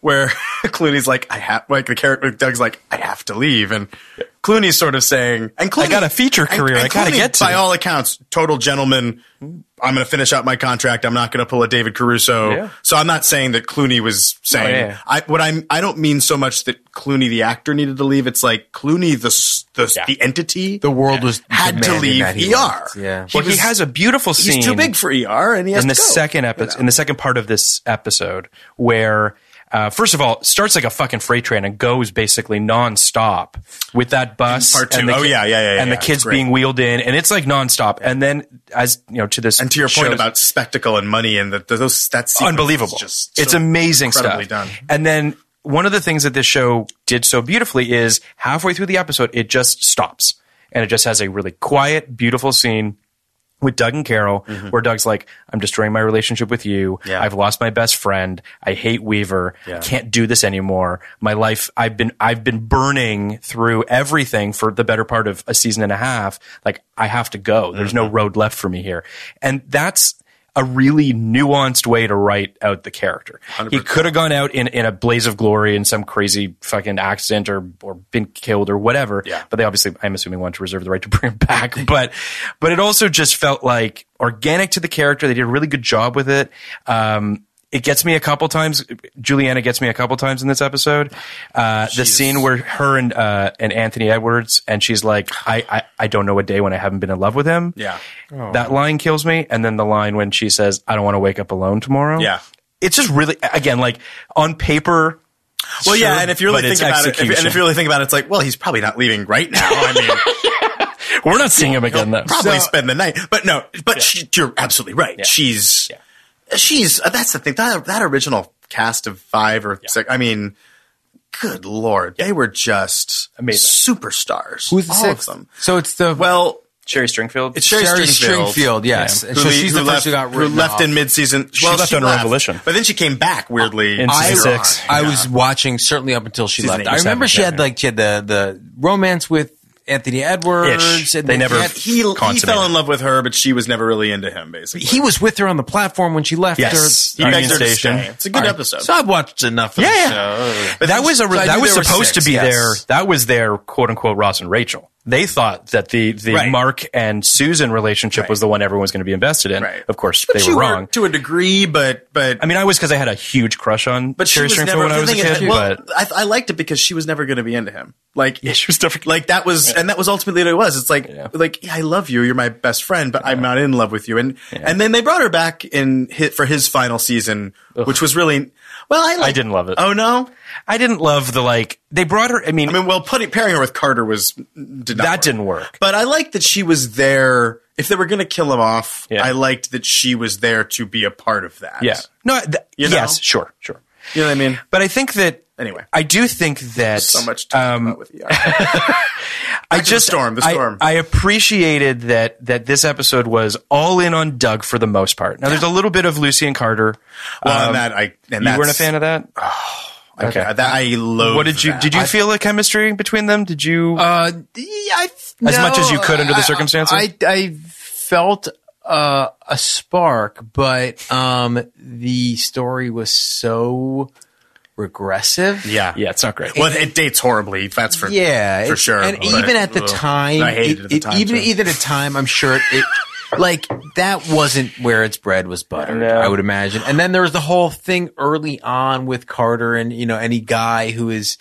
Speaker 5: where Clooney's like I have like the character Doug's like I have to leave and Clooney's sort of saying and Clooney,
Speaker 6: I got a feature
Speaker 5: and-
Speaker 6: career.
Speaker 5: and
Speaker 6: I gotta
Speaker 5: Clooney,
Speaker 6: get to
Speaker 5: by
Speaker 6: it.
Speaker 5: all accounts total gentleman. I'm going to finish out my contract. I'm not going to pull a David Caruso.
Speaker 6: Yeah. Oh,
Speaker 5: So I'm not saying that Clooney was saying
Speaker 6: yeah, yeah.
Speaker 5: I what I'm I don't mean so much that Clooney the actor needed to leave. It's like Clooney the s- the, s-
Speaker 6: Yeah.
Speaker 5: the entity
Speaker 7: the world was
Speaker 5: had to
Speaker 7: demanding
Speaker 5: leave
Speaker 7: that he
Speaker 5: ER.
Speaker 7: left. Yeah.
Speaker 6: Well, he
Speaker 5: was-
Speaker 6: has a beautiful scene.
Speaker 5: He's too big for ER, and he has
Speaker 6: in the
Speaker 5: to go.
Speaker 6: second episode, in the second part of this episode, where uh, first of all it starts like a fucking freight train and goes basically nonstop with that bus.
Speaker 5: In part two.
Speaker 6: And the
Speaker 5: Oh, yeah, yeah, yeah,
Speaker 6: And
Speaker 5: yeah.
Speaker 6: the
Speaker 5: It's
Speaker 6: kids
Speaker 5: great.
Speaker 6: being wheeled in, and it's like nonstop. And then as you know, to this
Speaker 5: And to your point
Speaker 6: show's-
Speaker 5: about spectacle and money and that those that sequence
Speaker 6: unbelievable.
Speaker 5: is just
Speaker 6: it's
Speaker 5: so
Speaker 6: amazing
Speaker 5: incredibly
Speaker 6: stuff.
Speaker 5: done.
Speaker 6: And then one of the things that this show did so beautifully is halfway through the episode, it just stops and it just has a really quiet, beautiful scene. With Doug and Carol, where Doug's like, I'm destroying my relationship with you. I've lost my best friend. I hate Weaver. I can't do this anymore. My life, I've been, I've been burning through everything for the better part of a season and a half. Like, I have to go. There's no road left for me here. And that's, a really nuanced way to write out the character. He could have gone out in, in a blaze of glory in some crazy fucking accident or or been killed or whatever. Yeah. But they obviously, I'm assuming, want to reserve the right to bring him back. but but it also just felt like organic to the character. They did a really good job with it. Um, it gets me a couple times. Juliana gets me a couple times in this episode. Uh, the scene where her and uh, and Anthony Edwards and she's like, I, I I don't know a day when I haven't been in love with him.
Speaker 5: Yeah.
Speaker 6: That line kills me. And then the line when she says, I don't want to wake up alone tomorrow.
Speaker 5: Yeah.
Speaker 6: It's just really, again, like on paper.
Speaker 5: Well,
Speaker 6: sure,
Speaker 5: yeah, and if you really
Speaker 6: but it's
Speaker 5: think about it, if, and if you
Speaker 6: execution.
Speaker 5: really think about it, it's like, well, he's probably not leaving right now. I mean,
Speaker 6: we're not seeing him again, though.
Speaker 5: probably spend the night, but no, but she, you're absolutely right. She's, she's. uh, That's the thing. That that original cast of five or six. I mean, good lord, they were just
Speaker 6: Amazing.
Speaker 5: superstars.
Speaker 7: Who's the
Speaker 5: all
Speaker 7: sixth?
Speaker 5: Of them.
Speaker 7: So it's the
Speaker 5: Well,
Speaker 6: Sherry Stringfield.
Speaker 5: It's Sherry,
Speaker 7: Sherry
Speaker 5: Stringfield.
Speaker 7: Stringfield, yes. And so
Speaker 5: le-
Speaker 7: she's the first
Speaker 5: left,
Speaker 7: who got written
Speaker 5: left
Speaker 7: off.
Speaker 5: in mid-season.
Speaker 6: She left on her revolution.
Speaker 5: But then she came back weirdly.
Speaker 6: In season
Speaker 5: later
Speaker 6: six.
Speaker 5: on.
Speaker 7: I was watching certainly up until she
Speaker 5: Season
Speaker 7: left.
Speaker 5: eight or
Speaker 7: I remember
Speaker 6: seven,
Speaker 7: she
Speaker 6: yeah,
Speaker 7: had
Speaker 6: yeah.
Speaker 7: like she had the the romance with Anthony Edwards.
Speaker 6: Ish. They never-
Speaker 7: had-
Speaker 5: He, he fell
Speaker 6: Consummated.
Speaker 5: in love with her, but she was never really into him, basically.
Speaker 7: he was with her on the platform when she left.
Speaker 6: Yes.
Speaker 7: her.
Speaker 5: He
Speaker 6: Union
Speaker 5: begs her to
Speaker 6: Station.
Speaker 5: stay. It's a good episode.
Speaker 7: So I've watched enough of
Speaker 6: Yeah.
Speaker 7: the show.
Speaker 5: But
Speaker 6: that
Speaker 5: then-
Speaker 6: was a
Speaker 5: so I
Speaker 6: that
Speaker 5: knew
Speaker 6: was
Speaker 5: there were
Speaker 6: supposed
Speaker 5: six,
Speaker 6: to be
Speaker 5: yes.
Speaker 6: their that was their quote unquote Ross and Rachel. They thought that the the
Speaker 5: Right.
Speaker 6: Mark and Susan relationship was the one everyone was going to be invested in.
Speaker 5: Right.
Speaker 6: Of course,
Speaker 5: But
Speaker 6: they
Speaker 5: you
Speaker 6: were wrong.
Speaker 5: to a degree, but but
Speaker 6: I mean, I was because I had a huge crush on
Speaker 5: but she
Speaker 6: Sherry
Speaker 5: was
Speaker 6: Stringfellow
Speaker 5: never.
Speaker 6: when I
Speaker 5: the
Speaker 6: was a
Speaker 5: thing is,
Speaker 6: kid.
Speaker 5: well,
Speaker 6: but
Speaker 5: I, I liked it because she was never going to be into him. Like
Speaker 6: yeah, she was different.
Speaker 5: like that was and that was ultimately what it was it's like like yeah, i love you you're my best friend but i'm not in love with you and and then they brought her back in hit for his final season which was really well i, liked,
Speaker 6: didn't love it.
Speaker 5: oh no
Speaker 6: I didn't love the like they brought her. I mean,
Speaker 5: i mean well putting pairing her with carter was did not
Speaker 6: That
Speaker 5: work.
Speaker 6: didn't work.
Speaker 5: but i liked that she was there if they were going to kill him off
Speaker 6: Yeah.
Speaker 5: i liked that she was there to be a part of that
Speaker 6: yeah, no, th-
Speaker 5: You know?
Speaker 6: yes, sure, sure.
Speaker 5: you know what i mean
Speaker 6: But I think that
Speaker 5: Anyway.
Speaker 6: I um, do think that
Speaker 5: so much to talk about with ER.
Speaker 6: I
Speaker 5: to the storm, the
Speaker 6: I-
Speaker 5: storm.
Speaker 6: I, appreciated that that this episode was all in on Doug for the most part. Now there's a little bit of Lucy and Carter.
Speaker 5: well, and that I and
Speaker 6: Um, you weren't a
Speaker 5: that's-
Speaker 6: fan of that.
Speaker 5: okay. That I loathe
Speaker 6: what did you
Speaker 5: that.
Speaker 6: did you feel a chemistry between them? Did you?
Speaker 10: Uh, yeah, I th-
Speaker 6: As much as you could under the
Speaker 10: I-
Speaker 6: circumstances?
Speaker 10: I, I felt uh, a spark, but um, the story was so regressive.
Speaker 5: yeah
Speaker 6: yeah, it's not great.
Speaker 5: Well, it dates horribly. That's for
Speaker 7: Yeah,
Speaker 5: for
Speaker 7: it's-
Speaker 5: sure.
Speaker 7: And
Speaker 5: but-
Speaker 7: even at the
Speaker 5: Ugh.
Speaker 7: time,
Speaker 5: I hated it, at
Speaker 6: e,
Speaker 5: the time.
Speaker 7: even
Speaker 5: too.
Speaker 7: even at the time, I'm sure it. Like that wasn't where its bread was buttered, I would imagine. And then there was the whole thing early on with Carter and you know any guy who is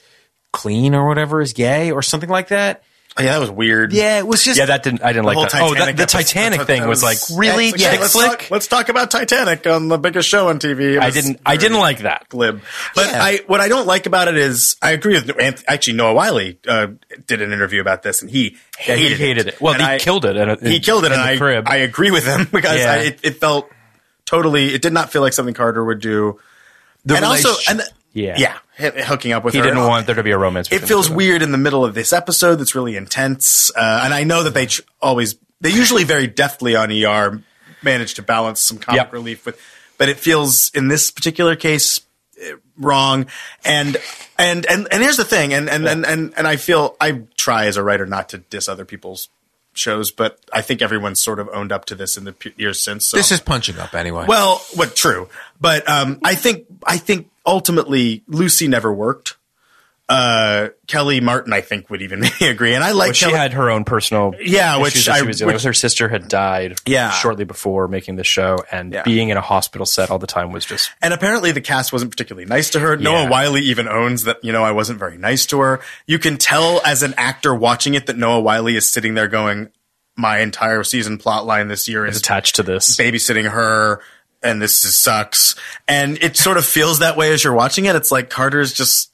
Speaker 7: clean or whatever is gay or something like that.
Speaker 5: Oh, yeah, that was weird.
Speaker 7: Yeah, it was just
Speaker 6: yeah, that didn't. I didn't like
Speaker 5: The whole
Speaker 6: that.
Speaker 5: Titanic.
Speaker 6: oh, that, the
Speaker 5: episode-
Speaker 6: Titanic
Speaker 5: that
Speaker 6: thing was, like really
Speaker 5: Yeah,
Speaker 6: chick
Speaker 5: let's
Speaker 6: flick.
Speaker 5: Talk, let's talk about Titanic on the biggest show on TV. It
Speaker 6: I
Speaker 5: was
Speaker 6: didn't. I
Speaker 5: very
Speaker 6: didn't like that.
Speaker 5: glib. But I, what I don't like about it is, I agree with Anth- actually Noah Wiley uh, did an interview about this, and he
Speaker 6: Yeah, he
Speaker 5: hated
Speaker 6: hated it. Well,
Speaker 5: And
Speaker 6: he
Speaker 5: I-
Speaker 6: killed it. in a-
Speaker 5: He killed it,
Speaker 6: in
Speaker 5: and
Speaker 6: the
Speaker 5: I
Speaker 6: crib.
Speaker 5: I agree with him because
Speaker 6: Yeah.
Speaker 5: I, it, it felt totally. It did not feel like something Carter would do. and also, and the-
Speaker 6: Yeah.
Speaker 5: yeah, h- hooking up with
Speaker 6: he
Speaker 5: her.
Speaker 6: didn't
Speaker 5: And-
Speaker 6: want there to be a romance.
Speaker 5: it
Speaker 6: between the
Speaker 5: feels
Speaker 6: two of them.
Speaker 5: weird in the middle of this episode that's really intense uh, and i know that they tr- always they usually very deftly on er manage to balance some comic
Speaker 6: Yep.
Speaker 5: relief with but it feels in this particular case eh, wrong and and and and here's the thing and and and, and and i feel i try as a writer not to diss other people's shows but i think everyone's sort of owned up to this in the p- years since so.
Speaker 7: this is punching up anyway.
Speaker 5: Well, what true, but um, I think I think ultimately Lucy never worked. Uh, Kelly Martin, I think, would even agree, and I like
Speaker 6: But she
Speaker 5: Kelly.
Speaker 6: had her own personal
Speaker 5: Yeah,
Speaker 6: issues
Speaker 5: which
Speaker 6: that she
Speaker 5: I-
Speaker 6: was dealing
Speaker 5: which-
Speaker 6: with. Her sister had died
Speaker 5: Yeah.
Speaker 6: shortly before making the show, and
Speaker 5: Yeah.
Speaker 6: being in a hospital set all the time was just
Speaker 5: and apparently, the cast wasn't particularly nice to her. Noah
Speaker 6: Yeah.
Speaker 5: Wiley even owns that. You know, I wasn't very nice to her. You can tell as an actor watching it that Noah Wiley is sitting there going, "My entire season plot line this year is
Speaker 6: attached to this.
Speaker 5: babysitting her." And this is, sucks, and it sort of feels that way as you're watching it. It's like Carter's just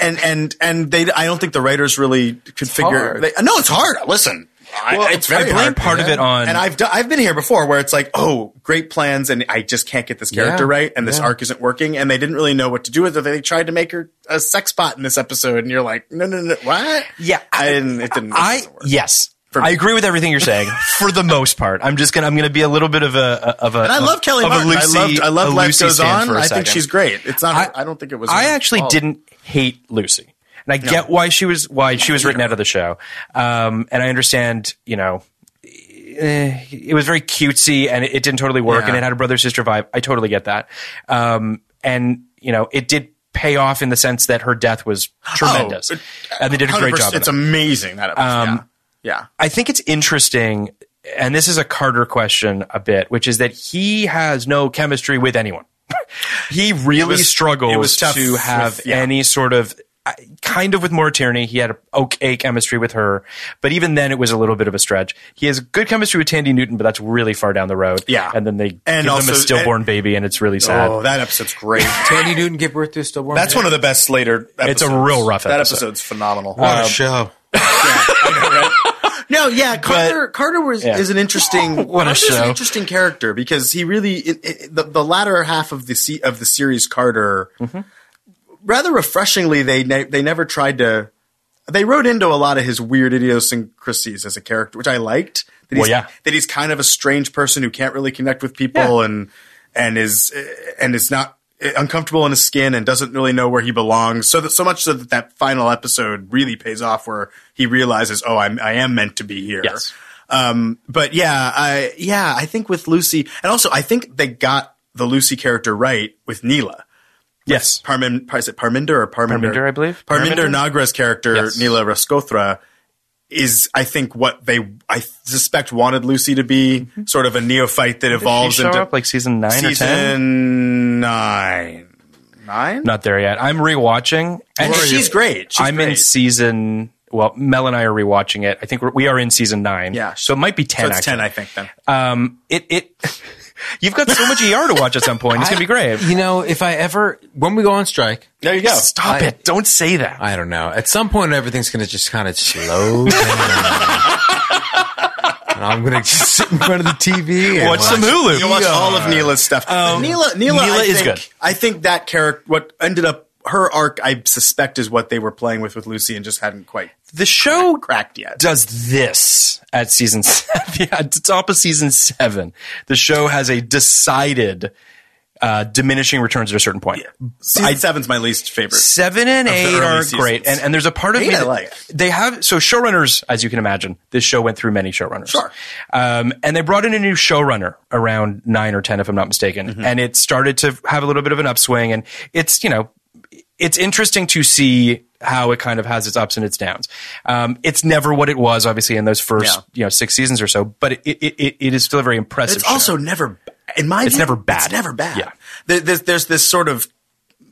Speaker 5: and and and they I don't think the writers really could figure.
Speaker 7: hard.
Speaker 5: They, no, it's hard. Listen, I, it's very
Speaker 6: I blame
Speaker 5: hard.
Speaker 6: part of it on
Speaker 5: And I've do, I've been here before where it's like, oh, great plans, and I just can't get this character
Speaker 7: Yeah.
Speaker 5: right, and this arc isn't working, and they didn't really know what to do with it. They tried to make her a sex bot in this episode, and you're like, no, no, no, what?
Speaker 6: Yeah,
Speaker 5: I didn't. It didn't. it
Speaker 6: I
Speaker 5: doesn't work.
Speaker 6: yes.
Speaker 5: For
Speaker 6: I
Speaker 5: me.
Speaker 6: agree with everything you're saying for the most part. I'm just gonna I'm gonna be a little bit of a of a
Speaker 5: And I love Kelly
Speaker 6: of
Speaker 5: Martin.
Speaker 6: a Lucy.
Speaker 5: I loved, I loved
Speaker 6: a
Speaker 5: Life
Speaker 6: Lucy
Speaker 5: Goes
Speaker 6: stand
Speaker 5: On.
Speaker 6: for a
Speaker 5: I think
Speaker 6: second.
Speaker 5: she's great. It's not. I, don't think it was.
Speaker 6: I
Speaker 5: her
Speaker 6: actually
Speaker 5: fault.
Speaker 6: didn't hate Lucy, and I get why she was why she was written out of the show, um, and I understand you know. eh, It was very cutesy, and it, it didn't totally work, and
Speaker 5: Yeah.
Speaker 6: it had a brother sister vibe. I totally get that, um, and you know, it did pay off in the sense that her death was tremendous,
Speaker 5: Oh, it-
Speaker 6: and they did a great
Speaker 5: 100%,
Speaker 6: job. of
Speaker 5: It's
Speaker 6: that.
Speaker 5: amazing that episode.
Speaker 6: Um,
Speaker 5: yeah. yeah.
Speaker 6: I think it's interesting, and this is a Carter question a bit, which is that he has no chemistry with anyone. he really
Speaker 5: It was-
Speaker 6: struggles
Speaker 5: it was tough
Speaker 6: to
Speaker 5: with-
Speaker 6: have
Speaker 5: yeah.
Speaker 6: any sort of I- kind of with Maura Tierney. He had a okay chemistry with her, but even then it was a little bit of a stretch. He has good chemistry with Tandy Newton, but that's really far down the road.
Speaker 5: Yeah.
Speaker 6: and then they
Speaker 5: And
Speaker 6: give
Speaker 5: also-
Speaker 6: him a stillborn baby, and it's really sad.
Speaker 5: Oh, that episode's great.
Speaker 7: Tandy Newton give birth to a stillborn.
Speaker 5: That's one of the best Slater. Episodes.
Speaker 6: It's a real rough
Speaker 5: That
Speaker 6: episode.
Speaker 5: episode's phenomenal.
Speaker 6: Um,
Speaker 7: a show.
Speaker 5: No, yeah, Carter. Carter was
Speaker 6: Yeah.
Speaker 5: is an interesting.
Speaker 6: What a
Speaker 5: Carter's
Speaker 6: show.
Speaker 5: An interesting character because he really it, it, the the latter half of the se- of the series Carter.
Speaker 6: Mm-hmm.
Speaker 5: Rather refreshingly, they ne- they never tried to. They wrote into a lot of his weird idiosyncrasies as a character, which I liked. That he's,
Speaker 6: Well, yeah.
Speaker 5: that he's kind of a strange person who can't really connect with people and and is and is not uncomfortable in his skin and doesn't really know where he belongs. So that so much so that that final episode really pays off where he realizes, oh, I'm I am meant to be here.
Speaker 6: Yes.
Speaker 5: Um, but yeah, I yeah, I think with Lucy, and also I think they got the Lucy character right with Neela.
Speaker 6: Yes.
Speaker 5: Parmin, is it Parminder or Parminder?
Speaker 6: Parminder, I believe.
Speaker 5: Parminder,
Speaker 6: Parminder?
Speaker 5: Nagra's character,
Speaker 6: Yes.
Speaker 5: Neela Raskothra, is I think what they I suspect wanted Lucy to be, sort of a neophyte that
Speaker 6: Mm-hmm. Did
Speaker 5: evolves
Speaker 6: she show
Speaker 5: into
Speaker 6: up like season nine or ten?
Speaker 5: season nine. Nine?
Speaker 6: Not there yet. I'm rewatching,
Speaker 5: And she's great. She's
Speaker 6: I'm in
Speaker 5: great.
Speaker 6: season. Well, Mel and I are rewatching it. I think we're, we are in season nine.
Speaker 5: Yeah.
Speaker 6: so it might be
Speaker 5: So
Speaker 6: ten.
Speaker 5: it's
Speaker 6: actually.
Speaker 5: ten, I think. Then
Speaker 6: Um, it it. You've got so much ER to watch at some point. It's gonna be great.
Speaker 7: You know, if I ever, when we go on strike,
Speaker 5: there you go.
Speaker 6: Stop it! Don't say that.
Speaker 7: I don't know. At some point, everything's going to just kind of slow down. and I'm going to just sit in front of the TV and
Speaker 6: Watch some Hulu.
Speaker 5: You watch all of Neela's stuff. Neela, Neela,
Speaker 6: Neela
Speaker 5: I
Speaker 6: is
Speaker 5: think,
Speaker 6: good.
Speaker 5: I think that character, what ended up her arc, I suspect, is what they were playing with with Lucy and just hadn't quite
Speaker 6: The show
Speaker 5: cracked yet.
Speaker 6: does this at season seven, yeah, at the top of season seven. The show has a decided uh, diminishing returns at a certain point.
Speaker 5: Season seven's my least favorite.
Speaker 6: Seven and
Speaker 5: Of the
Speaker 6: eight
Speaker 5: early
Speaker 6: are
Speaker 5: seasons.
Speaker 6: great, and and there's a part of
Speaker 5: Eight
Speaker 6: me
Speaker 5: I
Speaker 6: that-
Speaker 5: like.
Speaker 6: they have so showrunners, as you can imagine, this show went through many showrunners.
Speaker 5: Sure.
Speaker 6: um, and they brought in a new showrunner around nine or ten, if I'm not mistaken,
Speaker 5: Mm-hmm.
Speaker 6: and it started to have a little bit of an upswing, and it's you know, it's interesting to see how it kind of has its ups and its downs. Um, it's never what it was, obviously, in those first
Speaker 5: Yeah.
Speaker 6: you know six seasons or so, but it it, it, it is still a very impressive.
Speaker 5: It's
Speaker 6: show.
Speaker 5: also never, in my
Speaker 6: It's
Speaker 5: view,
Speaker 6: never bad.
Speaker 5: It's never bad.
Speaker 6: Yeah.
Speaker 5: There, there's, there's this sort of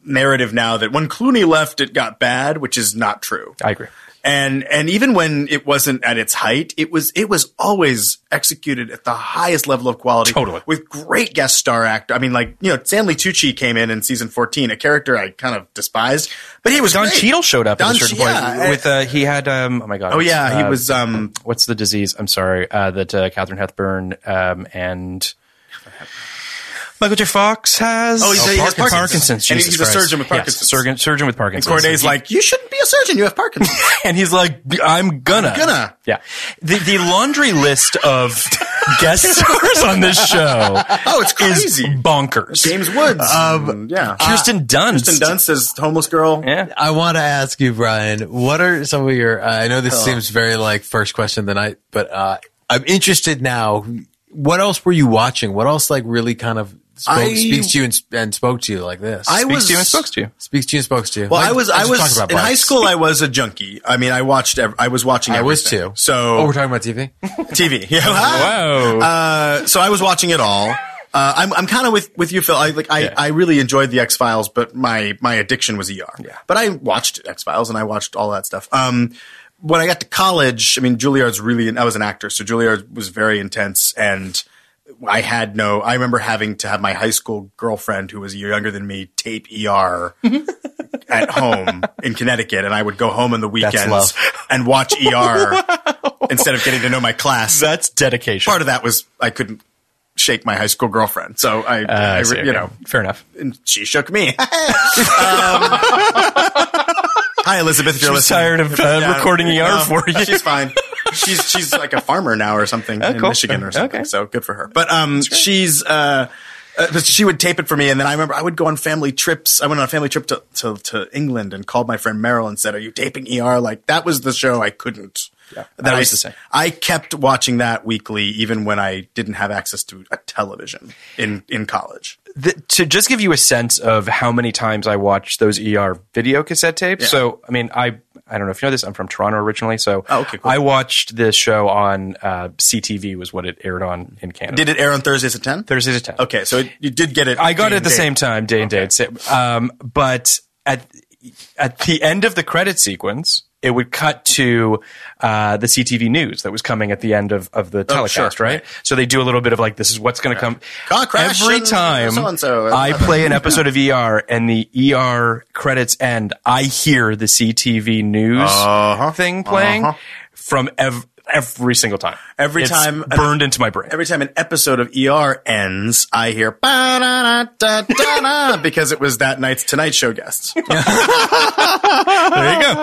Speaker 5: narrative now that when Clooney left, it got bad, which is not true.
Speaker 6: I agree.
Speaker 5: And and even when it wasn't at its height, it was it was always executed at the highest level of quality.
Speaker 6: Totally.
Speaker 5: With great guest star actor. I mean, like, you know, Stanley Tucci came in in season 14, a character I kind of despised, but he was
Speaker 6: Don
Speaker 5: great.
Speaker 6: Cheadle showed up
Speaker 5: Don
Speaker 6: at a certain
Speaker 5: Che- yeah,
Speaker 6: point with
Speaker 5: and-
Speaker 6: uh, he had um, oh my god
Speaker 5: Oh yeah,
Speaker 6: uh,
Speaker 5: he was um
Speaker 6: what's the disease? I'm sorry, uh, that uh, Catherine Hepburn um, and Michael J. Fox has.
Speaker 5: Oh, he's- he has Parkinson's.
Speaker 6: Parkinson's.
Speaker 5: And he's
Speaker 6: Jesus
Speaker 5: a
Speaker 6: Christ.
Speaker 5: surgeon with
Speaker 6: Yes,
Speaker 5: Parkinson's.
Speaker 6: surgeon, surgeon with Parkinson's.
Speaker 5: Corday's
Speaker 6: He-
Speaker 5: like, you shouldn't be a surgeon, you have Parkinson's.
Speaker 6: and he's like, I'm gonna,
Speaker 5: gonna.
Speaker 6: yeah. The the laundry list of guest stars on this show.
Speaker 5: Oh, it's
Speaker 6: is
Speaker 5: crazy.
Speaker 6: bonkers.
Speaker 5: James Woods. Um, yeah.
Speaker 6: Kirsten Dunst.
Speaker 5: Kirsten Dunst is homeless girl.
Speaker 6: Yeah.
Speaker 7: I want to ask you, Brian, what are some of your, uh, I know
Speaker 5: Oh.
Speaker 7: this seems very like first question of the night, but uh, I'm interested now. What else were you watching? What else like really kind of spoke,
Speaker 5: I-
Speaker 7: speaks to you and, and spoke to you like this?
Speaker 5: I
Speaker 6: Speaks
Speaker 5: was
Speaker 6: to you and spoke to you.
Speaker 7: speaks to you and spoke to you.
Speaker 5: Well,
Speaker 7: Like,
Speaker 5: I was I
Speaker 7: let's talk
Speaker 5: was
Speaker 7: about
Speaker 5: in
Speaker 7: Box.
Speaker 5: high school. I was a junkie. I mean, I watched. Ev- I was watching.
Speaker 7: I was
Speaker 5: everything.
Speaker 7: too.
Speaker 5: So
Speaker 7: Oh, we're talking Oh, about TV?
Speaker 5: TV. Yeah. Ah. Uh, so I was watching it all. Uh, I'm I'm kind of with, with you, Phil. I like I, I really enjoyed the X Files, but my my addiction was ER. Yeah. But I watched X Files and I watched all that stuff. Um, when I got to college, I mean, Juilliard's really. I was an actor, so Juilliard was very intense, and I had no. I remember having to have my high school girlfriend, who was a year younger than me, tape ER at home in Connecticut, and I would go home on the weekends
Speaker 7: love.
Speaker 5: and watch ER instead of getting to know my class
Speaker 6: That's dedication.
Speaker 5: part of that was I couldn't shake my high school girlfriend. So I,
Speaker 6: Uh,
Speaker 5: I
Speaker 6: I see,
Speaker 5: re- you
Speaker 6: okay.
Speaker 5: know,
Speaker 6: fair enough.
Speaker 5: and she shook me. um, hi, Elizabeth. If you're
Speaker 6: was
Speaker 5: listening.
Speaker 6: Um, tired of,
Speaker 5: If-
Speaker 6: uh, recording ER for you. Oh,
Speaker 5: She's fine. She's she's like a farmer now or something in
Speaker 6: cool.
Speaker 5: Michigan or something.
Speaker 6: Okay.
Speaker 5: So good for her. But um, she's uh. uh, but she would tape it for me, and then I remember I would go on family trips. I went on a family trip to, to, to England and called my friend Meryl and said, "Are you taping ER?" Like that was the show I couldn't. Yeah, that
Speaker 6: I was
Speaker 5: I-
Speaker 6: the same.
Speaker 5: I kept watching that weekly, even when I didn't have access to a television in in college.
Speaker 6: the, to just give you a sense of how many times I watched those ER video cassette tapes. So, I mean, I I don't know if you know this. I'm from Toronto originally, so
Speaker 5: Oh, okay, cool.
Speaker 6: I watched this show on uh, CTV was what it aired on in Canada.
Speaker 5: Did it air on Thursdays at ten?
Speaker 6: Thursdays at 10.
Speaker 5: Okay, so it, you did get it.
Speaker 6: I got it at
Speaker 5: day and
Speaker 6: the
Speaker 5: date.
Speaker 6: same time, day and date. Sa- Um, but at at the end of the credit sequence, it would cut to uh, the CTV news that was coming at the end of, of the telecast,
Speaker 5: Oh, sure,
Speaker 6: right? So they do a little bit of like, this is what's going to come.
Speaker 5: Car crash
Speaker 6: Every
Speaker 5: and
Speaker 6: time
Speaker 5: so-and-so.
Speaker 6: I play an episode of ER and the ER credits end, I hear the CTV news
Speaker 5: Uh-huh.
Speaker 6: thing playing from ev- every single time.
Speaker 5: Every
Speaker 6: It's
Speaker 5: time- uh,
Speaker 6: burned into my brain.
Speaker 5: Every time an episode of ER ends, I hear "Ba-da-da-da-da-da," because it was that night's Tonight Show guests.
Speaker 6: there you go.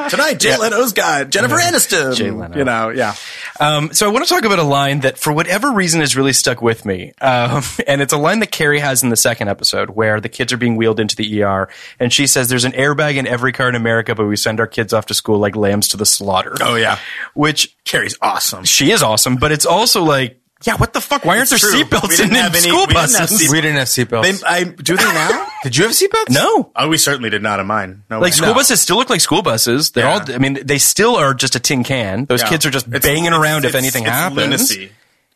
Speaker 5: Tonight, Jay Leno's got Jennifer Aniston.
Speaker 6: Mm-hmm. Jay Leno.
Speaker 5: You know, yeah.
Speaker 6: Um, so I want to talk about a line that, for whatever reason, has really stuck with me, um, and it's a line that Carrie has in the second episode, where the kids are being wheeled into the ER, and she says, "There's an airbag in every car in America, but we send our kids off to school like lambs to the slaughter."
Speaker 5: Oh yeah,
Speaker 6: which
Speaker 5: Carrie's awesome.
Speaker 6: she is awesome, but it's also like, yeah, what the fuck? Why aren't
Speaker 5: It's
Speaker 6: there
Speaker 5: true. We
Speaker 6: seatbelts
Speaker 5: didn't
Speaker 6: in, in
Speaker 5: have any-
Speaker 6: school
Speaker 5: we didn't have
Speaker 6: buses?
Speaker 5: seat-
Speaker 7: We didn't have
Speaker 5: They,
Speaker 7: seatbelts.
Speaker 5: I do they now?
Speaker 7: Did you have seatbelts?
Speaker 6: no.
Speaker 5: oh, we certainly did not in mine. No,
Speaker 6: Like
Speaker 5: way.
Speaker 6: school buses still look like school buses. They're
Speaker 5: Yeah.
Speaker 6: all. I mean, they still are just a tin can. Those
Speaker 5: Yeah.
Speaker 6: kids are just
Speaker 5: It's-
Speaker 6: banging
Speaker 5: it's-
Speaker 6: around if
Speaker 5: it's-
Speaker 6: anything
Speaker 5: it's
Speaker 6: happens.
Speaker 5: Lunacy.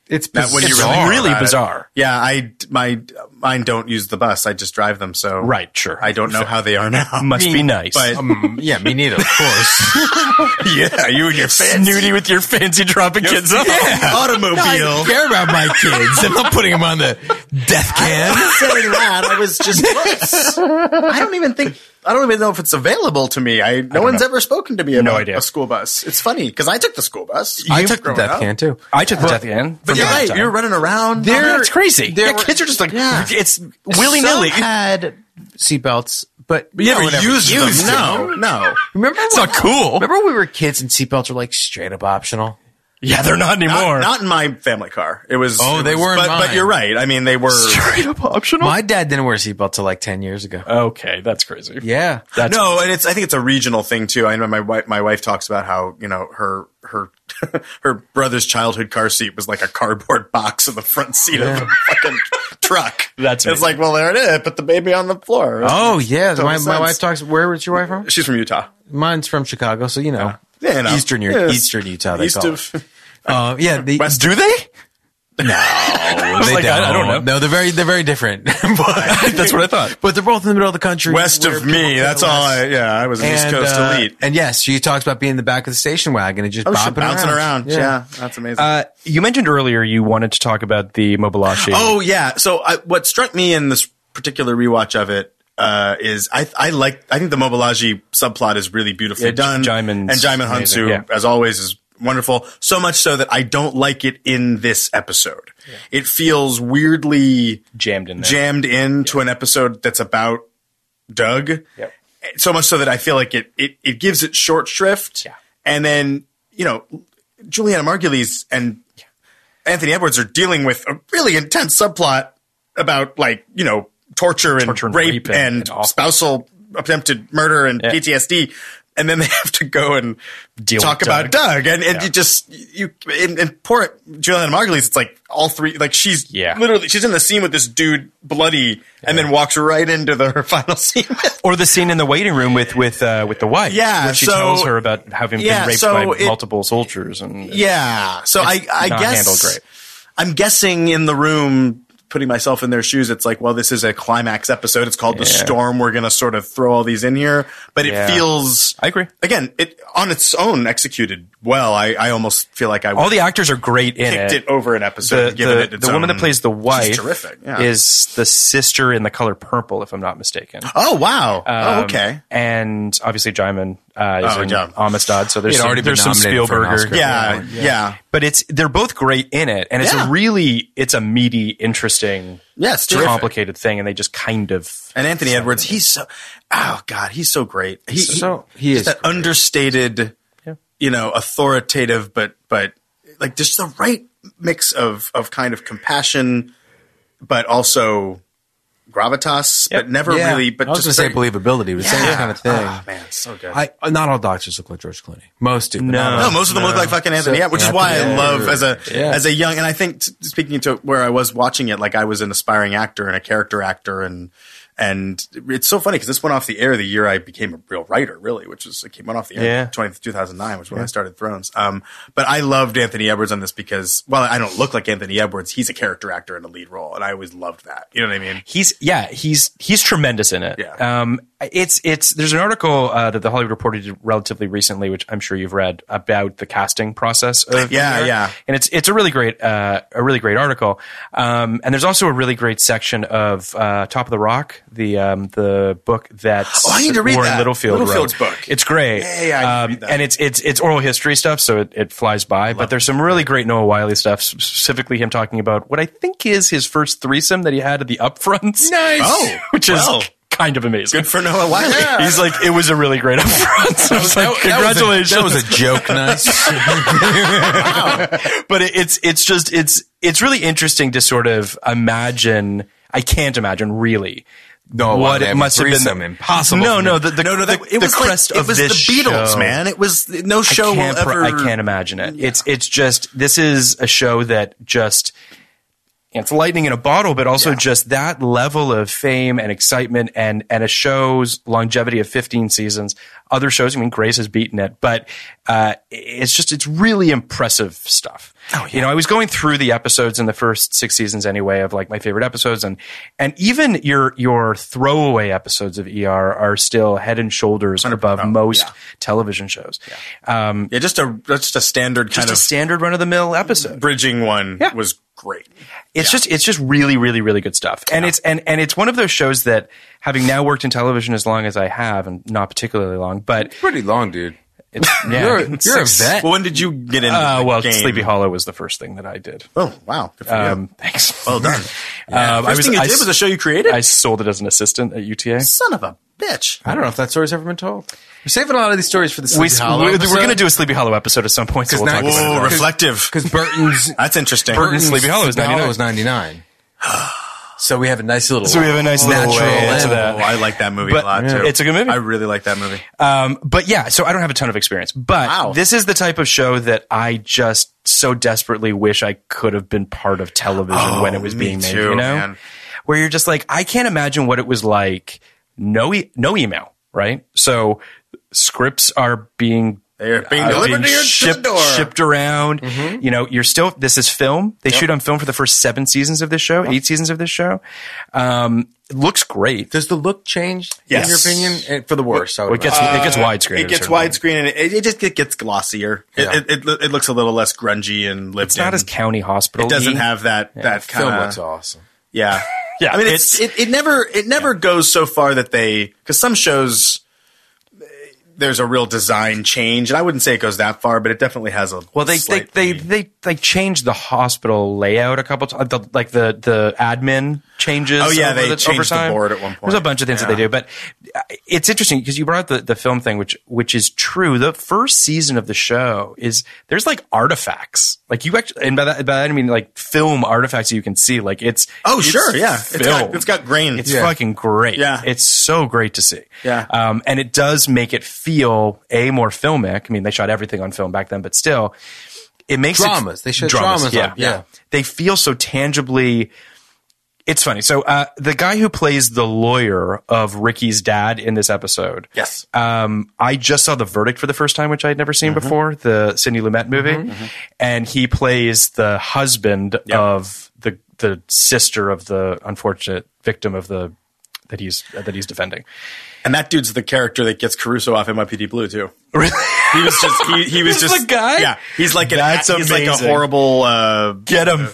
Speaker 7: It's
Speaker 5: That when you
Speaker 6: It's
Speaker 5: really, think
Speaker 6: really
Speaker 5: about it.
Speaker 6: bizarre.
Speaker 5: Yeah, I my mine don't use the bus. I just drive them. So
Speaker 6: Right, sure.
Speaker 5: I don't know how they are now.
Speaker 6: Must be nice.
Speaker 5: But
Speaker 7: Um, yeah, me neither. Of course.
Speaker 5: yeah, you and your
Speaker 6: Snooty with your fancy dropping kids off.
Speaker 7: I
Speaker 5: automobile.
Speaker 7: care about my kids. I'm not putting them on the death can.
Speaker 5: saying that, I was just. I don't even think. I don't even know if it's available to me. I no one's ever spoken to me about
Speaker 6: idea.
Speaker 5: a school bus. It's funny because I took the school bus.
Speaker 7: I
Speaker 5: You-
Speaker 7: took the
Speaker 5: growing
Speaker 7: death
Speaker 5: up.
Speaker 7: can too.
Speaker 6: I took the death can. from
Speaker 5: But you're
Speaker 6: time to
Speaker 5: right.
Speaker 6: time.
Speaker 5: You're running around.
Speaker 6: They're-
Speaker 5: They're-
Speaker 6: it's crazy.
Speaker 10: there
Speaker 6: Yeah,
Speaker 10: were-
Speaker 6: kids are just like
Speaker 5: Yeah.
Speaker 6: it's willy nilly.
Speaker 10: Some had seatbelts, but
Speaker 5: You never used,
Speaker 10: used
Speaker 5: them. No, no.
Speaker 10: Remember
Speaker 6: It's
Speaker 10: when-
Speaker 6: not cool.
Speaker 10: Remember when we were kids and seatbelts were like straight up optional.
Speaker 6: Yeah, they're not anymore.
Speaker 5: Not, not in my family car. It was.
Speaker 7: Oh,
Speaker 5: it
Speaker 7: they
Speaker 5: was-
Speaker 7: were in
Speaker 5: But, but
Speaker 7: mine.
Speaker 5: you're right. I mean, they were.
Speaker 7: My dad didn't wear a seatbelt till like ten years ago.
Speaker 6: okay, that's crazy.
Speaker 7: Yeah,
Speaker 6: That's
Speaker 5: no, and it's. I think it's a regional thing too. I know my wife. My wife talks about how you know her her her brother's childhood car seat was like a cardboard box in the front seat of a fucking truck.
Speaker 6: That's
Speaker 5: it's
Speaker 6: amazing.
Speaker 5: like well there it is. Put the baby on the floor.
Speaker 7: Oh yeah, my,
Speaker 5: Total
Speaker 7: my
Speaker 5: sense.
Speaker 7: wife talks. Where was your wife from?
Speaker 5: she's from Utah.
Speaker 7: Mine's from Chicago, so you know,
Speaker 5: Yeah, you know.
Speaker 7: Eastern Ur-
Speaker 5: Yes.
Speaker 7: Eastern Utah. They
Speaker 5: East
Speaker 7: call
Speaker 5: of-
Speaker 7: it. Uh, yeah, the,
Speaker 5: West-
Speaker 6: Do they?
Speaker 7: No,
Speaker 6: like, I- I don't know.
Speaker 7: No, they're very they're very different. but,
Speaker 6: That's what I thought.
Speaker 7: but they're both in the middle of the country,
Speaker 5: west of me. That's all. I, yeah, I was an East
Speaker 7: And,
Speaker 5: Coast
Speaker 7: uh,
Speaker 5: elite.
Speaker 7: and yes, she talks about being in the back of the station wagon and just
Speaker 5: Oh, shit,
Speaker 7: bopping
Speaker 5: bouncing around. Yeah. that's amazing.
Speaker 6: Uh, you mentioned earlier you wanted to talk about the Mobilashi.
Speaker 5: Oh yeah. So I, what struck me in this particular rewatch of it uh, is I I like I think the Mobilaji subplot is really beautifully
Speaker 6: Yeah, J-
Speaker 5: done.
Speaker 6: Jaimin's
Speaker 5: and Jaimin
Speaker 6: amazing,
Speaker 5: Hansu,
Speaker 6: yeah.
Speaker 5: as always, is wonderful. So much so that I don't like it in this episode. It feels weirdly
Speaker 6: jammed in there.
Speaker 5: jammed into an episode that's about Doug.
Speaker 6: Yep.
Speaker 5: So much so that I feel like it it, it gives it short shrift.
Speaker 6: Yeah.
Speaker 5: And then, you know, Juliana Margulies and Anthony Edwards are dealing with a really intense subplot about like, you know, torture and
Speaker 6: Torture and
Speaker 5: rape,
Speaker 6: rape and-
Speaker 5: and,
Speaker 6: and awful.
Speaker 5: spousal attempted murder and PTSD. And then they have to go and
Speaker 6: Deal
Speaker 5: talk
Speaker 6: with
Speaker 5: about Doug,
Speaker 6: Doug.
Speaker 5: and, and
Speaker 6: Yeah.
Speaker 5: you just you and, and poor Juliana Margulies. It's like all three, like she's
Speaker 6: Yeah.
Speaker 5: literally she's in the scene with this dude bloody, and then walks right into the her final scene.
Speaker 6: Or the scene in the waiting room with with uh, with the wife.
Speaker 5: Yeah,
Speaker 6: where she
Speaker 5: so-
Speaker 6: tells her about having
Speaker 5: Yeah,
Speaker 6: been raped
Speaker 5: so
Speaker 6: by
Speaker 5: it-
Speaker 6: multiple soldiers and and
Speaker 5: yeah, so I I
Speaker 6: not handled
Speaker 5: guess
Speaker 6: great.
Speaker 5: I'm guessing in the room. Putting myself in their shoes, it's like, well, this is a climax episode. It's called the storm. We're gonna sort of throw all these in here, but it
Speaker 6: Yeah.
Speaker 5: feels.
Speaker 6: I agree.
Speaker 5: Again, it on its own executed well. I, I almost feel like I
Speaker 6: All the actors are great in
Speaker 5: kicked
Speaker 6: it.
Speaker 5: it over an episode.
Speaker 6: the,
Speaker 5: given
Speaker 6: the-
Speaker 5: it its
Speaker 6: the woman
Speaker 5: own-
Speaker 6: that plays the
Speaker 5: She's
Speaker 6: wife
Speaker 5: terrific. Yeah.
Speaker 6: is the sister in the color purple, if I'm not mistaken.
Speaker 5: Oh wow! oh
Speaker 6: Um,
Speaker 5: okay.
Speaker 6: And obviously, Jaimin uh, is
Speaker 5: Oh,
Speaker 6: in
Speaker 5: yeah.
Speaker 6: Amistad, so there's
Speaker 7: He'd
Speaker 6: some,
Speaker 7: already been
Speaker 6: there's some
Speaker 7: nominated for an
Speaker 6: Spielberger.
Speaker 7: Oscar.
Speaker 5: Yeah, yeah,
Speaker 6: but it's they're both great in it, and it's
Speaker 5: Yeah.
Speaker 6: a really it's a meaty, interesting,
Speaker 5: Yeah, it's terrific.
Speaker 6: complicated thing, and they just kind of
Speaker 5: And Anthony Edwards, he's so oh god, he's so great. He,
Speaker 7: So- he
Speaker 5: just
Speaker 7: is
Speaker 5: that
Speaker 7: great.
Speaker 5: understated, you know, authoritative, but but like just the right mix of of kind of compassion, but also gravitas, but never
Speaker 7: Yeah.
Speaker 5: really. But
Speaker 7: I was
Speaker 5: just
Speaker 7: going to say
Speaker 5: very-
Speaker 7: believability, but same kind of thing.
Speaker 5: Ah, man, so good.
Speaker 7: I not all doctors look like George Clooney. Most do. but not
Speaker 6: Uh,
Speaker 7: all.
Speaker 5: No, most of them look like fucking Anthony,
Speaker 7: So-
Speaker 5: Ed- which is why I
Speaker 7: Anthony
Speaker 5: love as a
Speaker 7: Yeah.
Speaker 5: as a young. And I think t- speaking to where I was watching it, like I was an aspiring actor and a character actor, and and it's so funny because this went off the air the year I became a real writer, really, which was it came went off the air
Speaker 6: Yeah.
Speaker 5: in 20, 2009, which is when I started Thrones. Um, but I loved Anthony Edwards on this because well, I don't look like Anthony Edwards. He's a character actor in a lead role, and I always loved that. You know what I mean?
Speaker 6: he's yeah he's he's tremendous in it
Speaker 5: Yeah.
Speaker 6: um it's it's there's an article uh, that the hollywood reporter did relatively recently which i'm sure you've read about the casting process of
Speaker 5: Yeah,
Speaker 6: Mira.
Speaker 5: yeah.
Speaker 6: and it's it's a really great uh a really great article um and there's also a really great section of uh top of the rock the um the book that
Speaker 5: Oh, I need to read
Speaker 6: warren
Speaker 5: that.
Speaker 6: littlefield
Speaker 5: Littlefield's
Speaker 6: wrote.
Speaker 5: book.
Speaker 6: it's great Um,
Speaker 5: Yeah, yeah, yeah, I need to read that.
Speaker 6: and it's it's it's oral history stuff so it, it flies by but there's some really great noah wiley stuff specifically him talking about what i think is his first threesome that he had at the upfronts
Speaker 5: Oh,
Speaker 6: which is
Speaker 5: well.
Speaker 6: kind of amazing.
Speaker 5: Good for Noah Wiley.
Speaker 6: He's like, it was a really great upfront. So I was like, congratulations.
Speaker 4: That was a joke, nice.
Speaker 6: but it, it's it's just it's it's really interesting to sort of imagine. I can't imagine really.
Speaker 7: No,
Speaker 6: what
Speaker 7: they
Speaker 6: it
Speaker 7: have a
Speaker 6: must have been
Speaker 7: threesome. Impossible
Speaker 6: No,
Speaker 7: for
Speaker 6: no,
Speaker 7: me.
Speaker 6: the, the, no, no, the,
Speaker 5: it
Speaker 6: the
Speaker 5: was
Speaker 6: crest
Speaker 5: like,
Speaker 6: of
Speaker 5: it was
Speaker 6: this
Speaker 5: the Beatles,
Speaker 6: show.
Speaker 5: man. It was no
Speaker 6: I
Speaker 5: show will
Speaker 6: can't pro-
Speaker 5: ever.
Speaker 6: I can't imagine it. It's it's just this is a show that just it's lightning in a bottle, but also just that level of fame and excitement and and a show's longevity of 15 seasons. Other shows, I mean, Grace has beaten it, but uh, it's just it's really impressive stuff. Oh, You know, I was going through the episodes in the first six seasons anyway of like my favorite episodes, and and even your your throwaway episodes of ER are still head and shoulders above most television shows. Um,
Speaker 5: Yeah, just a just a standard kind
Speaker 6: just a
Speaker 5: of
Speaker 6: standard run of the mill episode.
Speaker 5: bridging one
Speaker 6: Yeah.
Speaker 5: was great.
Speaker 6: It's just it's just really really really good stuff. And it's and and it's one of those shows that having now worked in television as long as I have and not particularly long, but
Speaker 7: Pretty long, dude.
Speaker 6: it's, yeah,
Speaker 7: You're, you're a vet.
Speaker 5: Well, when did you get into?
Speaker 6: Uh,
Speaker 5: the
Speaker 6: well,
Speaker 5: game?
Speaker 6: Sleepy Hollow was the first thing that I did.
Speaker 5: Oh wow, good for
Speaker 6: Um,
Speaker 5: you.
Speaker 6: thanks.
Speaker 5: Well done.
Speaker 6: Um,
Speaker 5: First thing you did
Speaker 6: s-
Speaker 5: uh, was a show you created.
Speaker 6: I sold it as an assistant at UTA.
Speaker 5: Son of a bitch.
Speaker 7: I don't know if that story's ever been told. We're saving a lot of these stories for the
Speaker 6: We,
Speaker 7: Sleepy Hollow
Speaker 6: we're
Speaker 7: episode.
Speaker 6: going to do a Sleepy Hollow episode at some point, so we'll
Speaker 7: now-
Speaker 6: talk about it.
Speaker 5: Whoa, reflective.
Speaker 7: because Burton's
Speaker 5: That's interesting.
Speaker 6: Burton's Sleepy Hollow is 99.
Speaker 7: was 99. so we have a nice little.
Speaker 6: So we have a nice little
Speaker 7: natural
Speaker 6: way into
Speaker 7: animal.
Speaker 6: that.
Speaker 5: Oh, I like that movie
Speaker 6: But
Speaker 5: a lot too.
Speaker 6: it's a good movie.
Speaker 5: I really like that movie.
Speaker 6: Um, but yeah, so I don't have a ton of experience, but
Speaker 5: Wow.
Speaker 6: this is the type of show that I just so desperately wish I could have been part of television when it was
Speaker 5: Oh, me
Speaker 6: being made.
Speaker 5: too,
Speaker 6: you know,
Speaker 5: man.
Speaker 6: where you're just like, I can't imagine what it was like. No, e- no email, right? So scripts are being
Speaker 5: They're being
Speaker 6: uh,
Speaker 5: delivered to your to the
Speaker 6: shipped,
Speaker 5: door. Mm-hmm.
Speaker 6: shipped around. You know, you're still, this is film. They shoot on film for the first seven seasons of this show, eight seasons of this show. Um, it looks great.
Speaker 7: Does the look change
Speaker 5: Yes.
Speaker 7: in your opinion Eh, for the worse? I would
Speaker 6: It gets,
Speaker 7: imagine.
Speaker 6: it gets widescreen.
Speaker 5: Uh, It gets
Speaker 6: certainly.
Speaker 5: widescreen and it, it just it gets glossier.
Speaker 7: Yeah.
Speaker 5: It, it, it, it looks a little less grungy and lived
Speaker 6: It's not
Speaker 5: in.
Speaker 6: as county hospital.
Speaker 5: it doesn't have that that
Speaker 7: film
Speaker 5: kind
Speaker 7: looks
Speaker 5: of
Speaker 7: awesome.
Speaker 5: yeah
Speaker 6: Yeah,
Speaker 5: I mean it's, it, it never it never goes so far that they because some shows eh, there's a real design change and I wouldn't say it goes that far but it definitely has a
Speaker 6: Well, they they, they
Speaker 5: slightly-
Speaker 6: they they changed the hospital layout a couple times. The, like the the admin changes.
Speaker 5: Oh, yeah,
Speaker 6: over
Speaker 5: they
Speaker 6: the,
Speaker 5: changed
Speaker 6: over
Speaker 5: the
Speaker 6: time.
Speaker 5: board at one
Speaker 6: There's a
Speaker 5: point.
Speaker 6: bunch of things that
Speaker 5: Yeah.
Speaker 6: they do, but uh, it's interesting because you brought up the the film thing, which which is true. The first season of the show is there's like artifacts, like you actually, and by that by that I mean like film artifacts that you can see. Like it's
Speaker 5: oh
Speaker 6: it's
Speaker 5: sure yeah it's
Speaker 6: film.
Speaker 5: got, it's got grain
Speaker 6: It's fucking great.
Speaker 5: Yeah.
Speaker 6: It's so great to see.
Speaker 5: Yeah.
Speaker 6: Um, and it does make it feel a more filmic. I mean, they shot everything on film back then, but still, it makes
Speaker 7: Dramas.
Speaker 6: It,
Speaker 7: They showed dramas
Speaker 6: yeah,
Speaker 7: on- yeah.
Speaker 6: They feel so tangibly. It's funny. So uh, the guy who plays the lawyer of Ricky's dad in this episode,
Speaker 5: yes
Speaker 6: um, I just saw the verdict for the first time, which I had never seen before, the Sidney Lumet movie, and he plays the husband of the the sister of the unfortunate victim of the that he's that he's defending.
Speaker 5: and that dude's the character that gets Caruso off NYPD Blue too he was just he, he was
Speaker 6: He's
Speaker 5: just
Speaker 6: the guy?
Speaker 5: yeah he's like an
Speaker 6: That's
Speaker 5: he's like a
Speaker 6: amazing.
Speaker 5: horrible uh,
Speaker 6: Get him.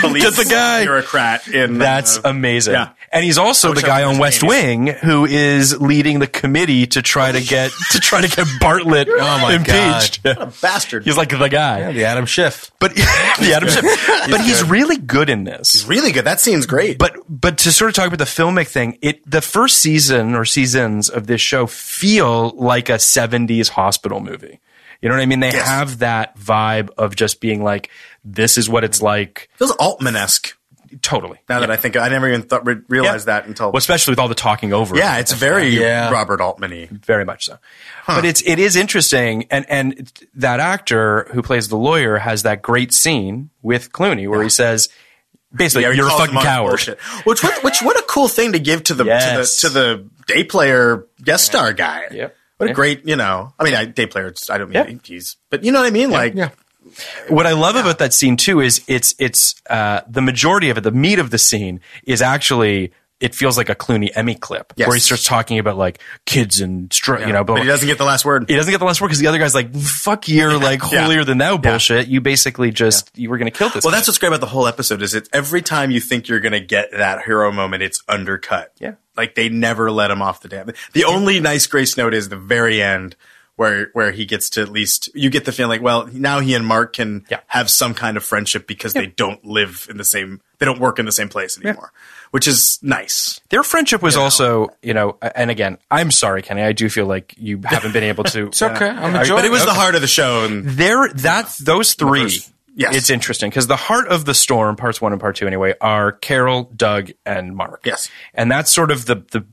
Speaker 5: police
Speaker 6: Get the guy.
Speaker 5: bureaucrat in
Speaker 6: That's
Speaker 5: uh,
Speaker 6: amazing.
Speaker 5: yeah.
Speaker 6: And he's also the
Speaker 5: I
Speaker 6: guy
Speaker 5: was
Speaker 6: on West Wing who is leading the committee to try to get to try to get Bartlett impeached.
Speaker 5: bastard
Speaker 6: He's like the guy.
Speaker 7: Yeah, the Adam Schiff.
Speaker 6: But the Adam Schiff. But he's really good in this.
Speaker 5: really good that scene's great
Speaker 6: but but to sort of talk about the filmic thing, it the first season or seasons of this show feel like a 70s hospital movie. You know what I mean? They have that vibe of just being like, this is what it's like.
Speaker 5: feels Altman esque.
Speaker 6: Totally.
Speaker 5: Now that I think, I never even thought, re- realized that until.
Speaker 6: Well, especially with all the talking over.
Speaker 5: yeah, it's very
Speaker 7: Yeah.
Speaker 5: Robert Altman-y.
Speaker 6: very much so. But it's it is interesting, and and that actor who plays the lawyer has that great scene with Clooney where he says, basically,
Speaker 5: Yeah, he
Speaker 6: you're a
Speaker 5: calls
Speaker 6: fucking
Speaker 5: him on
Speaker 6: coward.
Speaker 5: bullshit. Which, what, which, what a cool thing to give to the
Speaker 6: Yes.
Speaker 5: to the to the day player guest star guy.
Speaker 6: Yep.
Speaker 5: What a
Speaker 6: Yeah.
Speaker 5: great, you know. I mean, I, day player. it's- I don't mean
Speaker 6: Yeah.
Speaker 5: he's, but you know what I mean. Like,
Speaker 6: what I love about that scene too is it's it's uh, the majority of it, the meat of the scene is actually it feels like a Clooney Emmy clip where he
Speaker 5: Yes.
Speaker 6: starts talking about like kids and str- you know, blah,
Speaker 5: but he
Speaker 6: blah.
Speaker 5: doesn't get the last word.
Speaker 6: He doesn't get the last word because the other guy's like, "Fuck your like
Speaker 5: Yeah.
Speaker 6: holier than thou bullshit." You basically just you were gonna kill this.
Speaker 5: well,
Speaker 6: guy."
Speaker 5: that's what's great about the whole episode is it's every time you think you're going to get that hero moment, it's undercut.
Speaker 6: Yeah.
Speaker 5: like they never let him off the damn. The only nice grace note is the very end where where he gets to at least you get the feeling like well now he and Mark can
Speaker 6: Yeah.
Speaker 5: have some kind of friendship because they don't live in the same They don't work in the same place anymore, which is nice.
Speaker 6: Their friendship was also, you know, and again, I'm sorry, Kenny. I do feel like you haven't been able to. it's
Speaker 4: okay. I'm enjoying
Speaker 5: But it was the heart of the show, and
Speaker 6: there that those three
Speaker 5: Yes.
Speaker 6: it's interesting because the heart of the storm parts one and part two anyway are carol doug and mark
Speaker 5: Yes.
Speaker 6: and that's sort of the the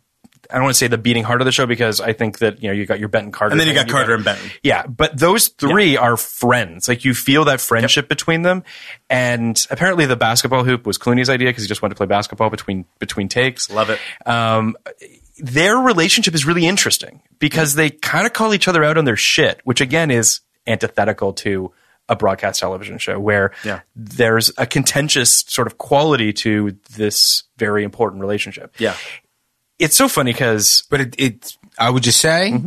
Speaker 6: i don't want to say the beating heart of the show because i think that you know you got your benton carter
Speaker 5: and then you got
Speaker 6: thing,
Speaker 5: Carter and Benton.
Speaker 6: yeah but those three are friends like you feel that friendship between them and apparently the basketball hoop was clooney's idea because he just wanted to play basketball between between takes
Speaker 5: Love it.
Speaker 6: their relationship is really interesting because they kind of call each other out on their shit, which again is antithetical to a broadcast television show where
Speaker 5: Yeah.
Speaker 6: there's a contentious sort of quality to this very important relationship.
Speaker 5: Yeah.
Speaker 6: It's so funny because
Speaker 4: But it, it I would just say,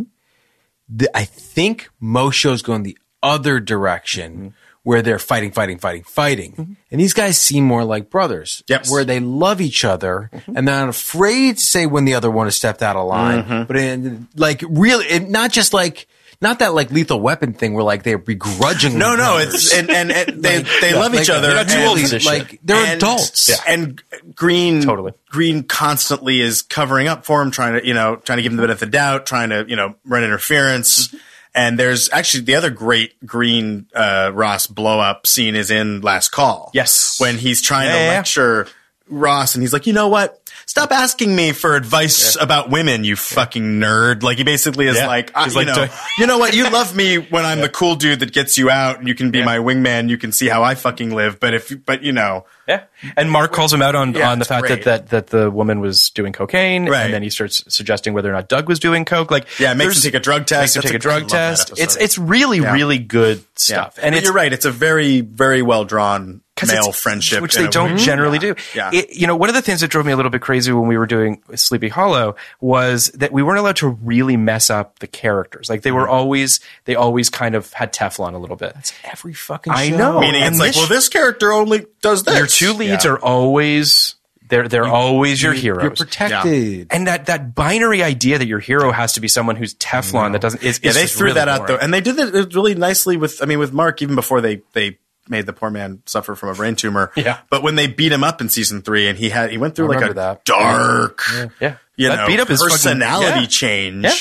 Speaker 4: that I think most shows go in the other direction where they're fighting, fighting, fighting, fighting. And these guys seem more like brothers,
Speaker 5: Yes.
Speaker 4: where they love each other and they're not afraid to say when the other one has stepped out of line. But in, like, really, it, not just like, not that like lethal weapon thing where like they're begrudgingly.
Speaker 5: No, no,
Speaker 4: brothers.
Speaker 5: it's and and, and they they
Speaker 4: Yeah,
Speaker 5: love
Speaker 4: like,
Speaker 5: each other.
Speaker 4: they're not too
Speaker 5: and-
Speaker 4: old for this Like, shit. they're
Speaker 5: and-
Speaker 4: adults. Yeah.
Speaker 5: And Green
Speaker 6: Totally.
Speaker 5: Green constantly is covering up for him, trying to you know trying to give him the benefit of the doubt, trying to you know run interference. And there's actually the other great Green uh, Ross blow up scene is in Last Call.
Speaker 6: Yes.
Speaker 5: when he's trying
Speaker 6: Yeah,
Speaker 5: to
Speaker 6: yeah, yeah.
Speaker 5: lecture Ross, and he's like, you know what? Stop asking me for advice about women, you fucking nerd. Like he basically is
Speaker 6: Yeah.
Speaker 5: like, I,
Speaker 6: He's
Speaker 5: you
Speaker 6: like,
Speaker 5: know,
Speaker 6: "Don't-
Speaker 5: you know what? You love me when I'm the cool dude that gets you out, and you can be my wingman. You can see how I fucking live. But if, you- but you know,
Speaker 6: yeah. And Mark calls him out on,
Speaker 5: Yeah,
Speaker 6: on the
Speaker 5: it's
Speaker 6: fact that,
Speaker 5: great.
Speaker 6: that that the woman was doing cocaine,
Speaker 5: Right.
Speaker 6: and then he starts suggesting whether or not Doug was doing coke. Like,
Speaker 5: Yeah, it makes him
Speaker 6: there's-
Speaker 5: take a drug test.
Speaker 6: Makes him
Speaker 5: That's
Speaker 6: take
Speaker 5: a-
Speaker 6: a drug
Speaker 5: I love that
Speaker 6: test.
Speaker 5: episode.
Speaker 6: It's it's really really good stuff,
Speaker 5: and
Speaker 6: and it's
Speaker 5: you're right. It's a very, very well drawn
Speaker 6: 'Cause
Speaker 5: male
Speaker 6: it's-
Speaker 5: friendship,
Speaker 6: which
Speaker 5: in
Speaker 6: they
Speaker 5: a
Speaker 6: don't
Speaker 5: way.
Speaker 6: generally do.
Speaker 5: Yeah.
Speaker 6: It- you know, one of the things that drove me a little bit crazy when we were doing Sleepy Hollow was that we weren't allowed to really mess up the characters. Like they were
Speaker 5: Mm.
Speaker 6: always, they always kind of had Teflon a little bit.
Speaker 4: It's every fucking show.
Speaker 6: I know.
Speaker 5: Meaning,
Speaker 6: And
Speaker 5: it's like,
Speaker 6: this-
Speaker 5: well, this character only does this.
Speaker 6: your two leads
Speaker 5: Yeah.
Speaker 6: are always they're they're always your heroes.
Speaker 4: You're protected.
Speaker 6: and that, that binary idea that your hero has to be someone who's Teflon that doesn't is
Speaker 5: Yeah,
Speaker 6: is
Speaker 5: they
Speaker 6: just
Speaker 5: threw
Speaker 6: really
Speaker 5: that out
Speaker 6: boring.
Speaker 5: though, and they did it it really nicely with. I mean, with Mark, even before they they made the poor man suffer from a brain tumor.
Speaker 6: Yeah.
Speaker 5: But when they beat him up in season three, and he had he went through like a
Speaker 4: remember that.
Speaker 5: dark,
Speaker 6: Yeah.
Speaker 5: you
Speaker 6: That
Speaker 5: know,
Speaker 6: beat up is fucking-
Speaker 5: personality
Speaker 6: yeah.
Speaker 5: change.
Speaker 6: Yeah.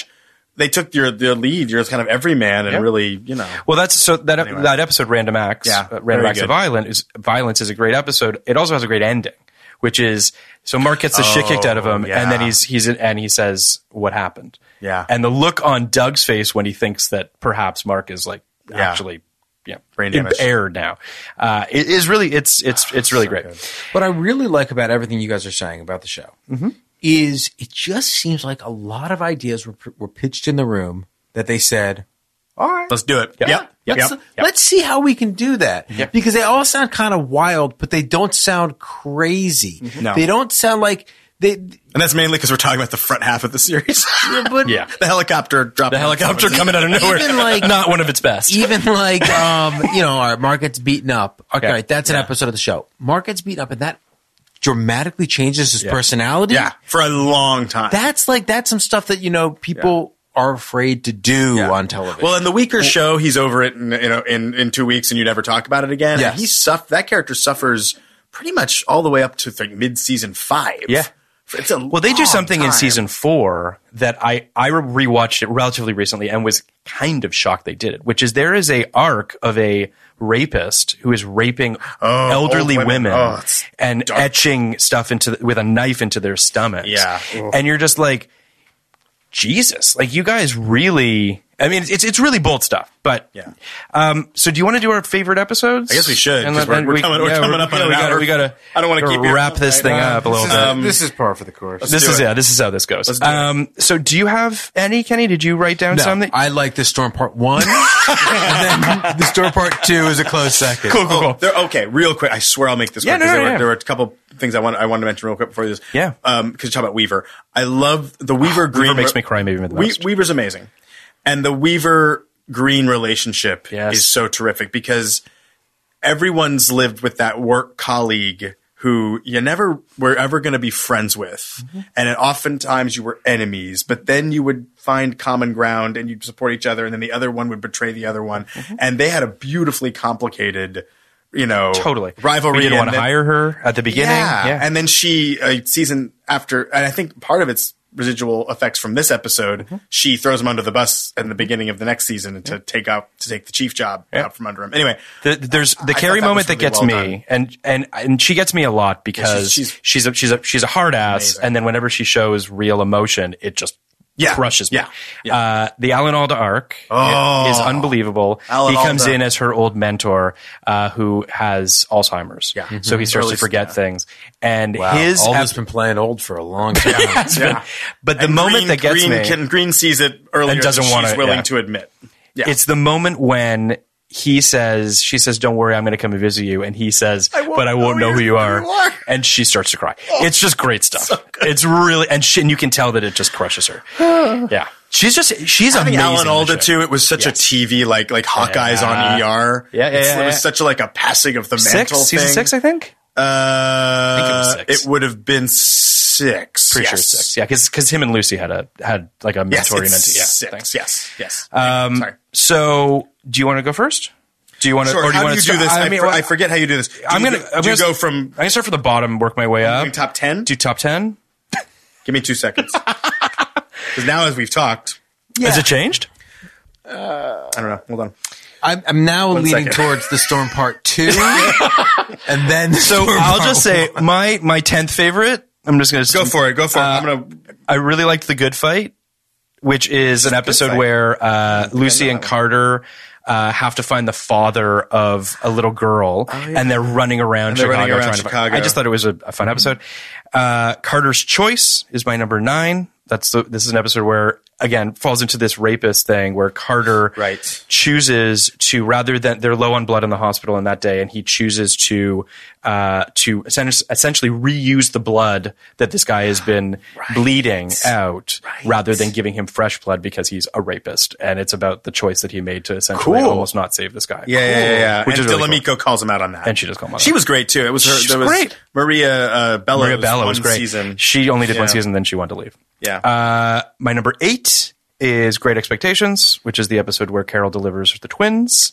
Speaker 5: They took your the lead. You're kind of every man, and
Speaker 6: Yeah.
Speaker 5: really, you know,
Speaker 6: Well, that's so that that episode, Random Acts,
Speaker 5: Yeah,
Speaker 6: uh, Random
Speaker 5: very
Speaker 6: Acts of
Speaker 5: good.
Speaker 6: Violence is Violence is a great episode. It also has a great ending, which is so Mark gets the shit kicked out of him, and then
Speaker 5: Oh, yeah.
Speaker 6: he's he's in, and he says what happened.
Speaker 5: Yeah.
Speaker 6: and the look on Doug's face when he thinks that perhaps Mark is like actually. Yeah,
Speaker 5: Brain damage. Ah,
Speaker 6: impaired now. Uh, it is really it's it's it's really great.
Speaker 4: What I really like about everything you guys are saying about the show is it just seems like a lot of ideas were, were pitched in the room that they said, all right,
Speaker 5: let's do it. Yep. Yep.
Speaker 4: let's, let's see how we can do that. Because they all sound kind of wild, but they don't sound crazy.
Speaker 5: Mm-hmm. No.
Speaker 4: They don't sound like they.
Speaker 5: And that's mainly because we're talking about the front half of the series.
Speaker 4: But
Speaker 6: Yeah,
Speaker 5: the helicopter dropped.
Speaker 6: the helicopter coming out of nowhere,
Speaker 4: Even like-
Speaker 6: not one of its best.
Speaker 4: even like um, you know, our market's beaten up. Okay,
Speaker 6: Yeah.
Speaker 4: right, that's an episode of the show. Market's beaten up, and that dramatically changes his personality.
Speaker 5: Yeah, for a long time.
Speaker 4: that's like that's some stuff that you know people are afraid to do on television.
Speaker 5: Well, in the weaker show, he's over it in, you know, in, in two weeks and you never talk about it again.
Speaker 4: Yes.
Speaker 5: And he suff- that character suffers pretty much all the way up to like, mid season five.
Speaker 6: Yeah.
Speaker 5: It's a
Speaker 6: Well, they do
Speaker 5: long
Speaker 6: something in
Speaker 5: time.
Speaker 6: season four that I I rewatched it relatively recently and was kind of shocked they did it, which is there is a arc of a rapist who is raping elderly
Speaker 5: old
Speaker 6: women,
Speaker 5: Oh, women. Oh, it's
Speaker 6: and etching stuff into the, with a knife into their stomachs.
Speaker 5: Yeah.
Speaker 6: and you're just like, Jesus, like you guys really. I mean, it's it's really bold stuff, but
Speaker 5: Yeah.
Speaker 6: Um, so, do you want to do our favorite episodes? I
Speaker 5: guess we should, 'cause we're- we're coming- we're coming up on an
Speaker 6: we gotta,
Speaker 5: hour.
Speaker 6: We gotta.
Speaker 5: I don't wanna
Speaker 6: gotta
Speaker 5: keep you-
Speaker 6: wrap this thing up a little bit
Speaker 11: Uh, this is par for the course.
Speaker 6: this
Speaker 5: do
Speaker 6: is
Speaker 5: it.
Speaker 6: yeah. This is how this goes.
Speaker 5: do it.
Speaker 6: Um, so, do you have any, Kenny? Did you write down
Speaker 4: No,
Speaker 6: some? That,
Speaker 4: I like this storm part one, and then the storm part two is a close second.
Speaker 6: cool, cool,
Speaker 5: Oh,
Speaker 6: cool.
Speaker 5: they're- okay, real quick. I swear I'll make this
Speaker 6: Yeah,
Speaker 5: quick.
Speaker 6: no,
Speaker 5: 'cause
Speaker 6: no,
Speaker 5: there, were,
Speaker 6: yeah.
Speaker 5: there were a couple things I want I wanted to mention real quick before this.
Speaker 6: Yeah. Ah,
Speaker 5: Um, because you talk about Weaver. I love the Weaver Green.
Speaker 6: makes me cry maybe the
Speaker 5: We-
Speaker 6: most.
Speaker 5: Weaver's amazing. And the Weaver Green relationship
Speaker 6: Yes.
Speaker 5: is so terrific because everyone's lived with that work colleague who you never were ever going to be friends with.
Speaker 6: Mm-hmm.
Speaker 5: And it, oftentimes you were enemies, but then you would find common ground and
Speaker 6: Mm-hmm.
Speaker 5: you'd support each other. And then the other one would betray the other one. And they had a beautifully complicated you know,
Speaker 6: Totally.
Speaker 5: rivalry.
Speaker 6: But you don't
Speaker 5: and
Speaker 6: want to
Speaker 5: then-
Speaker 6: hire her at the beginning.
Speaker 5: Yeah. And then she, a season after, and I think part of its residual effects from this episode,
Speaker 6: Mm-hmm.
Speaker 5: she throws him under the bus in the beginning of the next season to take out, to take the chief job out from under him. Anyway,
Speaker 6: The, there's the
Speaker 5: I
Speaker 6: Carrie
Speaker 5: thought that
Speaker 6: moment
Speaker 5: was
Speaker 6: that
Speaker 5: really
Speaker 6: gets
Speaker 5: well
Speaker 6: me, and and and she gets me a lot because
Speaker 5: she's-
Speaker 6: she's she's a, she's a she's a hard ass, and then whenever she shows real emotion, it just
Speaker 5: Yeah.
Speaker 6: crushes me.
Speaker 5: Yeah.
Speaker 6: Uh, the Alan Alda arc
Speaker 5: Oh.
Speaker 6: is unbelievable.
Speaker 5: Alan
Speaker 6: he comes
Speaker 5: Alda.
Speaker 6: in as her old mentor uh, who has Alzheimer's, yeah. so he starts
Speaker 5: Early-
Speaker 6: to forget things, and
Speaker 7: Wow.
Speaker 6: his
Speaker 7: all
Speaker 6: has
Speaker 7: has been playing old for a long time.
Speaker 6: been- but the
Speaker 5: And
Speaker 6: moment
Speaker 5: Green-
Speaker 6: that gets
Speaker 5: Green,
Speaker 6: me,
Speaker 5: can- Green sees it earlier
Speaker 6: And doesn't
Speaker 5: than
Speaker 6: wanna-
Speaker 5: she's willing
Speaker 6: yeah.
Speaker 5: to admit. Yeah.
Speaker 6: It's the moment when he says, she says, don't worry, I'm going to come and visit you. And he says, but I won't know, who, you are. And she starts to cry.
Speaker 5: Oh,
Speaker 6: it's just great stuff. it's really, and, she, and you can tell that it just crushes her. yeah. She's just, she's
Speaker 5: Having
Speaker 6: amazing. in
Speaker 5: Alan
Speaker 6: the
Speaker 5: Alda
Speaker 6: show.
Speaker 5: too. It was such a TV like like Hawkeye's on ER.
Speaker 6: Yeah, yeah,
Speaker 5: It's-
Speaker 6: yeah,
Speaker 5: It was
Speaker 6: yeah.
Speaker 5: such a, like a passing of the mantle
Speaker 6: Six,
Speaker 5: thing.
Speaker 6: season six, I think. think it was
Speaker 5: Uh,
Speaker 6: six.
Speaker 5: it would have been six.
Speaker 6: Pretty
Speaker 5: yes.
Speaker 6: sure it's six. Yeah. Cause, 'cause him and Lucy had a, had like a
Speaker 5: Yes,
Speaker 6: mentor
Speaker 5: it's
Speaker 6: mentee. Yeah.
Speaker 5: six.
Speaker 6: thanks.
Speaker 5: Yes, yes.
Speaker 6: Um,
Speaker 5: Sorry.
Speaker 6: So do you want to go first? Do you want to,
Speaker 5: Sure.
Speaker 6: or do you
Speaker 5: how
Speaker 6: want
Speaker 5: do you
Speaker 6: to
Speaker 5: do this? I, for-
Speaker 6: well,
Speaker 5: I forget how you do this. Do
Speaker 6: I'm
Speaker 5: you
Speaker 6: gonna.
Speaker 5: go-
Speaker 6: I'm
Speaker 5: do you
Speaker 6: gonna-
Speaker 5: go from
Speaker 6: I'm gonna start from the bottom, work my way up.
Speaker 5: doing top ten?
Speaker 6: Do top ten?
Speaker 5: Give me two seconds. Because now, as we've talked,
Speaker 6: Has it changed?
Speaker 5: I don't know. Hold on.
Speaker 7: I'm, I'm now leaning
Speaker 5: second.
Speaker 7: towards the storm part two, and then the
Speaker 6: So
Speaker 7: storm
Speaker 6: I'll
Speaker 7: part
Speaker 6: just say my my tenth favorite. I'm just gonna
Speaker 5: Go for it. Go for
Speaker 6: Uh,
Speaker 5: it. I'm gonna.
Speaker 6: I really liked the good fight, which is an episode
Speaker 5: Fight.
Speaker 6: where uh, Lucy and Carter. Uh, have to find the father of a little girl, and they're running around
Speaker 5: Oh, they're
Speaker 6: Chicago.
Speaker 5: running around
Speaker 6: trying to find-
Speaker 5: Chicago.
Speaker 6: I just thought it was a, a fun episode. Uh, Carter's Choice is my number nine. That's the, this is an episode where again falls into this rapist thing where Carter
Speaker 5: Right.
Speaker 6: chooses to rather than they're low on blood in the hospital on that day, and he chooses to uh, to essen- essentially reuse the blood that this guy has been bleeding out, rather than giving him fresh blood because he's a rapist, and it's about the choice that he made to essentially
Speaker 5: Cool.
Speaker 6: almost not save this guy.
Speaker 5: Yeah, yeah, yeah. yeah.
Speaker 6: Which
Speaker 5: and
Speaker 6: is really
Speaker 5: Delamico calls him out on that,
Speaker 6: And she does call him out
Speaker 5: She
Speaker 6: on
Speaker 5: was great too. It was her.
Speaker 6: She's
Speaker 5: there was
Speaker 6: great.
Speaker 5: Maria uh, Bella.
Speaker 6: Maria Bella
Speaker 5: one
Speaker 6: was great.
Speaker 5: Season.
Speaker 6: She uh, only did one
Speaker 5: Yeah.
Speaker 6: season, then she wanted to leave.
Speaker 5: Yeah.
Speaker 6: My number eight is Great Expectations, which is the episode where Carol delivers the twins.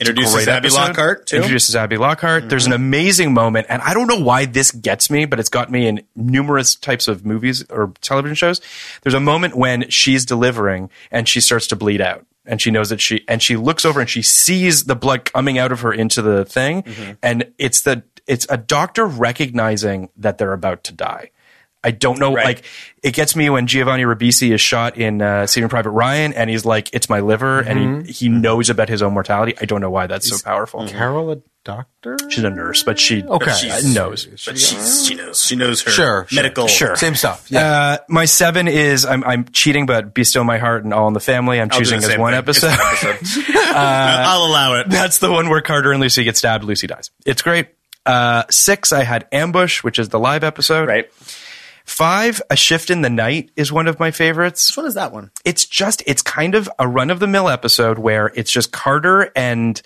Speaker 5: Introduces
Speaker 6: Great
Speaker 5: Abby
Speaker 6: episode.
Speaker 5: Lockhart too. Mm-hmm.
Speaker 6: Introduces Abby Lockhart. There's an amazing moment, and I don't know why this gets me, but it's got me in numerous types of movies or television shows. There's a moment when she's delivering and she starts to bleed out. And she knows that she and she looks over and she sees the blood coming out of her into the thing.
Speaker 5: Mm-hmm.
Speaker 6: And it's the it's a doctor recognizing that they're about to die. I don't know.
Speaker 5: Right.
Speaker 6: Like, it gets me when Giovanni Ribisi is shot in uh, Saving Private Ryan, and he's like, "It's my liver,"
Speaker 5: Mm-hmm.
Speaker 6: and he, he knows about his own mortality. I don't know why that's so powerful.
Speaker 7: Carol a doctor?
Speaker 6: She's a nurse, but she
Speaker 7: Okay.
Speaker 6: she knows.
Speaker 5: but she's, she knows. She knows her
Speaker 7: Sure, sure,
Speaker 5: medical.
Speaker 6: sure.
Speaker 7: Same stuff. Yeah.
Speaker 6: Uh, my seven is I'm I'm cheating, but be still my heart and all in the family. I'm
Speaker 5: I'll do
Speaker 6: choosing
Speaker 5: the
Speaker 6: as
Speaker 5: same
Speaker 6: one
Speaker 5: thing.
Speaker 6: episode.
Speaker 5: It's one episode. I'll allow it.
Speaker 6: That's the one where Carter and Lucy get stabbed. Lucy dies. It's great. Uh, six, I had ambush, which is the live episode.
Speaker 5: Right.
Speaker 6: Five, a shift in the night is one of my favorites.
Speaker 5: Which one is that one?
Speaker 6: it's just it's kind of a run of the mill episode where it's just Carter and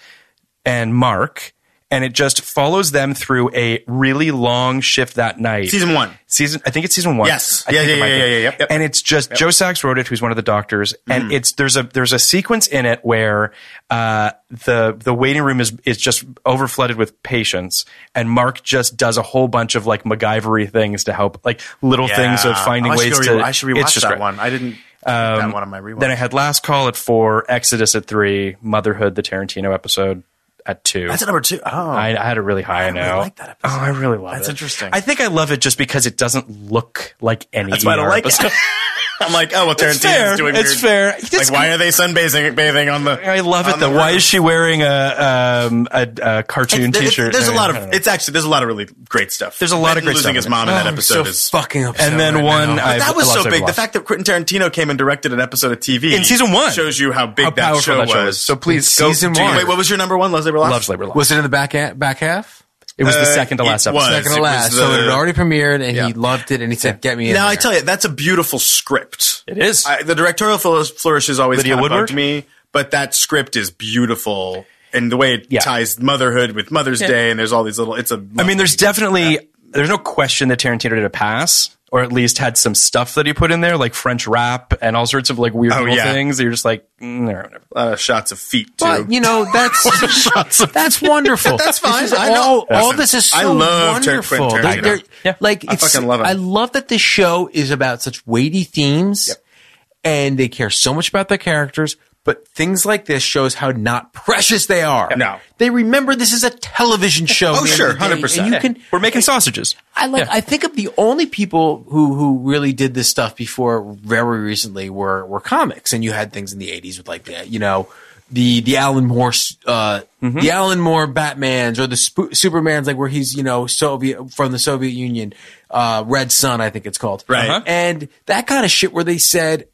Speaker 6: and Mark and it just follows them through a really long shift that night.
Speaker 5: Season one.
Speaker 6: Season I think it's season 1.
Speaker 5: Yes.
Speaker 6: I
Speaker 5: Yeah,
Speaker 6: think it
Speaker 5: yeah,
Speaker 6: might
Speaker 5: yeah,
Speaker 6: be.
Speaker 5: yeah, yeah, yep, Mm. yep.
Speaker 6: And it's just Joe Sachs wrote it who's one of the doctors and it's there's a there's a sequence in it where uh the the waiting room is is just overflooded with patients and Mark just does a whole bunch of like MacGyvery things to help like little things of
Speaker 5: Yeah.
Speaker 6: finding
Speaker 5: Oh, I should
Speaker 6: ways
Speaker 5: go
Speaker 6: to
Speaker 5: re- I should
Speaker 6: it's
Speaker 5: rewatch
Speaker 6: just
Speaker 5: that
Speaker 6: great. Um,
Speaker 5: one. I didn't. that one on my rewatch.
Speaker 6: Then I had Last Call at four, Exodus at three, Motherhood, the Tarantino episode at two.
Speaker 5: That's at number two. Oh,
Speaker 6: I, I had it really high now.
Speaker 5: like that episode.
Speaker 6: Oh, I really love it.
Speaker 5: That's interesting.
Speaker 6: I think I love it just because it doesn't look like any.
Speaker 5: That's why I don't
Speaker 6: ER
Speaker 5: like it.
Speaker 6: episode.
Speaker 5: I'm like, oh well, Tarantino's
Speaker 6: fair.
Speaker 5: doing
Speaker 6: It's
Speaker 5: weird-
Speaker 6: fair.
Speaker 5: Like,
Speaker 6: It's
Speaker 5: why are they sunbathing bathing on the?
Speaker 6: I love it
Speaker 5: on the
Speaker 6: though. Why
Speaker 5: roof?
Speaker 6: is she wearing a um, a, a cartoon
Speaker 5: There-
Speaker 6: T-shirt?
Speaker 5: There's a
Speaker 6: I
Speaker 5: lot
Speaker 6: don't
Speaker 5: of.
Speaker 6: know.
Speaker 5: It's actually there's a lot of really great stuff.
Speaker 6: There's a lot of great
Speaker 5: losing
Speaker 6: stuff
Speaker 5: his
Speaker 6: in
Speaker 5: mom in
Speaker 6: it.
Speaker 5: that
Speaker 6: Oh,
Speaker 5: episode
Speaker 7: so
Speaker 5: is
Speaker 7: fucking upset.
Speaker 6: and then
Speaker 7: right
Speaker 6: one.
Speaker 7: now.
Speaker 6: I've
Speaker 5: But that was
Speaker 6: lost
Speaker 5: so
Speaker 6: every
Speaker 5: big. The
Speaker 6: loss.
Speaker 5: fact that Quentin Tarantino came and directed an episode of TV
Speaker 6: In season one.
Speaker 5: shows you how big
Speaker 6: how
Speaker 5: that
Speaker 6: powerful
Speaker 5: show
Speaker 6: that show
Speaker 5: was.
Speaker 6: is. So please, go,
Speaker 7: season
Speaker 6: do-
Speaker 7: one.
Speaker 5: wait, what was your number one? Loves Labor Lost.
Speaker 6: Loves labor law.
Speaker 7: Was it in the back ha- back half?
Speaker 6: it was the
Speaker 5: Uh,
Speaker 6: second to
Speaker 5: it
Speaker 6: last episode.
Speaker 5: was.
Speaker 7: Second
Speaker 5: It
Speaker 7: to last. so it
Speaker 5: the-
Speaker 7: had already premiered, and
Speaker 5: Yeah.
Speaker 7: he loved it, and he said, "Get me in."
Speaker 5: Now
Speaker 7: there.
Speaker 5: I tell you, that's a beautiful script.
Speaker 6: It is.
Speaker 5: I, the directorial flour- flourish has always
Speaker 6: Lydia
Speaker 5: kind of bugged
Speaker 6: Woodward?
Speaker 5: me, but that script is beautiful, and the way it
Speaker 6: Yeah.
Speaker 5: ties motherhood with Mother's Day, and there's all these little. It's a.
Speaker 6: I mean, there's definitely there's no question that Tarantino did a pass or at least had some stuff that he put in there, like French rap and all sorts of like weird
Speaker 5: Oh,
Speaker 6: little
Speaker 5: yeah.
Speaker 6: things. You're just like, mm, no, no.
Speaker 5: A lot of shots of feet too.
Speaker 4: But you know that's
Speaker 5: shots of
Speaker 4: that's wonderful.
Speaker 5: That's fine.
Speaker 4: This is
Speaker 5: I
Speaker 4: all,
Speaker 5: know.
Speaker 4: all
Speaker 5: Listen,
Speaker 4: this is so
Speaker 5: I love Tar- Quentin
Speaker 4: wonderful. They're-
Speaker 5: Tarantino.
Speaker 4: they're-
Speaker 6: Yeah.
Speaker 4: Like
Speaker 5: I
Speaker 4: it's-
Speaker 5: fucking love him.
Speaker 4: I love that the show is about such weighty themes, and they care so much about their characters. But things like this shows how not precious they are.
Speaker 5: No.
Speaker 4: they remember this is a television show.
Speaker 5: Oh,
Speaker 4: at the end of
Speaker 5: sure,
Speaker 4: the day,
Speaker 5: 100%.
Speaker 4: And you can
Speaker 6: We're making sausages.
Speaker 4: I like. I think of the only people who who really did this stuff before very recently were were comics, and you had things in the '80s with like the you know the the Alan Moore s- uh, the Alan Moore Batman's or the Sp- Superman's like where he's you know Soviet from the Soviet Union, uh, Red Sun I think it's called,
Speaker 5: Right. Uh-huh.
Speaker 4: And that kind of shit where they said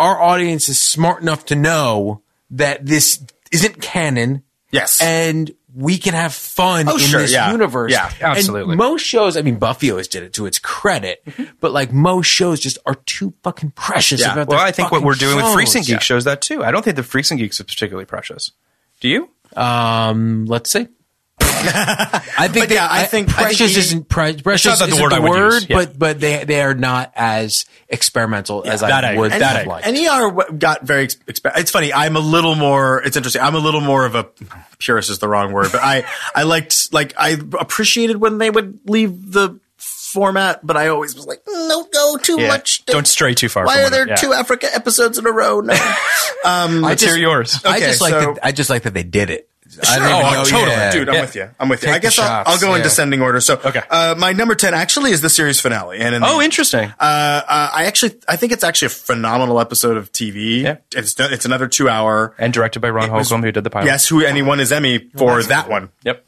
Speaker 4: our audience is smart enough to know that this isn't canon.
Speaker 5: Yes.
Speaker 4: and we can have fun
Speaker 5: Oh,
Speaker 4: in
Speaker 5: sure,
Speaker 4: this
Speaker 5: yeah.
Speaker 4: universe.
Speaker 5: Yeah,
Speaker 4: And
Speaker 6: absolutely.
Speaker 4: most shows, I mean, Buffy always did it to its credit, but like most shows just are too fucking precious
Speaker 5: Yeah.
Speaker 4: about
Speaker 6: Well,
Speaker 4: their
Speaker 6: I think what
Speaker 4: fucking
Speaker 6: we're doing with Freaks and
Speaker 4: shows.
Speaker 6: Geeks shows that too. I don't think the Freaks and Geeks is particularly precious. Do you?
Speaker 4: Um, let's see. I think
Speaker 5: But yeah,
Speaker 4: they-
Speaker 5: I think- I think
Speaker 4: precious
Speaker 5: we-
Speaker 4: isn't pre- precious
Speaker 6: not the
Speaker 4: isn't
Speaker 6: word I
Speaker 4: the
Speaker 6: would
Speaker 4: word,
Speaker 6: use, yeah.
Speaker 4: but but they they are not as experimental as
Speaker 6: that
Speaker 4: I
Speaker 6: I
Speaker 4: would
Speaker 6: agree. That I
Speaker 4: have
Speaker 6: agree.
Speaker 4: liked.
Speaker 5: And ER w- got very ex- exp- it's funny. I'm a little more. It's interesting. I'm a little more of a purist is the wrong word, but I I liked like I appreciated when they would leave the format, but I always was like, no, go too
Speaker 6: Yeah.
Speaker 5: much.
Speaker 6: Don't stray too far
Speaker 5: Why
Speaker 6: from
Speaker 5: are
Speaker 6: it.
Speaker 5: there
Speaker 6: Yeah.
Speaker 5: two Africa episodes in a row? No. um,
Speaker 6: Let's hear yours.
Speaker 4: I just
Speaker 5: Okay,
Speaker 4: like
Speaker 5: so-
Speaker 4: that. I just like that they did it. I
Speaker 5: Sure.
Speaker 4: don't even
Speaker 5: Oh,
Speaker 4: know-
Speaker 5: totally,
Speaker 4: yeah.
Speaker 5: dude. I'm with you. I'm with you.
Speaker 4: Take
Speaker 5: I guess
Speaker 4: the
Speaker 5: I'll,
Speaker 4: shots,
Speaker 5: I'll go in
Speaker 4: yeah.
Speaker 5: descending order. So,
Speaker 6: Okay.
Speaker 5: uh, my number ten actually is the series finale, and in
Speaker 6: Oh,
Speaker 5: the-
Speaker 6: interesting.
Speaker 5: uh, uh, I actually I think it's actually a phenomenal episode of TV.
Speaker 6: Yeah.
Speaker 5: It's it's another two hour.
Speaker 6: and directed by Ron Holcomb, who did the pilot.
Speaker 5: Yes, who anyone is Emmy for that one.
Speaker 6: Yep.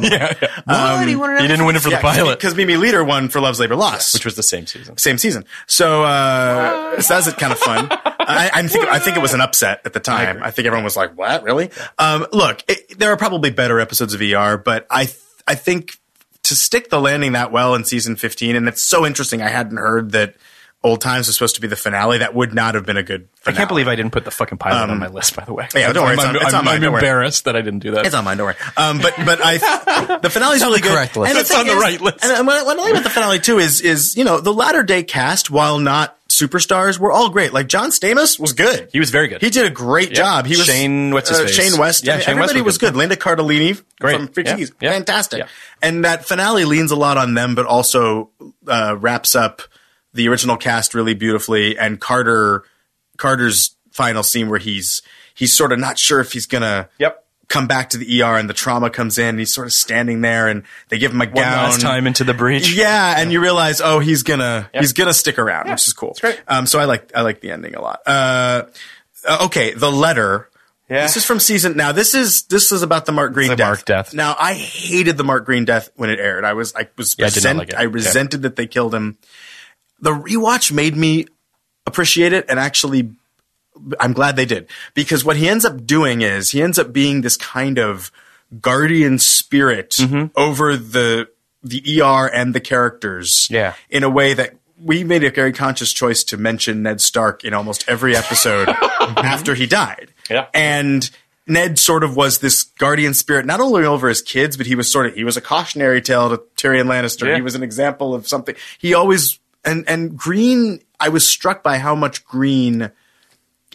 Speaker 6: yeah, yeah. Um, he didn't win it for the pilot,
Speaker 5: because Mimi Leader won for Love's Labor Lost,
Speaker 6: which was the same season.
Speaker 5: same season. So, uh, so that was kind of fun. I, I think I think it was an upset at the time. I, think everyone was like, "What, really?" Um, look, it, there are probably better episodes of ER, but I th- I think to stick the landing that well in season fifteen, and it's so interesting. I hadn't heard that Old Times was supposed to be the finale. That would not have been a good.
Speaker 6: I
Speaker 5: Finale.
Speaker 6: can't believe I didn't put the fucking pilot on my list. By the way,
Speaker 5: Um, Yeah, don't worry,
Speaker 6: I'm,
Speaker 5: it's on- it's
Speaker 6: I'm-
Speaker 5: on mine,
Speaker 6: I'm
Speaker 5: don't worry.
Speaker 6: embarrassed that I didn't do that.
Speaker 5: It's on mine. Don't worry. Um, but but I the finale's really good.
Speaker 4: correct list.
Speaker 5: And
Speaker 6: It's
Speaker 5: thing
Speaker 6: on the
Speaker 5: is-
Speaker 6: right list.
Speaker 5: And what I what I like about the finale too is is you know the latter day cast, while not superstars, were all great. Like John Stamos was good.
Speaker 6: He was very good.
Speaker 5: He did a great
Speaker 6: Yeah.
Speaker 5: job. He was uh,
Speaker 6: Shane- what's his face?
Speaker 5: Shane West.
Speaker 6: Yeah,
Speaker 5: I mean,
Speaker 6: Shane West
Speaker 5: everybody
Speaker 6: was
Speaker 5: was
Speaker 6: good.
Speaker 5: good. Linda Cardellini
Speaker 6: Great.
Speaker 5: from Freaky
Speaker 6: Yeah.
Speaker 5: Geeks,
Speaker 6: Yeah.
Speaker 5: fantastic.
Speaker 6: Yeah.
Speaker 5: And that finale leans a lot on them, but also uh, wraps up the original cast really beautifully. And Carter Carter's final scene where he's he's sort of not sure if he's gonna
Speaker 6: Yep.
Speaker 5: come back to the ER and the trauma comes in and he's sort of standing there and they give him a
Speaker 6: One
Speaker 5: gown
Speaker 6: last time into the breach.
Speaker 5: yeah, and you realize, oh, he's gonna he's gonna stick around, which is cool.
Speaker 6: great.
Speaker 5: Um, so I like I like the ending a lot. Uh, uh, okay, the letter.
Speaker 6: Yeah.
Speaker 5: This is from season. Now this is this is about the Mark Green
Speaker 6: The
Speaker 5: death.
Speaker 6: Mark death.
Speaker 5: Now I hated the Mark Green death when it aired. I was I was
Speaker 6: Yeah, I did not
Speaker 5: resent-
Speaker 6: like it.
Speaker 5: I
Speaker 6: Yeah.
Speaker 5: resented that they killed him. The rewatch made me appreciate it and actually I'm glad they did because what he ends up doing is he ends up being this kind of guardian spirit
Speaker 6: Mm-hmm.
Speaker 5: over the the ER and the characters.
Speaker 6: Yeah.
Speaker 5: In a way that we made a very conscious choice to mention Ned Stark in almost every episode after he died.
Speaker 6: Mm-hmm. Yeah.
Speaker 5: And Ned sort of was this guardian spirit, not only over his kids, but he was sort of he was a cautionary tale to Tyrion Lannister.
Speaker 6: Yeah.
Speaker 5: He was an example of something. He always and and Green. I was struck by how much Green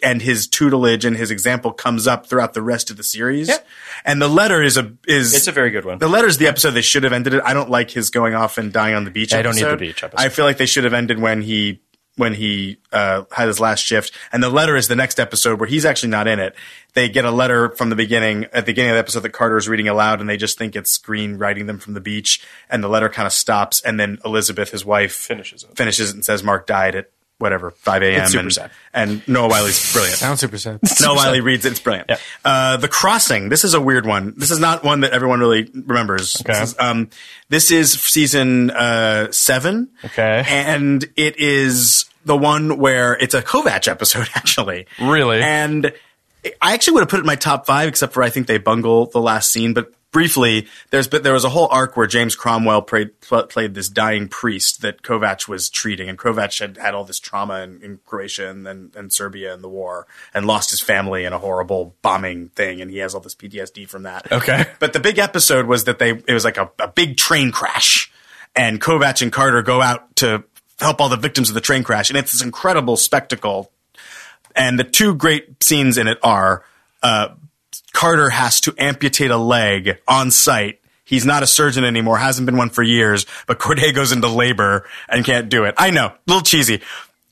Speaker 5: and his tutelage and his example comes up throughout the rest of the series.
Speaker 6: Yeah.
Speaker 5: And the letter is a is
Speaker 6: It's a very good one.
Speaker 5: The letter is the episode they should have ended it. I don't like his going off and dying on the beach.
Speaker 6: I don't need the
Speaker 5: episode.
Speaker 6: beach episode.
Speaker 5: I feel like they should have ended when he when he uh, had his last shift. And the letter is the next episode where he's actually not in it. They get a letter from the beginning at the beginning of the episode that Carter is reading aloud, and they just think it's Green writing them from the beach. And the letter kind of stops, and then Elizabeth, his wife,
Speaker 6: Finishes it.
Speaker 5: finishes it and says Mark died at whatever five a.m.
Speaker 6: It's super
Speaker 5: and,
Speaker 6: sad.
Speaker 5: and Noah Wiley's brilliant.
Speaker 4: Sounds super sad.
Speaker 5: No, Wiley reads it. It's brilliant. Uh, the Crossing. This is a weird one. This is not one that everyone really remembers.
Speaker 6: Okay.
Speaker 5: This is, um, this is season uh, seven.
Speaker 6: Okay.
Speaker 5: And it is the one where it's a Kovac episode, actually.
Speaker 6: Really?
Speaker 5: And I actually would have put it in my top five, except for I think they bungle the last scene. But briefly, there's but there was a whole arc where James Cromwell played pl- played this dying priest that Kovac was treating, and Kovac had had all this trauma in, in Croatia and, and and Serbia in the war, and lost his family in a horrible bombing thing, and he has all this PTSD from that.
Speaker 6: Okay.
Speaker 5: But the big episode was that they it was like a, a big train crash, and Kovac and Carter go out to help all the victims of the train crash. And it's this incredible spectacle. And the two great scenes in it are uh, Carter has to amputate a leg on site. He's not a surgeon anymore, hasn't been one for years, but Corday goes into labor and can't do it. I know, a little cheesy.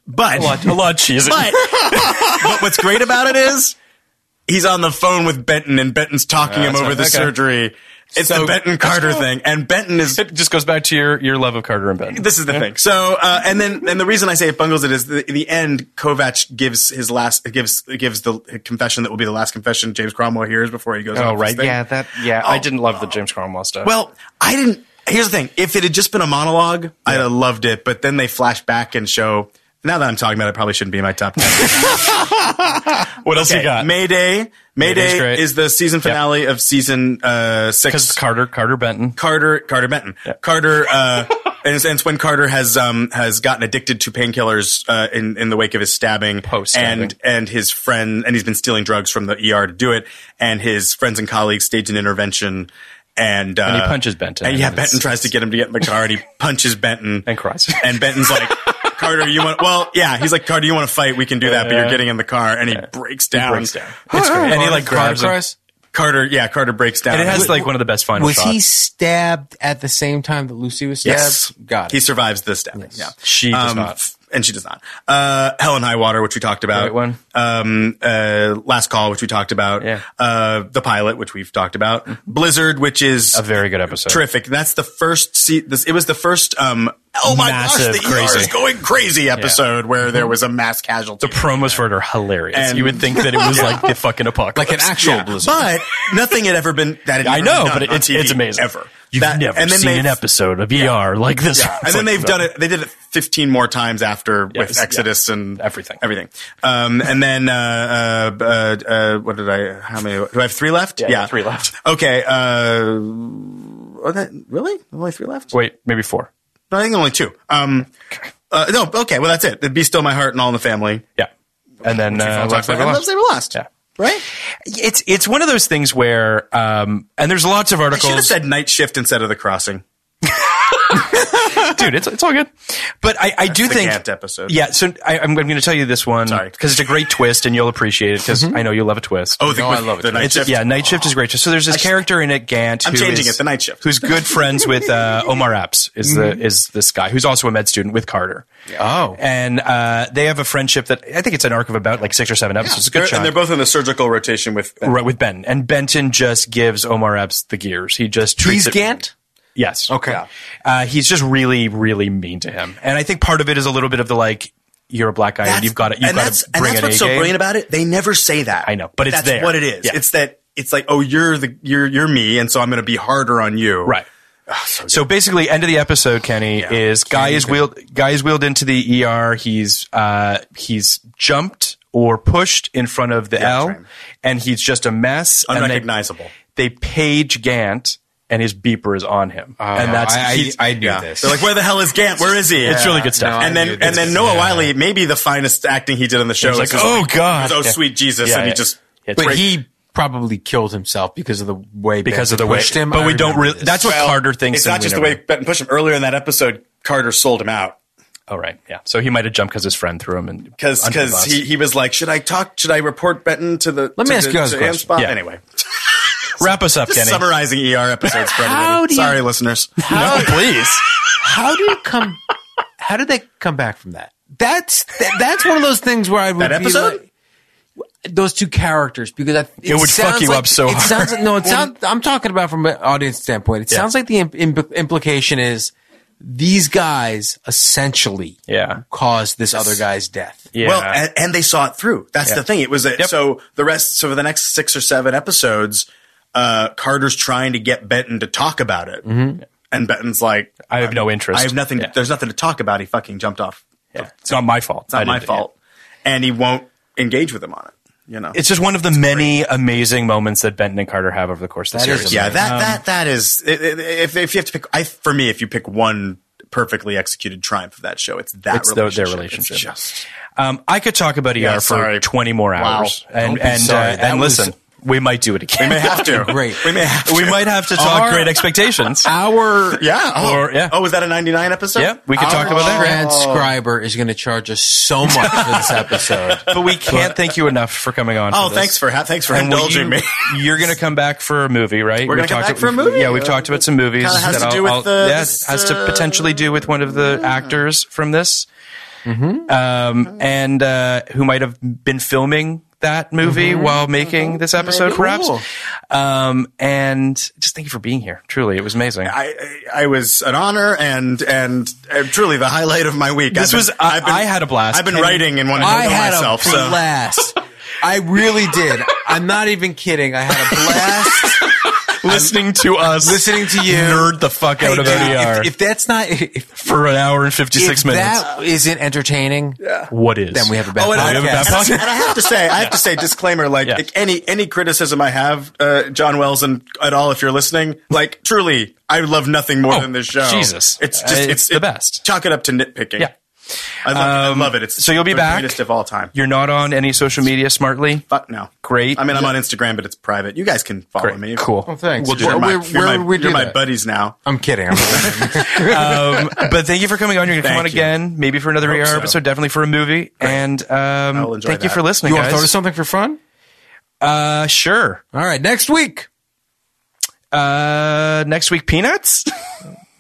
Speaker 5: But,
Speaker 6: a lot cheesy.
Speaker 5: but, but what's great about it is he's on the phone with Benton and Benton's talking him
Speaker 6: that's
Speaker 5: over
Speaker 6: right.
Speaker 5: the
Speaker 6: Okay.
Speaker 5: surgery. It's the Benton Carter thing. And Benton is
Speaker 6: it just goes back to your, your love of Carter and Ben.
Speaker 5: this is the thing. So, uh, and then, and the reason I say it bungles it is the, the end. Kovac gives his last, gives gives the confession that will be the last confession James Cromwell hears before he goes.
Speaker 6: Oh
Speaker 5: off this
Speaker 6: right,
Speaker 5: thing.
Speaker 6: yeah, that yeah. I
Speaker 5: Oh.
Speaker 6: didn't love the James Cromwell stuff.
Speaker 5: Well, I didn't. Here's the thing: if it had just been a monologue, I'd have loved it. But then they flash back and show. Now that I'm talking about it, probably shouldn't be in my top ten.
Speaker 6: what else you got?
Speaker 5: Mayday,
Speaker 6: Mayday's
Speaker 5: Mayday
Speaker 6: great.
Speaker 5: is the season finale of season uh,
Speaker 6: Because
Speaker 5: six.
Speaker 6: Carter, Carter Benton.
Speaker 5: Carter Carter Benton. Carter uh and, it's, and it's when Carter has um has gotten addicted to painkillers uh, in in the wake of his stabbing
Speaker 6: Post-stabbing.
Speaker 5: and and his friend and he's been stealing drugs from the ER to do it and his friends and colleagues stage an intervention and uh,
Speaker 6: And he punches Benton.
Speaker 5: and yeah
Speaker 6: And it's-
Speaker 5: Benton tries to get him to get in the car and he punches Benton
Speaker 6: And cries.
Speaker 5: and Benton's like Carter you want well yeah he's like Carter you want to fight we can do that but you're getting in the car and he breaks down
Speaker 6: breaks down. It's great.
Speaker 5: and he like
Speaker 6: Carter
Speaker 5: grabs him.
Speaker 6: cries?
Speaker 5: Carter yeah Carter breaks down
Speaker 6: And it has like one of the best final
Speaker 7: was
Speaker 6: shots.
Speaker 7: he stabbed at the same time that Lucy was stabbed?
Speaker 5: Yes.
Speaker 7: Got
Speaker 5: He
Speaker 7: it.
Speaker 5: survives the stabbing. Yeah.
Speaker 6: She does not.
Speaker 5: f- And she does not. Uh, Helen Highwater, which we talked about.
Speaker 6: Right one.
Speaker 5: Um, uh, Last Call, which we talked about.
Speaker 6: Yeah. Mm-hmm.
Speaker 5: Uh, the Pilot, which we've talked about. Blizzard, which is
Speaker 6: a very good episode.
Speaker 5: terrific. That's the first. See, this it was the first. Um, oh my
Speaker 6: Massive
Speaker 5: gosh, the ER is
Speaker 6: crazy. Mm-hmm.
Speaker 5: going crazy episode where there was a mass casualty.
Speaker 6: The promos for it are hilarious.
Speaker 5: And-
Speaker 6: you would think that it was like the fucking apocalypse.
Speaker 7: Like an actual blizzard.
Speaker 5: But nothing had ever been that. Had
Speaker 6: I
Speaker 5: ever
Speaker 6: know,
Speaker 5: been done
Speaker 6: but it-
Speaker 5: on
Speaker 6: it's,
Speaker 5: TV
Speaker 6: it's amazing.
Speaker 5: Ever
Speaker 6: You've
Speaker 5: That-
Speaker 6: never
Speaker 5: and then
Speaker 6: seen
Speaker 5: they
Speaker 6: an episode of ER like this.
Speaker 5: Yeah, and then they've done it. They did it 15 more times after
Speaker 6: Yes,
Speaker 5: with Exodus and
Speaker 6: Everything.
Speaker 5: everything. Um, and then uh, uh, uh, uh, what did I? How many? Do I have three left?
Speaker 6: Yeah, three left.
Speaker 5: Okay. Uh, oh, that, really? Only three left?
Speaker 6: Wait, maybe four.
Speaker 5: No, I think only two. Um, uh, no. Okay. Well, that's it. It'd be still my heart and all in the family.
Speaker 6: Yeah, and then uh,
Speaker 5: I'll talk
Speaker 6: Life's
Speaker 5: about-
Speaker 6: Never
Speaker 5: and
Speaker 6: Lost.
Speaker 5: Love's Never Lost.
Speaker 6: Yeah.
Speaker 5: Right.
Speaker 6: It's it's one of those things where, um, and there's lots of
Speaker 5: I should have
Speaker 6: articles.
Speaker 5: said Night Shift instead of The Crossing.
Speaker 6: dude, it's, it's all good. But I, I do
Speaker 5: the
Speaker 6: think
Speaker 5: Gant episode.
Speaker 6: Yeah, so I, I'm, I'm going to tell you this one
Speaker 5: Sorry.
Speaker 6: because it's a great twist, and you'll appreciate it because I know you love a twist.
Speaker 5: Oh, the, I love the Night
Speaker 6: It's-
Speaker 5: Shift.
Speaker 6: Yeah, Night Shift is great. So there's this character in it, Gant.
Speaker 5: I'm
Speaker 6: who
Speaker 5: changing
Speaker 6: is-
Speaker 5: it, the Night Shift.
Speaker 6: Who's good friends with uh, Omar Apps is the is this guy who's also a med student with Carter.
Speaker 7: Oh.
Speaker 6: and uh, they have a friendship that I think it's an arc of about like six or seven episodes. It's a good
Speaker 5: They're-
Speaker 6: chunk.
Speaker 5: and they're both in the surgical rotation with.
Speaker 6: Right with Ben and Benton just gives Omar Epps the gears. He just treats
Speaker 7: He's
Speaker 6: it-
Speaker 7: Gant?
Speaker 6: Yes.
Speaker 7: Okay.
Speaker 6: Uh, he's just really, really mean to him, and I think part of it is a little bit of the like, you're a black guy and you've got it. You've
Speaker 5: and
Speaker 6: got
Speaker 5: that's,
Speaker 6: to bring
Speaker 5: and that's
Speaker 6: an
Speaker 5: what's
Speaker 6: A
Speaker 5: so
Speaker 6: game.
Speaker 5: brilliant about it. They never say that.
Speaker 6: I know, but it's
Speaker 5: that's
Speaker 6: there.
Speaker 5: what it is.
Speaker 6: Yeah.
Speaker 5: It's that it's like, oh, you're the you're you're me, and so I'm going to be harder on you.
Speaker 6: Right.
Speaker 5: Oh,
Speaker 6: so, basically, end of the episode, Kenny is guy is wheeled guy is wheeled into the ER. He's uh, he's jumped or pushed in front of the L,
Speaker 5: train.
Speaker 6: and he's just a mess. and they-
Speaker 5: Unrecognizable.
Speaker 6: They, page Gant, and his beeper is on him,
Speaker 5: Uh,
Speaker 6: and that's
Speaker 7: Uh, I,
Speaker 6: he's-
Speaker 7: I, I knew
Speaker 5: Yeah.
Speaker 7: this.
Speaker 5: They're like, where the hell is Gant? Where is he?
Speaker 6: It's really good stuff.
Speaker 7: no,
Speaker 5: and then
Speaker 7: I knew
Speaker 5: and
Speaker 7: this.
Speaker 5: then Noah
Speaker 7: Yeah.
Speaker 5: Wiley, maybe the finest acting he did on the show.
Speaker 6: was
Speaker 5: is
Speaker 6: like,
Speaker 5: just
Speaker 6: "Oh, God."
Speaker 5: oh
Speaker 6: Yeah.
Speaker 5: sweet Jesus,
Speaker 6: Yeah,
Speaker 5: and he
Speaker 6: yeah.
Speaker 5: just
Speaker 6: It's
Speaker 7: but
Speaker 6: great.
Speaker 7: he probably killed himself because of the way
Speaker 6: because
Speaker 7: Benton
Speaker 6: of the way,
Speaker 7: pushed him.
Speaker 6: but
Speaker 7: I
Speaker 6: we don't
Speaker 7: remember
Speaker 6: really.
Speaker 7: this.
Speaker 6: That's what Carter thinks.
Speaker 5: It's
Speaker 6: and
Speaker 5: not
Speaker 6: we
Speaker 5: just the
Speaker 6: never
Speaker 5: way
Speaker 6: know.
Speaker 5: Benton pushed him earlier in that episode. Carter sold him out.
Speaker 6: Oh right, yeah. So he might have jumped because his friend threw him, and
Speaker 5: Because
Speaker 6: under the bus.
Speaker 5: he, he was like, should I talk? Should I report Benton to the?
Speaker 7: Let
Speaker 5: to
Speaker 7: me ask
Speaker 5: the-
Speaker 7: you guys
Speaker 5: to
Speaker 7: a question.
Speaker 5: Amspot?
Speaker 6: Yeah.
Speaker 5: Anyway,
Speaker 6: wrap us up,
Speaker 5: just
Speaker 6: Kenny.
Speaker 5: summarizing ER episodes for everybody. Sorry, listeners.
Speaker 6: No, please.
Speaker 7: How do you come? How did they come back from that? That's that, that's one of those things where I would
Speaker 5: That
Speaker 7: be
Speaker 5: episode?
Speaker 7: like- those two characters because I,
Speaker 6: It would fuck
Speaker 7: sounds
Speaker 6: you
Speaker 7: like-
Speaker 6: up so
Speaker 7: it
Speaker 6: hard.
Speaker 7: Sounds, no, it sounds, I'm talking about from an audience standpoint. It
Speaker 6: Yeah.
Speaker 7: sounds like the im- im- implication is these guys essentially
Speaker 6: Yeah.
Speaker 7: caused this other guy's death.
Speaker 6: Yeah.
Speaker 5: Well, and, and they saw it through. That's the thing. It was a,
Speaker 6: Yep.
Speaker 5: so the rest. So for the next six or seven episodes, uh, Carter's trying to get Benton to talk about it, and Benton's like,
Speaker 6: Mm-hmm. I have no interest.
Speaker 5: "I have nothing.
Speaker 6: Yeah.
Speaker 5: There's nothing to talk about." He fucking jumped off.
Speaker 6: Yeah. It's not my fault.
Speaker 5: It's not my fault, and he won't engage with him on it. You know.
Speaker 6: It's just one of the many amazing moments that Benton and Carter have over the course of the
Speaker 7: That is
Speaker 6: series.
Speaker 7: amazing.
Speaker 5: yeah. That that that is. i- i- If if you have to pick, I for me, if you pick one perfectly executed triumph of that show, it's that
Speaker 6: It's the-
Speaker 5: relationship.
Speaker 6: their relationship.
Speaker 5: It's just
Speaker 6: Um, I could talk about ER
Speaker 5: Yeah,
Speaker 6: for
Speaker 5: sorry.
Speaker 6: twenty more hours,
Speaker 5: Wow.
Speaker 6: and
Speaker 7: Don't be
Speaker 6: and
Speaker 7: sorry.
Speaker 6: uh,
Speaker 7: That
Speaker 6: and
Speaker 7: was
Speaker 6: listen, We might do it again.
Speaker 5: We may have to.
Speaker 7: Great.
Speaker 5: We may have to.
Speaker 6: We might have to talk
Speaker 7: Our-
Speaker 6: Great Expectations.
Speaker 7: Our
Speaker 5: Yeah. Oh,
Speaker 6: Or- yeah. Oh.
Speaker 5: oh, was that a 99 episode?
Speaker 6: Yeah, we could talk about that.
Speaker 7: transcriber is going to charge us so much for this episode.
Speaker 6: But we can't thank you enough for coming on.
Speaker 5: Oh,
Speaker 6: for this.
Speaker 5: thanks for ha- thanks for
Speaker 6: And will
Speaker 5: indulging
Speaker 6: you-
Speaker 5: me.
Speaker 6: You're going to come back for a movie, right?
Speaker 5: We're gonna
Speaker 6: We've
Speaker 5: come
Speaker 6: talked
Speaker 5: back for a movie?
Speaker 6: Yeah, we've talked about some movies.
Speaker 5: Kinda has
Speaker 6: that
Speaker 5: to
Speaker 6: I'll-
Speaker 5: do with
Speaker 6: I'll-
Speaker 5: the-
Speaker 6: yeah,
Speaker 5: this,
Speaker 6: has to
Speaker 5: uh,
Speaker 6: potentially do with one of the actors from this,
Speaker 7: Mm-hmm.
Speaker 6: um, and uh, who might have been filming that movie
Speaker 7: Mm-hmm.
Speaker 6: while making this
Speaker 5: Mm-hmm.
Speaker 6: episode, perhaps. Um, and just thank you for being here. Truly, it was amazing.
Speaker 5: I, I I was an honor and and uh, truly the highlight of my week.
Speaker 6: This was- I- I had a blast.
Speaker 5: I've been
Speaker 6: Kenny-
Speaker 5: writing and wanting to
Speaker 7: I
Speaker 5: kill
Speaker 7: had
Speaker 5: myself.
Speaker 7: a
Speaker 5: so
Speaker 7: blast. I really did. I'm not even kidding. I had a blast
Speaker 6: Listening to us,
Speaker 7: listening to you.
Speaker 6: nerd the fuck out
Speaker 7: Hey,
Speaker 6: of
Speaker 7: dude,
Speaker 6: ODR
Speaker 7: If, if that's not if,
Speaker 6: for an hour and fifty
Speaker 7: if
Speaker 6: six minutes.
Speaker 7: that isn't entertaining,
Speaker 6: what is?
Speaker 7: then we have a bad
Speaker 5: Oh, and I-
Speaker 7: podcast.
Speaker 6: We have a bad
Speaker 5: and, I,
Speaker 6: podcast.
Speaker 5: and I have to say, I have to say, disclaimer: like
Speaker 6: Yeah.
Speaker 5: any any criticism I have, uh, John Wells, and at all, if you're listening, like truly, I love nothing more
Speaker 6: Oh,
Speaker 5: than this show.
Speaker 6: Jesus.
Speaker 5: it's
Speaker 6: Uh,
Speaker 5: just
Speaker 6: it's
Speaker 5: it's
Speaker 6: the
Speaker 5: it-
Speaker 6: best.
Speaker 5: Chalk it up to nitpicking.
Speaker 6: Yeah.
Speaker 5: I love,
Speaker 6: Um,
Speaker 5: it. I love it. It's
Speaker 6: so you'll be
Speaker 5: the
Speaker 6: back?
Speaker 5: greatest of all time.
Speaker 6: You're not on any social media smartly.
Speaker 5: Fuck no,
Speaker 6: Great.
Speaker 5: I mean, I'm on Instagram, but it's private. You guys can follow me.
Speaker 6: Cool.
Speaker 7: Thanks.
Speaker 5: You're
Speaker 7: Well,
Speaker 5: my,
Speaker 7: where-
Speaker 5: you're
Speaker 7: where
Speaker 5: my,
Speaker 7: would we do
Speaker 5: you're my
Speaker 7: that?
Speaker 5: buddies now.
Speaker 7: I'm kidding. I'm
Speaker 6: Um, but thank you for coming on. You're going to come
Speaker 5: Thank
Speaker 6: on
Speaker 5: you.
Speaker 6: again, maybe for another
Speaker 5: Hope
Speaker 6: AR
Speaker 5: so.
Speaker 6: episode, definitely for a movie. And um,
Speaker 5: will enjoy
Speaker 6: thank you
Speaker 5: that.
Speaker 6: for listening,
Speaker 7: you want to throw to
Speaker 6: guys.
Speaker 7: something for fun?
Speaker 6: Uh, sure.
Speaker 7: All right, next week.
Speaker 6: Uh, next week, peanuts.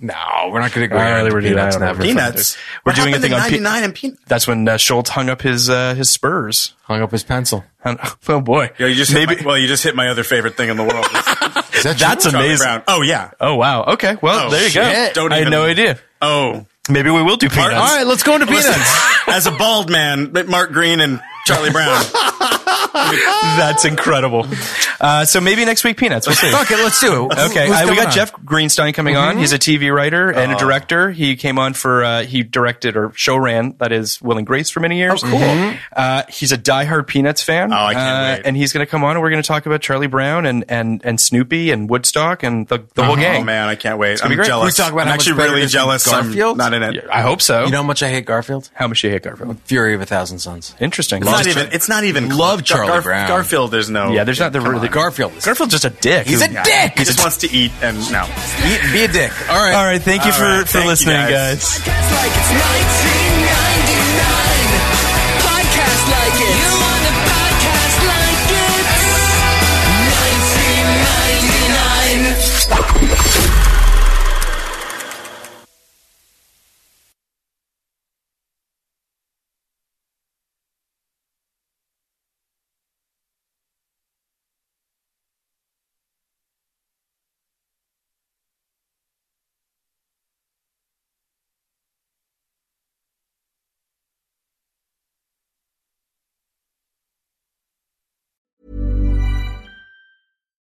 Speaker 7: No, we're not going to go.
Speaker 6: All right,
Speaker 7: into
Speaker 6: they were doing-
Speaker 7: peanuts
Speaker 6: I don't
Speaker 7: now.
Speaker 6: know.
Speaker 5: Peanuts.
Speaker 6: We're
Speaker 5: What
Speaker 6: doing a
Speaker 5: happened
Speaker 6: thing
Speaker 5: to
Speaker 6: on pe-
Speaker 5: 99 and peanuts.
Speaker 6: That's when uh, Schultz hung up his uh, his spurs.
Speaker 7: Hung up his pencil.
Speaker 6: And- oh boy.
Speaker 5: Yeah, you just Hit my, well, you just hit my other favorite thing in the world.
Speaker 7: Is that
Speaker 6: That's
Speaker 7: true?
Speaker 5: Charlie
Speaker 6: amazing.
Speaker 5: Brown. Oh yeah.
Speaker 6: Oh wow. Okay. Well,
Speaker 5: Oh,
Speaker 6: there you
Speaker 5: shit.
Speaker 6: go.
Speaker 5: Don't
Speaker 6: I had
Speaker 5: even-
Speaker 6: no idea.
Speaker 5: Oh,
Speaker 6: Maybe we will do peanuts.
Speaker 7: All right, let's go into peanuts.
Speaker 5: as a bald man, Mark Green and Charlie Brown.
Speaker 6: That's incredible. Uh, so maybe next week, peanuts. We'll see.
Speaker 7: Okay, let's do it.
Speaker 6: Okay,
Speaker 7: Who's
Speaker 6: uh, we
Speaker 7: coming
Speaker 6: got
Speaker 7: on?
Speaker 6: Jeff Greenstein coming on. He's a TV writer and a director. He came on for uh, he directed or show ran that is Will and Grace for many years. cool. Uh, he's a diehard Peanuts fan.
Speaker 5: Oh, I can't
Speaker 6: uh,
Speaker 5: wait.
Speaker 6: And he's going to come on and we're going to talk about Charlie Brown and and and Snoopy and Woodstock and the, the whole
Speaker 5: Oh
Speaker 6: gang.
Speaker 5: man, I can't wait.
Speaker 6: be
Speaker 5: I'm
Speaker 6: great.
Speaker 5: jealous.
Speaker 7: We talk about
Speaker 5: I'm
Speaker 7: how much
Speaker 5: actually
Speaker 7: better it
Speaker 5: really
Speaker 7: is than
Speaker 5: jealous. I'm
Speaker 7: Garfield?
Speaker 5: not in it.
Speaker 6: Yeah, I hope so.
Speaker 7: You know how much I hate Garfield?
Speaker 6: How much do you hate Garfield?
Speaker 7: Fury of a Thousand Suns.
Speaker 6: Interesting.
Speaker 5: It's not even. It's not even.
Speaker 7: Love
Speaker 5: Gar-
Speaker 7: Charlie Brown.
Speaker 5: Garfield is no.
Speaker 6: yeah, there's not the, the
Speaker 7: Garfield. is-
Speaker 6: Garfield's just a dick.
Speaker 7: He's a
Speaker 6: Yeah.
Speaker 7: dick.
Speaker 5: He just wants to eat and no.
Speaker 7: Be, be a dick. All right.
Speaker 6: All right, thank you
Speaker 5: All
Speaker 6: for
Speaker 5: right,
Speaker 6: for
Speaker 5: thank you,
Speaker 6: listening,
Speaker 5: guys.
Speaker 6: guys.
Speaker 3: Podcast like it's 1999. Podcast like it. You want a podcast like it? 1999.